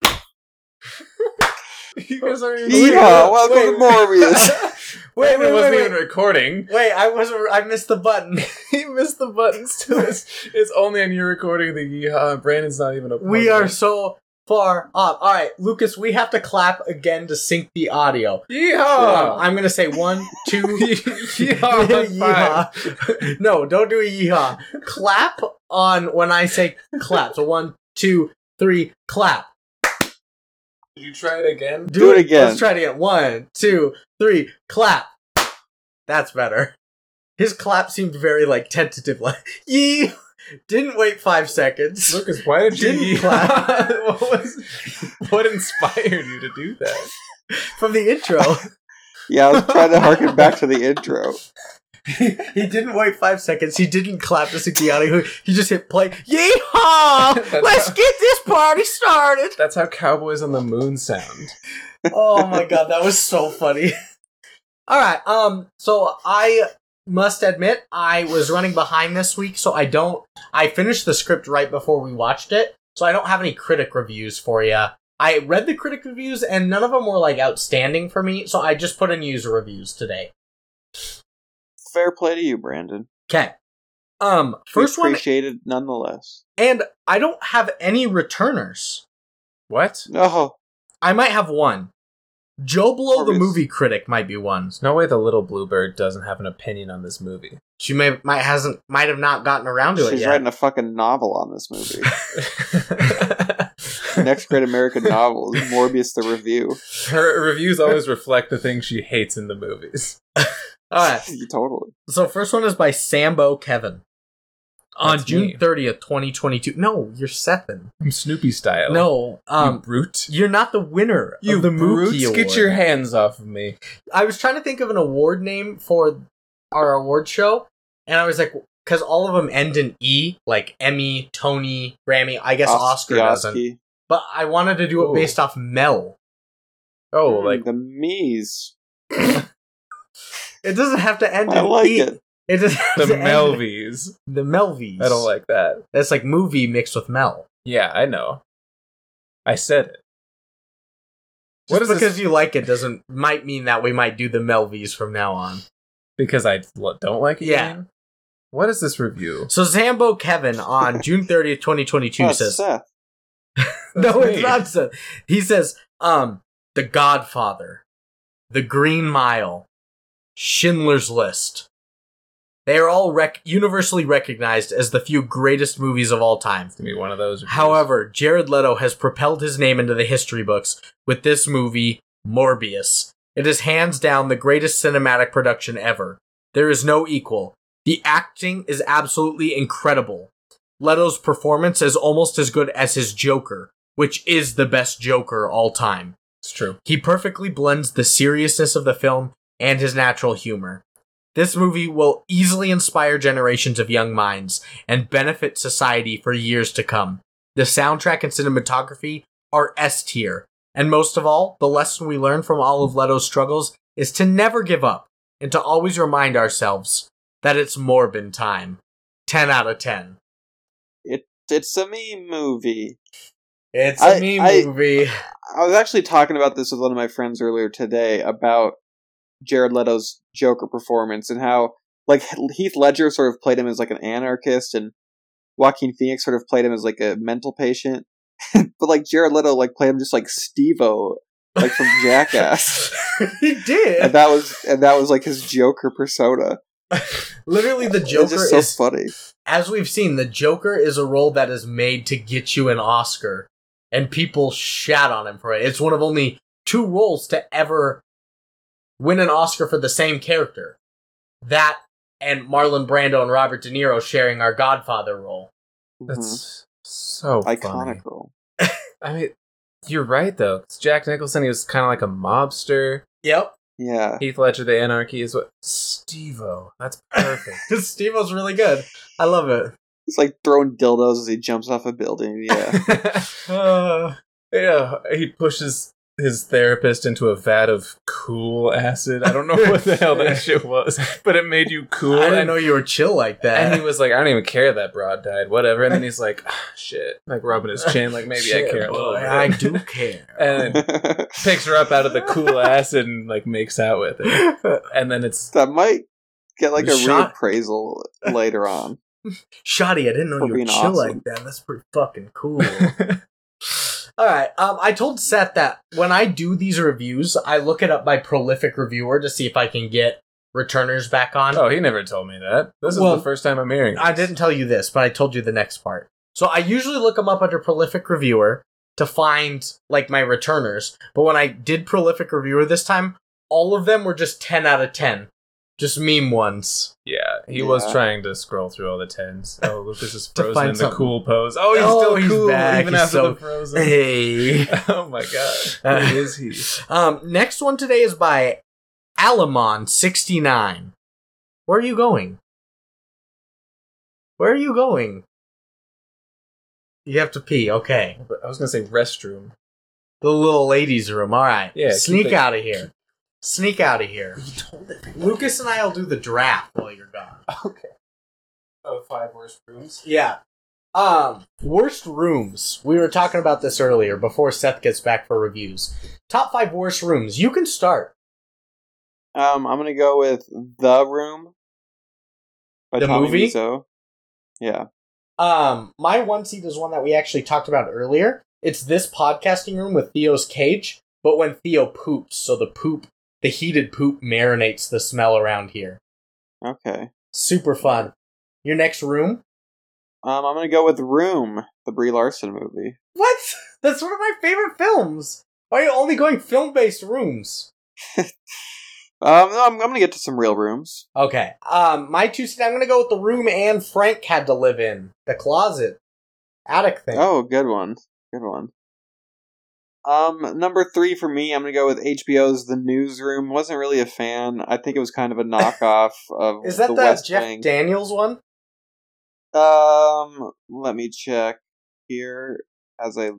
Oh. You guys are Yeehaw! Welcome to Morbius. Wait, wait, it wait, wasn't even wait. recording. Wait, I was I missed the button. you missed the buttons to this. It's only on your recording the yeehaw. Brandon's not even a part We of are it. so far off. All right, Lucas, we have to clap again to sync the audio. Yeehaw! Um, I'm gonna say one, two, yeehaw, high yeehaw. No, don't do a yeehaw. clap on when I say clap. So one, two, three, clap. Did you try it again? Do it again. Let's try it again. One, two, three, clap. That's better. His clap seemed very like tentative, like yee. Didn't wait five seconds. Lucas, why did you Didn't yeehaw? clap. what, was, what inspired you to do that? From the intro, Yeah, I was trying to harken back to the intro. he didn't wait five seconds. He didn't clap to Sukiani. He just hit play. Yeehaw! That's Let's how- get this party started. That's how Cowboys on the Moon sound. oh my god, that was so funny. All right, um, so I must admit I was running behind this week, so I don't. I finished the script right before we watched it, so I don't have any critic reviews for you. I read the critic reviews, and none of them were like outstanding for me, so I just put in user reviews today. Fair play to you, Brandon. Okay. Um, We first one, appreciate it nonetheless. and I don't have any returners. What? No, I might have one. Joe Blow, the Obvious. movie critic, might be one. There's no way the little bluebird doesn't have an opinion on this movie. She may might hasn't might have not gotten around to it she's yet. writing a fucking novel on this movie. Next great American novel is Morbius the Review. Her reviews always reflect the things she hates in the movies. All right. totally. So first one is by Sambo Kevin. On That's June me. 30th, 2022. No, you're Sethin. I'm Snoopy style. No, Oh. you um brute. you're not the winner You of the brutes, Mookie Award. get your hands off of me. I was trying to think of an award name for our award show, and I was like, because all of them end in E, like Emmy, Tony, Grammy. I guess Os- Oscar the doesn't. Osky. But I wanted to do it Ooh. based off Mel. Oh, like the Mies. It doesn't have to end I in like E. it. It doesn't have the to end- Melvies. The Melvies. I don't like that. That's like movie mixed with Mel. Yeah, I know. I said it. Just What is because this? you like it doesn't might mean that we might do the Melvies from now on. Because I lo- don't like it. you Yeah. mean? What is this review? So Zambo Kevin on June 30th, 2022 Oh, says Seth. No, That's it's me. not so. He says, um, The Godfather, The Green Mile, Schindler's List. They are all rec- universally recognized as the few greatest movies of all time. It's gonna be one of those. Reviews. However, Jared Leto has propelled his name into the history books with this movie, Morbius. It is hands down the greatest cinematic production ever. There is no equal. The acting is absolutely incredible. Leto's performance is almost as good as his Joker, which is the best Joker all time. it's true. He perfectly blends the seriousness of the film and his natural humor. This movie will easily inspire generations of young minds and benefit society for years to come. The soundtrack and cinematography are S tier. And most of all, the lesson we learn from all of Leto's struggles is to never give up and to always remind ourselves that it's Morbin time. 10 out of 10. It's a meme movie. It's a a I- me meme I- movie. I was actually talking about this with one of my friends earlier today about Jared Leto's Joker performance and how like Heath Ledger sort of played him as like an anarchist and Joaquin Phoenix sort of played him as like a mental patient. but like Jared Leto like played him just like Stevo like from Jackass. he and did. that was and that was like his Joker persona. Literally, the Joker Joker just so is funny. as we've seen, the Joker is a role that is made to get you an Oscar, and people shat on him for it. It's one of only two roles to ever win an Oscar for the same character. That and Marlon Brando and Robert De Niro sharing our Godfather role. Mhm. That's so funny. Iconic role. I mean, you're right though. 'cause Jack Nicholson, he was kind of like a mobster. Yep. Yeah. Heath Ledger, the anarchy is what Stevo. That's perfect. Steve was really good. I love it. He's like throwing dildos as he jumps off a building. Yeah. Uh, yeah, he pushes his therapist into a vat of cool acid. I don't know what the hell that shit was, but it made you cool. I didn't and, know you were chill like and that. he was like, I don't even care that broad died, whatever. And then he's like, "Ah, shit, like rubbing his chin, like maybe I Shit, care. a little boy, bit." I do care. and then picks her up out of the cool acid and like makes out with her. And then it's that might get like a Shot- reappraisal later on. Shoddy, I didn't know For you were being chill awesome. like that. That's pretty fucking cool. All right. Um, I told Seth that when I do these reviews, I look it up by prolific reviewer to see if I can get returners back on. Oh, he never told me that. This is Well, the first time I'm hearing. I didn't tell you this, but I told you the next part. So I usually look them up under prolific reviewer to find like my returners. But when I did prolific reviewer this time, all of them were just 10 out of 10. Just meme ones. Yeah, he was Yeah. trying to scroll through all the tens. Oh, Lucas is To frozen find in the something. cool pose. Oh, he's Oh, still he's cool back. even He's after so- the frozen. Hey. oh my god, who is he? Um, next one today is by Alamon69. Where are you going? Where are you going? You have to pee, okay. I was gonna say restroom. The little ladies' room, alright. Yeah, keep Sneak it- out of here. Sneak out of here. Lucas and I'll do the draft while you're gone. Okay. Oh, five worst rooms. Yeah. Um, worst rooms. We were talking about this earlier before Seth gets back for reviews. Top five worst rooms. You can start. Um, I'm gonna go with The Room. by The Tommy movie? Wiseau. Yeah. Um, my one seat is one that we actually talked about earlier. It's this podcasting room with Theo's cage, but when Theo poops, so the poop, the heated poop marinates the smell around here. Okay. Super fun. Your next room? Um, I'm gonna go with Room, the Brie Larson movie. What? That's one of my favorite films. Why are you only going film based rooms? Um, no, I'm, I'm gonna get to some real rooms. Okay. Um, my two seat, I'm gonna go with the room Anne Frank had to live in. The closet. Attic thing. Oh, good one, good one. Um, number three for me, I'm gonna go with HBO's The Newsroom. Wasn't really a fan. I think it was kind of a knockoff of Is that the the, West Jeff Wing. Daniels one? Um, let me check here as I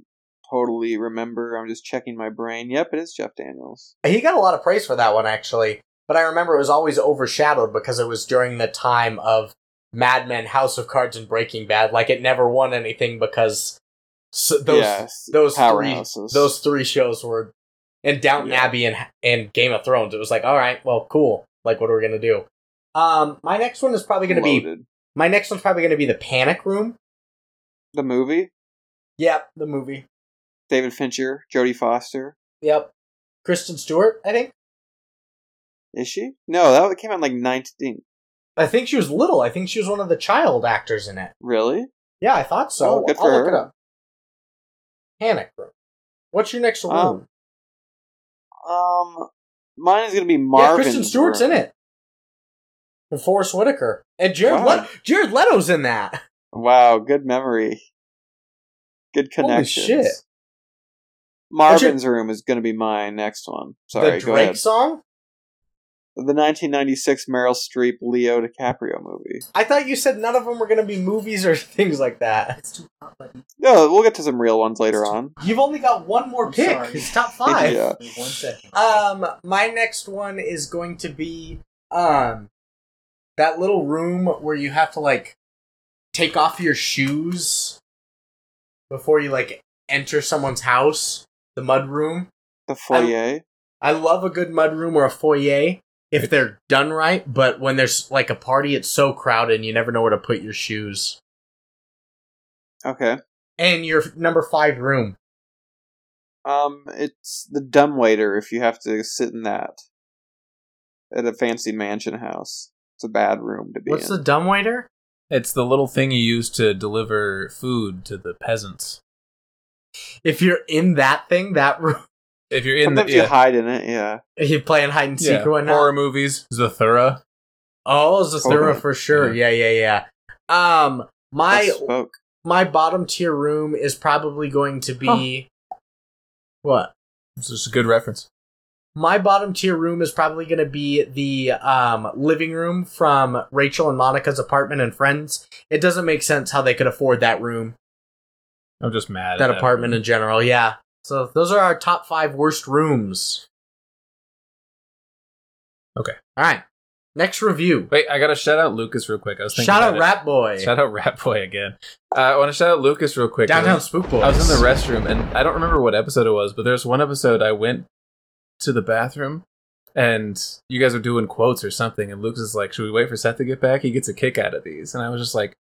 totally remember. I'm just checking my brain. Yep, it is Jeff Daniels. He got a lot of praise for that one, actually. But I remember it was always overshadowed because it was during the time of Mad Men, House of Cards, and Breaking Bad. Like it never won anything because s those Yes, those three powerhouses. those three shows were and Downton Abbey and and Game of Thrones. It was like, all right, well, cool. Like, what are we gonna do? Um, my next one is probably gonna be Loaded. my next one's probably gonna be the Panic Room. The movie, Yep, the movie. David Fincher, Jodie Foster. Yep, Kristen Stewart. I think. Is she? No, that came out in like 19. I think she was little. I think she was one of the child actors in it. Really? Yeah, I thought so. Oh, good I'll for look her. it up. Panic Room. What's your next room? Um, Um, mine is gonna be yeah, Marvin. Kristen Stewart's in it. And Forrest Whitaker. And Jared Wow. Le- Jared Leto's in that. Wow, good memory. Good Holy connections. shit. What's your- Marvin's room is gonna be my next one. Sorry, the go Drake ahead. song? The 1996 Meryl Streep Leo DiCaprio movie. I thought you said none of them were going to be movies or things like that. No, we'll get to some real ones later on. You've only got one more pick. sorry. It's top five. Yeah. One second. Um, my next one is going to be um that little room where you have to like take off your shoes before you like enter someone's house. The mud room. The foyer. I love a good mud room or a foyer if they're done right, but when there's like a party, it's so crowded and you never know where to put your shoes. Okay. And your number five room. Um, it's the dumbwaiter if you have to sit in that at a fancy mansion house. It's a bad room to be in. dumbwaiter? It's the little thing you use to deliver food to the peasants. If you're in that thing, that room, If you're in Sometimes the yeah, you hide in it, yeah. you playing hide and seek yeah, or whatnot. horror movies, Zathura. Oh, Zathura Totally. for sure. Yeah, yeah, yeah. Um, my That's folk. my bottom tier room is probably going to be what? It's just a good reference. My bottom tier room is probably going to be the um, living room from Rachel and Monica's apartment and Friends. It doesn't make sense how they could afford that room, I'm just mad. that at apartment room. in general. Yeah. So those are our top five worst rooms. Okay. All right. Next review. Wait, I gotta shout out Lucas real quick. I was thinking Shout about out it. Rap Boy. Shout out Rat Boy again. Uh, I want to shout out Lucas real quick. Downtown Spook Boys. I was in the restroom, and I don't remember what episode it was, but there's one episode I went to the bathroom, and you guys were doing quotes or something, and Lucas is like, "Should we wait for Seth to get back? He gets a kick out of these." And I was just like,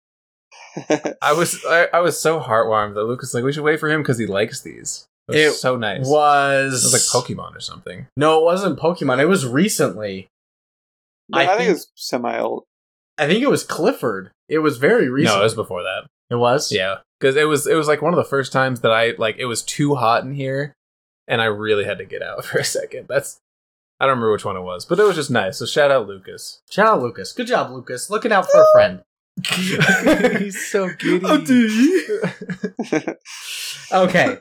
I was I, I was so heartwarmed that Lucas is like, "We should wait for him because he likes these." It was so nice. Was It was like Pokemon or something. No, it wasn't Pokemon. It was recently. No, I, think, it's semi old. I think it was Clifford. It was very recent. No, it was before that. It was. Yeah, because it was it was like one of the first times that I like it was too hot in here, and I really had to get out for a second. That's I don't remember which one it was, but it was just nice. So shout out Lucas. Shout out Lucas. Good job, Lucas. Looking out for a friend. He's so giddy. Okay.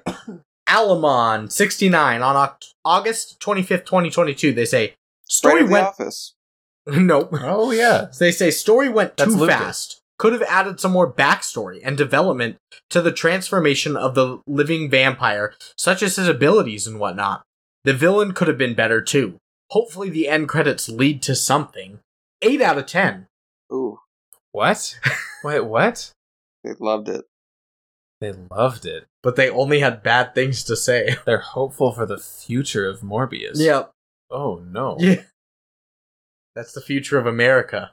Alamon 69 on Oct- August 25th, 2022. They say Right story in the went office. nope. oh yeah, They say story went That's too Lucas. fast. Could have added some more backstory and development to the transformation of the living vampire, such as his abilities and whatnot. The villain could have been better too. Hopefully, the end credits lead to something. 8 out of 10. Ooh, what? Wait, what? they loved it. They loved it. But they only had bad things to say. They're hopeful for the future of Morbius. Yep. Oh no. Yeah. That's the future of America.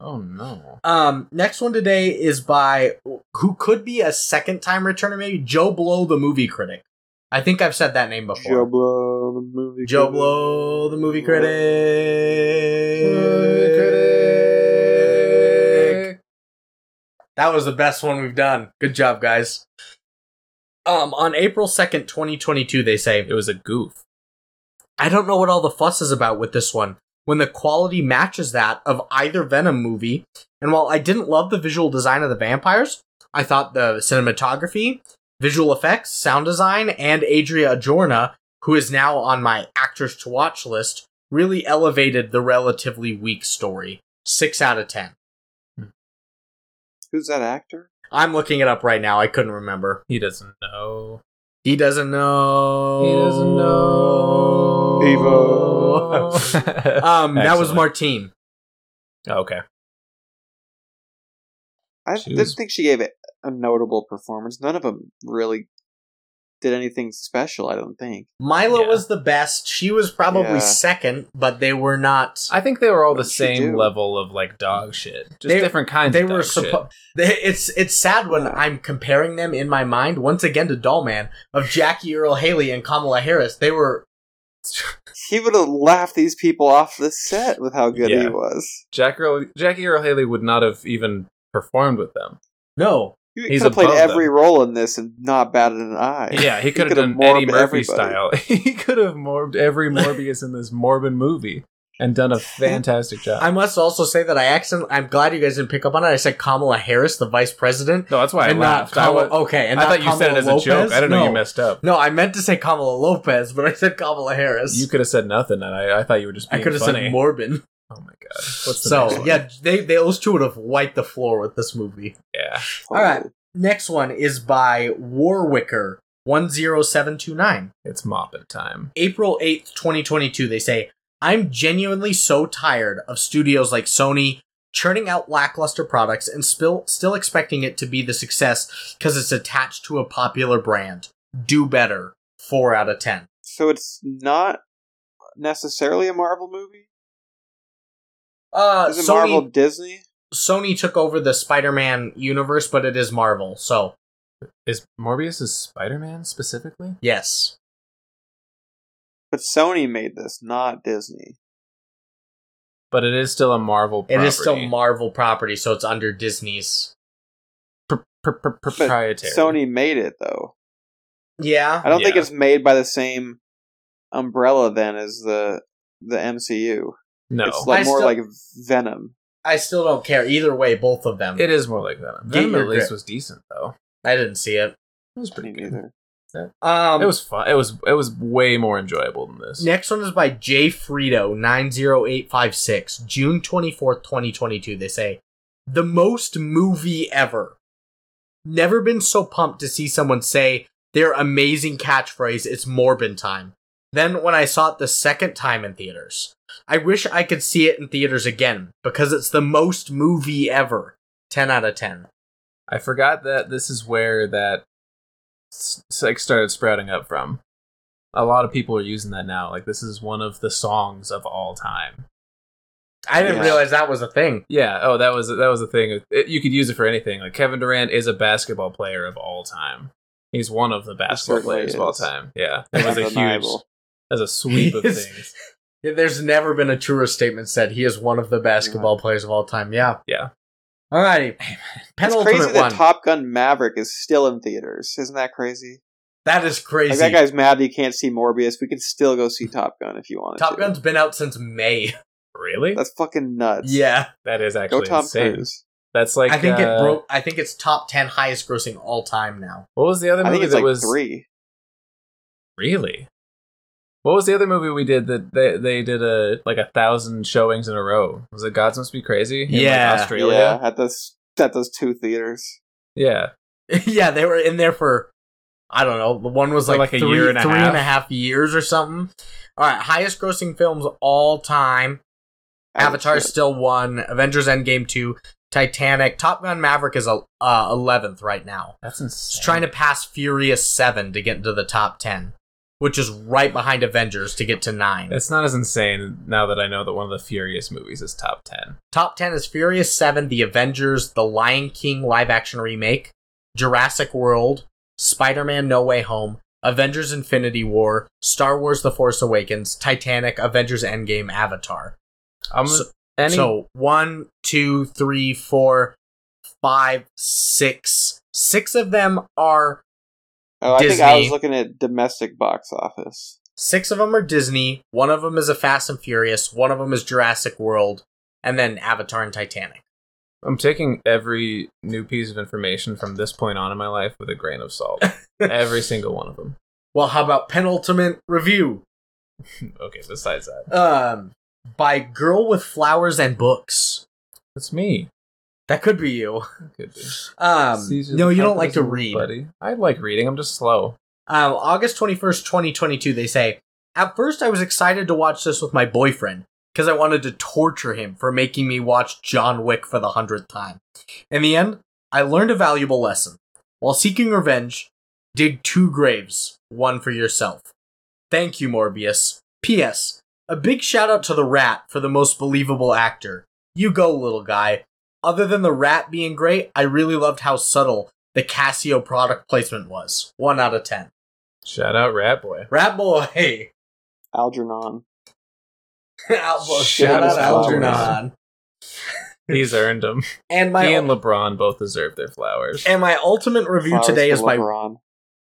Oh no. Um, next one today is by who could be a second time returner, maybe Joe Blow, the movie critic. I think I've said that name Joe before. Blow, the movie. Joe critic. Blow, the movie Movie critic. That was the best one we've done. Good job, guys. Um, on April 2nd, 2022, they say, It was a goof. I don't know what all the fuss is about with this one when the quality matches that of either Venom movie. And while I didn't love the visual design of the vampires, I thought the cinematography, visual effects, sound design, and Adria Ajorna, who is now on my actors to watch list, really elevated the relatively weak story. Six out of ten. Who's that actor? I'm looking it up right now. I couldn't remember. He doesn't know. He doesn't know. He doesn't know. Oh. Evo. um, that was Excellent. Martine. Okay. I She didn't was- think she gave it a notable performance. None of them really did anything special. I don't think. Milo Yeah. was the best. She was probably Yeah. second, but they were not. I think they were all the What'd she same do? level of like dog shit. Just They- different kinds they of were dog shit. supposed. It's it's sad when I'm comparing them in my mind once again to Dollman of Jackie Earl Haley and Kamala Harris. They were He would have laughed these people off the set with how good he Yeah. was. Jack Earl, Jackie Earl Haley would not have even performed with them. no. He He's could have played above every them. role in this and not batted an eye. Yeah, he could have could have done Eddie morbed Murphy everybody. style. he could have morbed every Morbius in this Morbin movie and done a fantastic job. I must also say that I accident. I'm glad you guys didn't pick up on it. I said Kamala Harris, the vice president, no, that's why Oh, I and not laughed. I, Kamala. was, okay, and I not thought you said it Kamala as Lopez? a joke. I didn't know No. you messed up. No, I meant to say Kamala Lopez, but I said Kamala Harris. You could have said nothing, and I, I thought you were just I being could have said funny. Morbin. oh my god! What's the next So one? yeah, they, they those two would have wiped the floor with this movie. yeah. All right. Oh, Next one is by Warwicker 10729. It's mopping time. April 8th, 2022. They say, I'm genuinely so tired of studios like Sony churning out lackluster products and still still expecting it to be the success because it's attached to a popular brand. Do better. 4 out of 10. So it's not necessarily a Marvel movie. Uh Is it Sony Marvel Disney? Sony took over the Spider-Man universe, but it is Marvel. So, Is Morbius Spider Man specifically? yes. But Sony made this, not Disney. But it is still a Marvel. It is still property. Marvel property, so it's under Disney's Pr- pr- pr- But proprietary. Sony made it though. Yeah. I don't think Yeah. it's made by the same umbrella then as the the MCU. No, It's like I more still- like Venom. I still don't care either way. Both of them. it is more like Venom. Get Venom your at least grip. was decent though. I didn't see it. It was pretty Me good. neither. Um, it was fun. It was it was way more enjoyable than this. Next one is by J Frito nine zero eight five six June twenty fourth twenty twenty two. They say the most movie ever. Never been so pumped to see someone say their amazing catchphrase. It's Morbin time. Then when I saw it the second time in theaters, I wish I could see it in theaters again because it's the most movie ever. Ten out of ten. I forgot that this is where that s- like started sprouting up from. A lot of people are using that now. Like this is one of the songs of all time. I didn't Yeah. realize that was a thing. Yeah. Oh, that was that was a thing. It, you could use it for anything. Like Kevin Durant is a basketball player of all time. He's one of the basketball certainly players of all is. time. Yeah, it was a huge, Undeniable. as a sweep of He is- things. Yeah, There's never been a truer statement said. He is one of the basketball players of all time. Yeah. Yeah. All righty. It's Penultimate crazy one. that Top Gun Maverick is still in theaters. Isn't that crazy? that is Like crazy. that guy's mad that he can't see Morbius. We can still go see Top Gun if you want. Top Gun's been out since May. Really? That's fucking nuts. Yeah. That is actually Tom insane. Cruise. That's like I think it uh, broke. I think it's top ten highest grossing all time now. What was the other I movie think it's that like was three. really? What was the other movie we did that they, they did a like a thousand showings in a row? Was it Gods Must Be Crazy? In, like, Yeah. Australia. Yeah, at those at those two theaters. Yeah. yeah, they were in there for I don't know. The one was For like like, a three, year and a three half. and a half years or something. All right, highest grossing films all time. Oh, Avatar shit. still one. Avengers Endgame two. Titanic. Top Gun Maverick is uh, eleventh right now. That's It's insane. trying to pass Furious seven to get into the top ten, which is right behind Avengers to get to nine. It's not as insane now that I know that one of the Furious movies is top ten. Top 10 is Furious 7, The Avengers, The Lion King live action remake, Jurassic World, Spider Man No Way Home, Avengers Infinity War, Star Wars The Force Awakens, Titanic, Avengers Endgame, Avatar. Um, So- any- So one, two, three, four, five, six. Six of them are Oh, I think I was Disney. looking at domestic box office. six of them are Disney, one of them is a Fast and Furious, one of them is Jurassic World, and then Avatar and Titanic. I'm taking every new piece of information from this point on in my life with a grain of salt. every single one of them. Well, how about penultimate review? Okay, besides that, um by girl with flowers and books that's me. that could be you Could be. um Caesar no the you don't like to Emperor's read Buddy. I like reading. I'm just slow. um august 21st 2022 they say at first i was excited to watch this with my boyfriend because i wanted to torture him for making me watch john wick for the hundredth time in the end i learned a valuable lesson while seeking revenge dig two graves one for yourself Thank you, Morbius. P.S. A big shout out to the rat for the most believable actor. You go, little guy. Other than the rat being great, I really loved how subtle the Casio product placement was. 1 out of 10. Shout out Rat Boy. Rat boy! Algernon. Albo- Shout Shout out out Algernon. He's earned them. And my, he and LeBron both deserve their flowers. and my ultimate review Flowers today to is my. LeBron.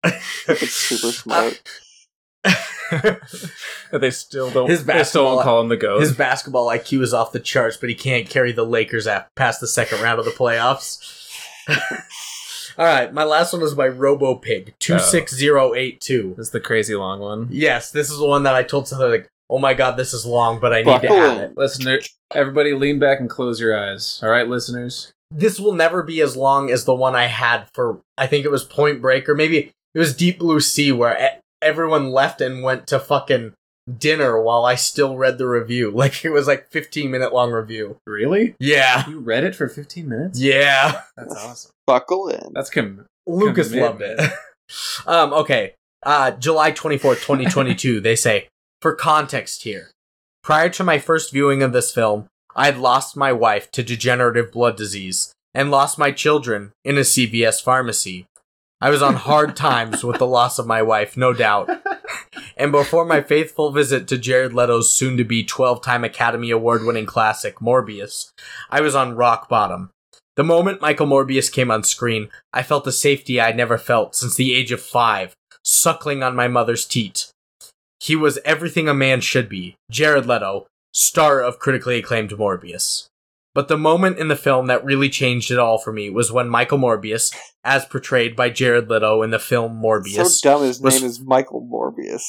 It's super smart. they still don't. His they still basketball- don't call him the goat. His basketball IQ is off the charts, but he can't carry the Lakers af- past the second round of the playoffs. All right, my last one is by RoboPig two six zero eight two. this is the crazy long one. Yes, this is the one that I told something like, "Oh my god, this is long, but I need to Buckle add in. it." Listener, everybody, lean back and close your eyes. All right, listeners. This will never be as long as the one I had for I think it was Point Break or maybe it was Deep Blue Sea, where e- everyone left and went to fucking dinner while I still read the review. Like it was like fifteen minute long review. Really? Yeah, You read it for 15 minutes? yeah. That's awesome. Buckle in. That's com- Lucas loved Commitment. it. um, okay. Uh, July 24th, 2022, they say, for context here, prior to my first viewing of this film, I had lost my wife to degenerative blood disease and lost my children in a CVS pharmacy. I was on hard times with the loss of my wife, no doubt. And before my faithful visit to Jared Leto's soon to be 12 time Academy Award winning classic, Morbius, I was on rock bottom. The moment Michael Morbius came on screen, I felt a safety I'd never felt since the age of five, suckling on my mother's teat. He was everything a man should be Jared Leto, star of critically acclaimed Morbius. But the moment in the film that really changed it all for me was when Michael Morbius, as portrayed by Jared Leto in the film Morbius, so dumb his was- name is Michael Morbius.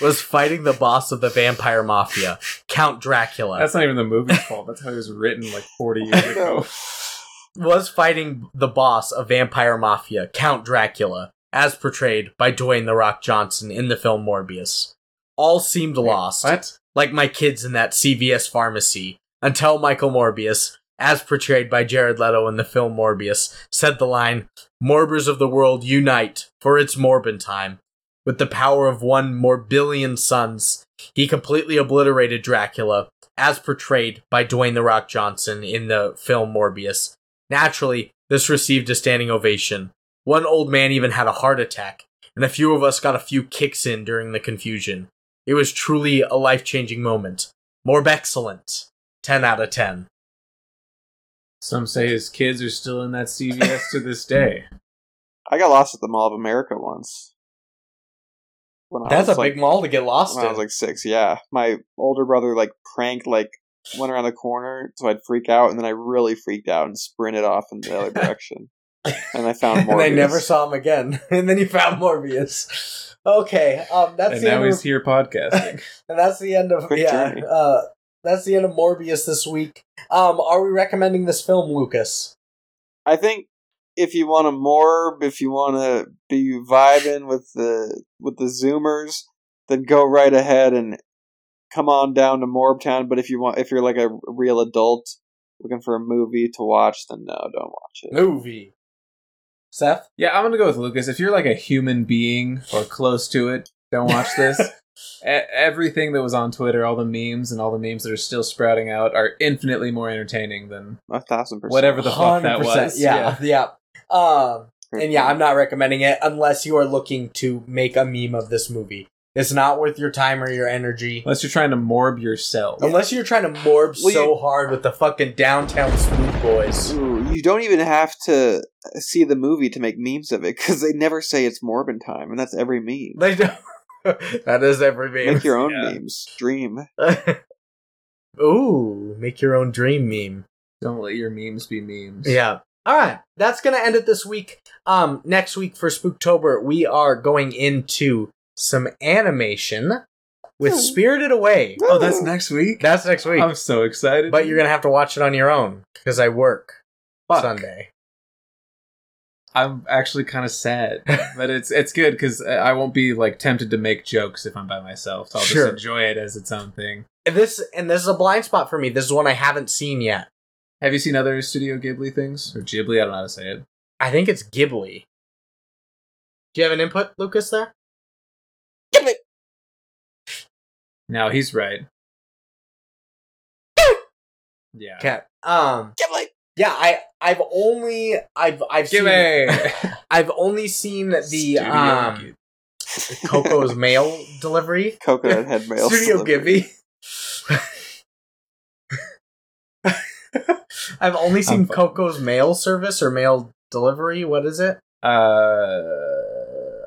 was fighting the boss of the vampire mafia, Count Dracula. That's not even the movie's fault. That's how it was written like 40 years ago. was fighting the boss of vampire mafia, Count Dracula, as portrayed by Dwayne The Rock Johnson in the film Morbius. All seemed lost, What? like my kids in that CVS pharmacy, until Michael Morbius, as portrayed by Jared Leto in the film Morbius, said the line, Morbers of the world unite, for it's Morbin time. With the power of one Morbillion suns, he completely obliterated Dracula, as portrayed by Dwayne The Rock Johnson in the film Morbius. Naturally, this received a standing ovation. One old man even had a heart attack, and a few of us got a few kicks in during the confusion. It was truly a life changing moment. Morb excellent. 10 out of 10. Some say his kids are still in that CVS to this day. I got lost at the Mall of America once. When I That's was, a big mall to get lost when I was in. like six, yeah. My older brother like pranked like went around the corner, so I'd freak out, and then I really freaked out and sprinted off in the other direction. And I found more. and I never saw him again. and then you found Morbius. Okay, um, that's and the now end he's of, here podcasting. and that's the end of Quick yeah. journey. Uh, that's the end of Morbius this week. Um, are we recommending this film, Lucas? I think if you want to morb, if you want to be vibing with the with the Zoomers, then go right ahead and come on down to Morb Town. But if you want, if you're like a real adult looking for a movie to watch, then no, don't watch it. Movie. Seth. Yeah, I'm gonna go with Lucas. If you're like a human being or close to it, don't watch this. E- everything that was on Twitter, all the memes and all the memes that are still sprouting out, are infinitely more entertaining than A thousand percent. whatever the fuck that was. Yeah, yeah. Um, and yeah, I'm not recommending it unless you are looking to make a meme of this movie. It's not worth your time or your energy. unless you're trying to morb yourself. Unless you're trying to morb Well, you- so hard with the fucking downtown spook boys. Ooh, you don't even have to see the movie to make memes of it because they never say it's Morbin time, and that's every meme. They don't. that is every meme. Make your own Yeah. memes. Dream. Ooh, make your own dream meme. Don't let your memes be memes. Yeah. All right, that's gonna end it this week. Um, next week for Spooktober, we are going into some animation with Spirited Away. Hmm. Oh, that's next week. That's next week, I'm so excited. but you're gonna have to watch it on your own because I work Fuck. Sunday. I'm actually kind of sad, but it's it's good because I won't be like tempted to make jokes if I'm by myself. So I'll Sure. just enjoy it as its own thing. And this and this is a blind spot for me. This is one I haven't seen yet. Have you seen other Studio Ghibli things or Ghibli? I don't know how to say it. I think it's Ghibli. Do you have an input, Lucas? There. No, he's right. yeah. Okay. Um. Ghibli. Yeah, I I've only I've I've seen Ghibli! I've only seen the Studio um Ghibli. Coco's mail delivery. Coconut head mail. Studio delivery. Ghibli. I've only seen I'm fine. Coco's mail service or mail delivery. What is it? Uh,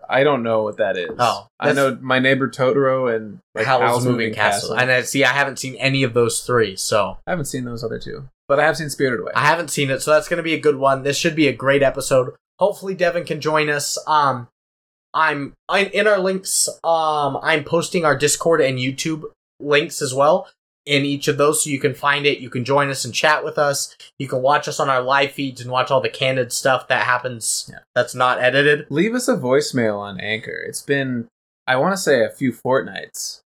I don't know what that is. Oh, I that's- know my neighbor Totoro and like, Howl's, Howl's Moving, Castle. And I see I haven't seen any of those three, so I haven't seen those other two, but I have seen Spirited Away. I haven't seen it, so that's going to be a good one. This should be a great episode. Hopefully, Devin can join us. Um, I'm, i in our links. Um, I'm posting our Discord and YouTube links as well in each of those, so you can find it. You can join us and chat with us. You can watch us on our live feeds and watch all the candid stuff that happens that's not edited. Leave us a voicemail on Anchor. It's been, I want to say, a few fortnights.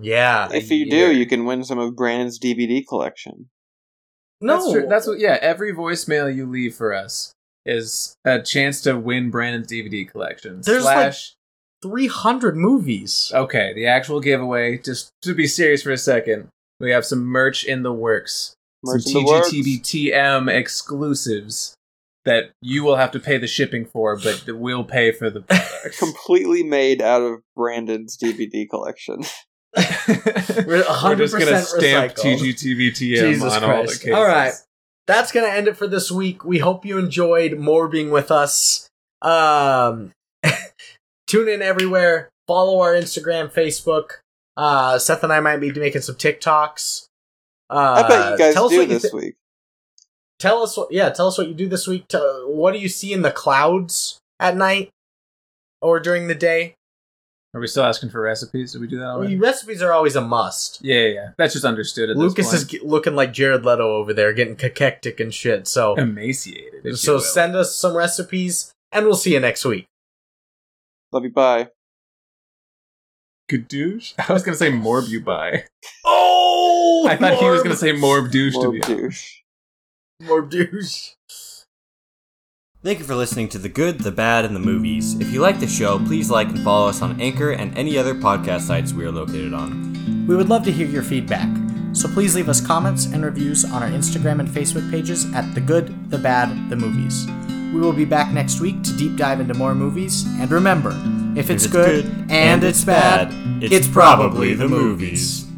Yeah, If you do, you can win some of Brandon's DVD collection. no, that's, true. that's what. Yeah, every voicemail you leave for us is a chance to win Brandon's DVD collection. There's, like, slash, 300 movies. okay, the actual giveaway. Just to be serious for a second, we have some merch in the works. Merch in some the works. TGTBTM exclusives that you will have to pay the shipping for, but that we'll pay for the product. Completely made out of Brandon's DVD collection. We're just gonna 100% stamp recycled. TGTBTM Jesus on all the Christ. cases. All right. that's gonna end it for this week. We hope you enjoyed more being with us. Um, tune in everywhere. Follow our Instagram, Facebook. Uh, Seth and I might be making some TikToks. Uh, I bet you guys tell us do what you this thi- week. Tell us, what, yeah, tell us what you do this week. Tell- what do you see in the clouds at night or during the day? Are we still asking for recipes? Did we do that already? Well, recipes are always a must. Yeah, yeah, yeah. That's just understood at Lucas this is point. ge- looking like Jared Leto over there, getting cachectic and shit. So emaciated. if you So will. send us some recipes, and we'll see you next week. Love you. Bye. good douche. I was gonna say morb you buy. Oh, I thought he was gonna say morb douche to More me. douche. more douche. Thank you for listening to The Good, the Bad, and the Movies. If you like the show, please like and follow us on Anchor and any other podcast sites we are located on. We would love to hear your feedback, so please leave us comments and reviews on our Instagram and Facebook pages at the Good, the Bad, the Movies. We will be back next week to deep dive into more movies. And remember, if it's, If good, and, it's bad, it's probably the movies.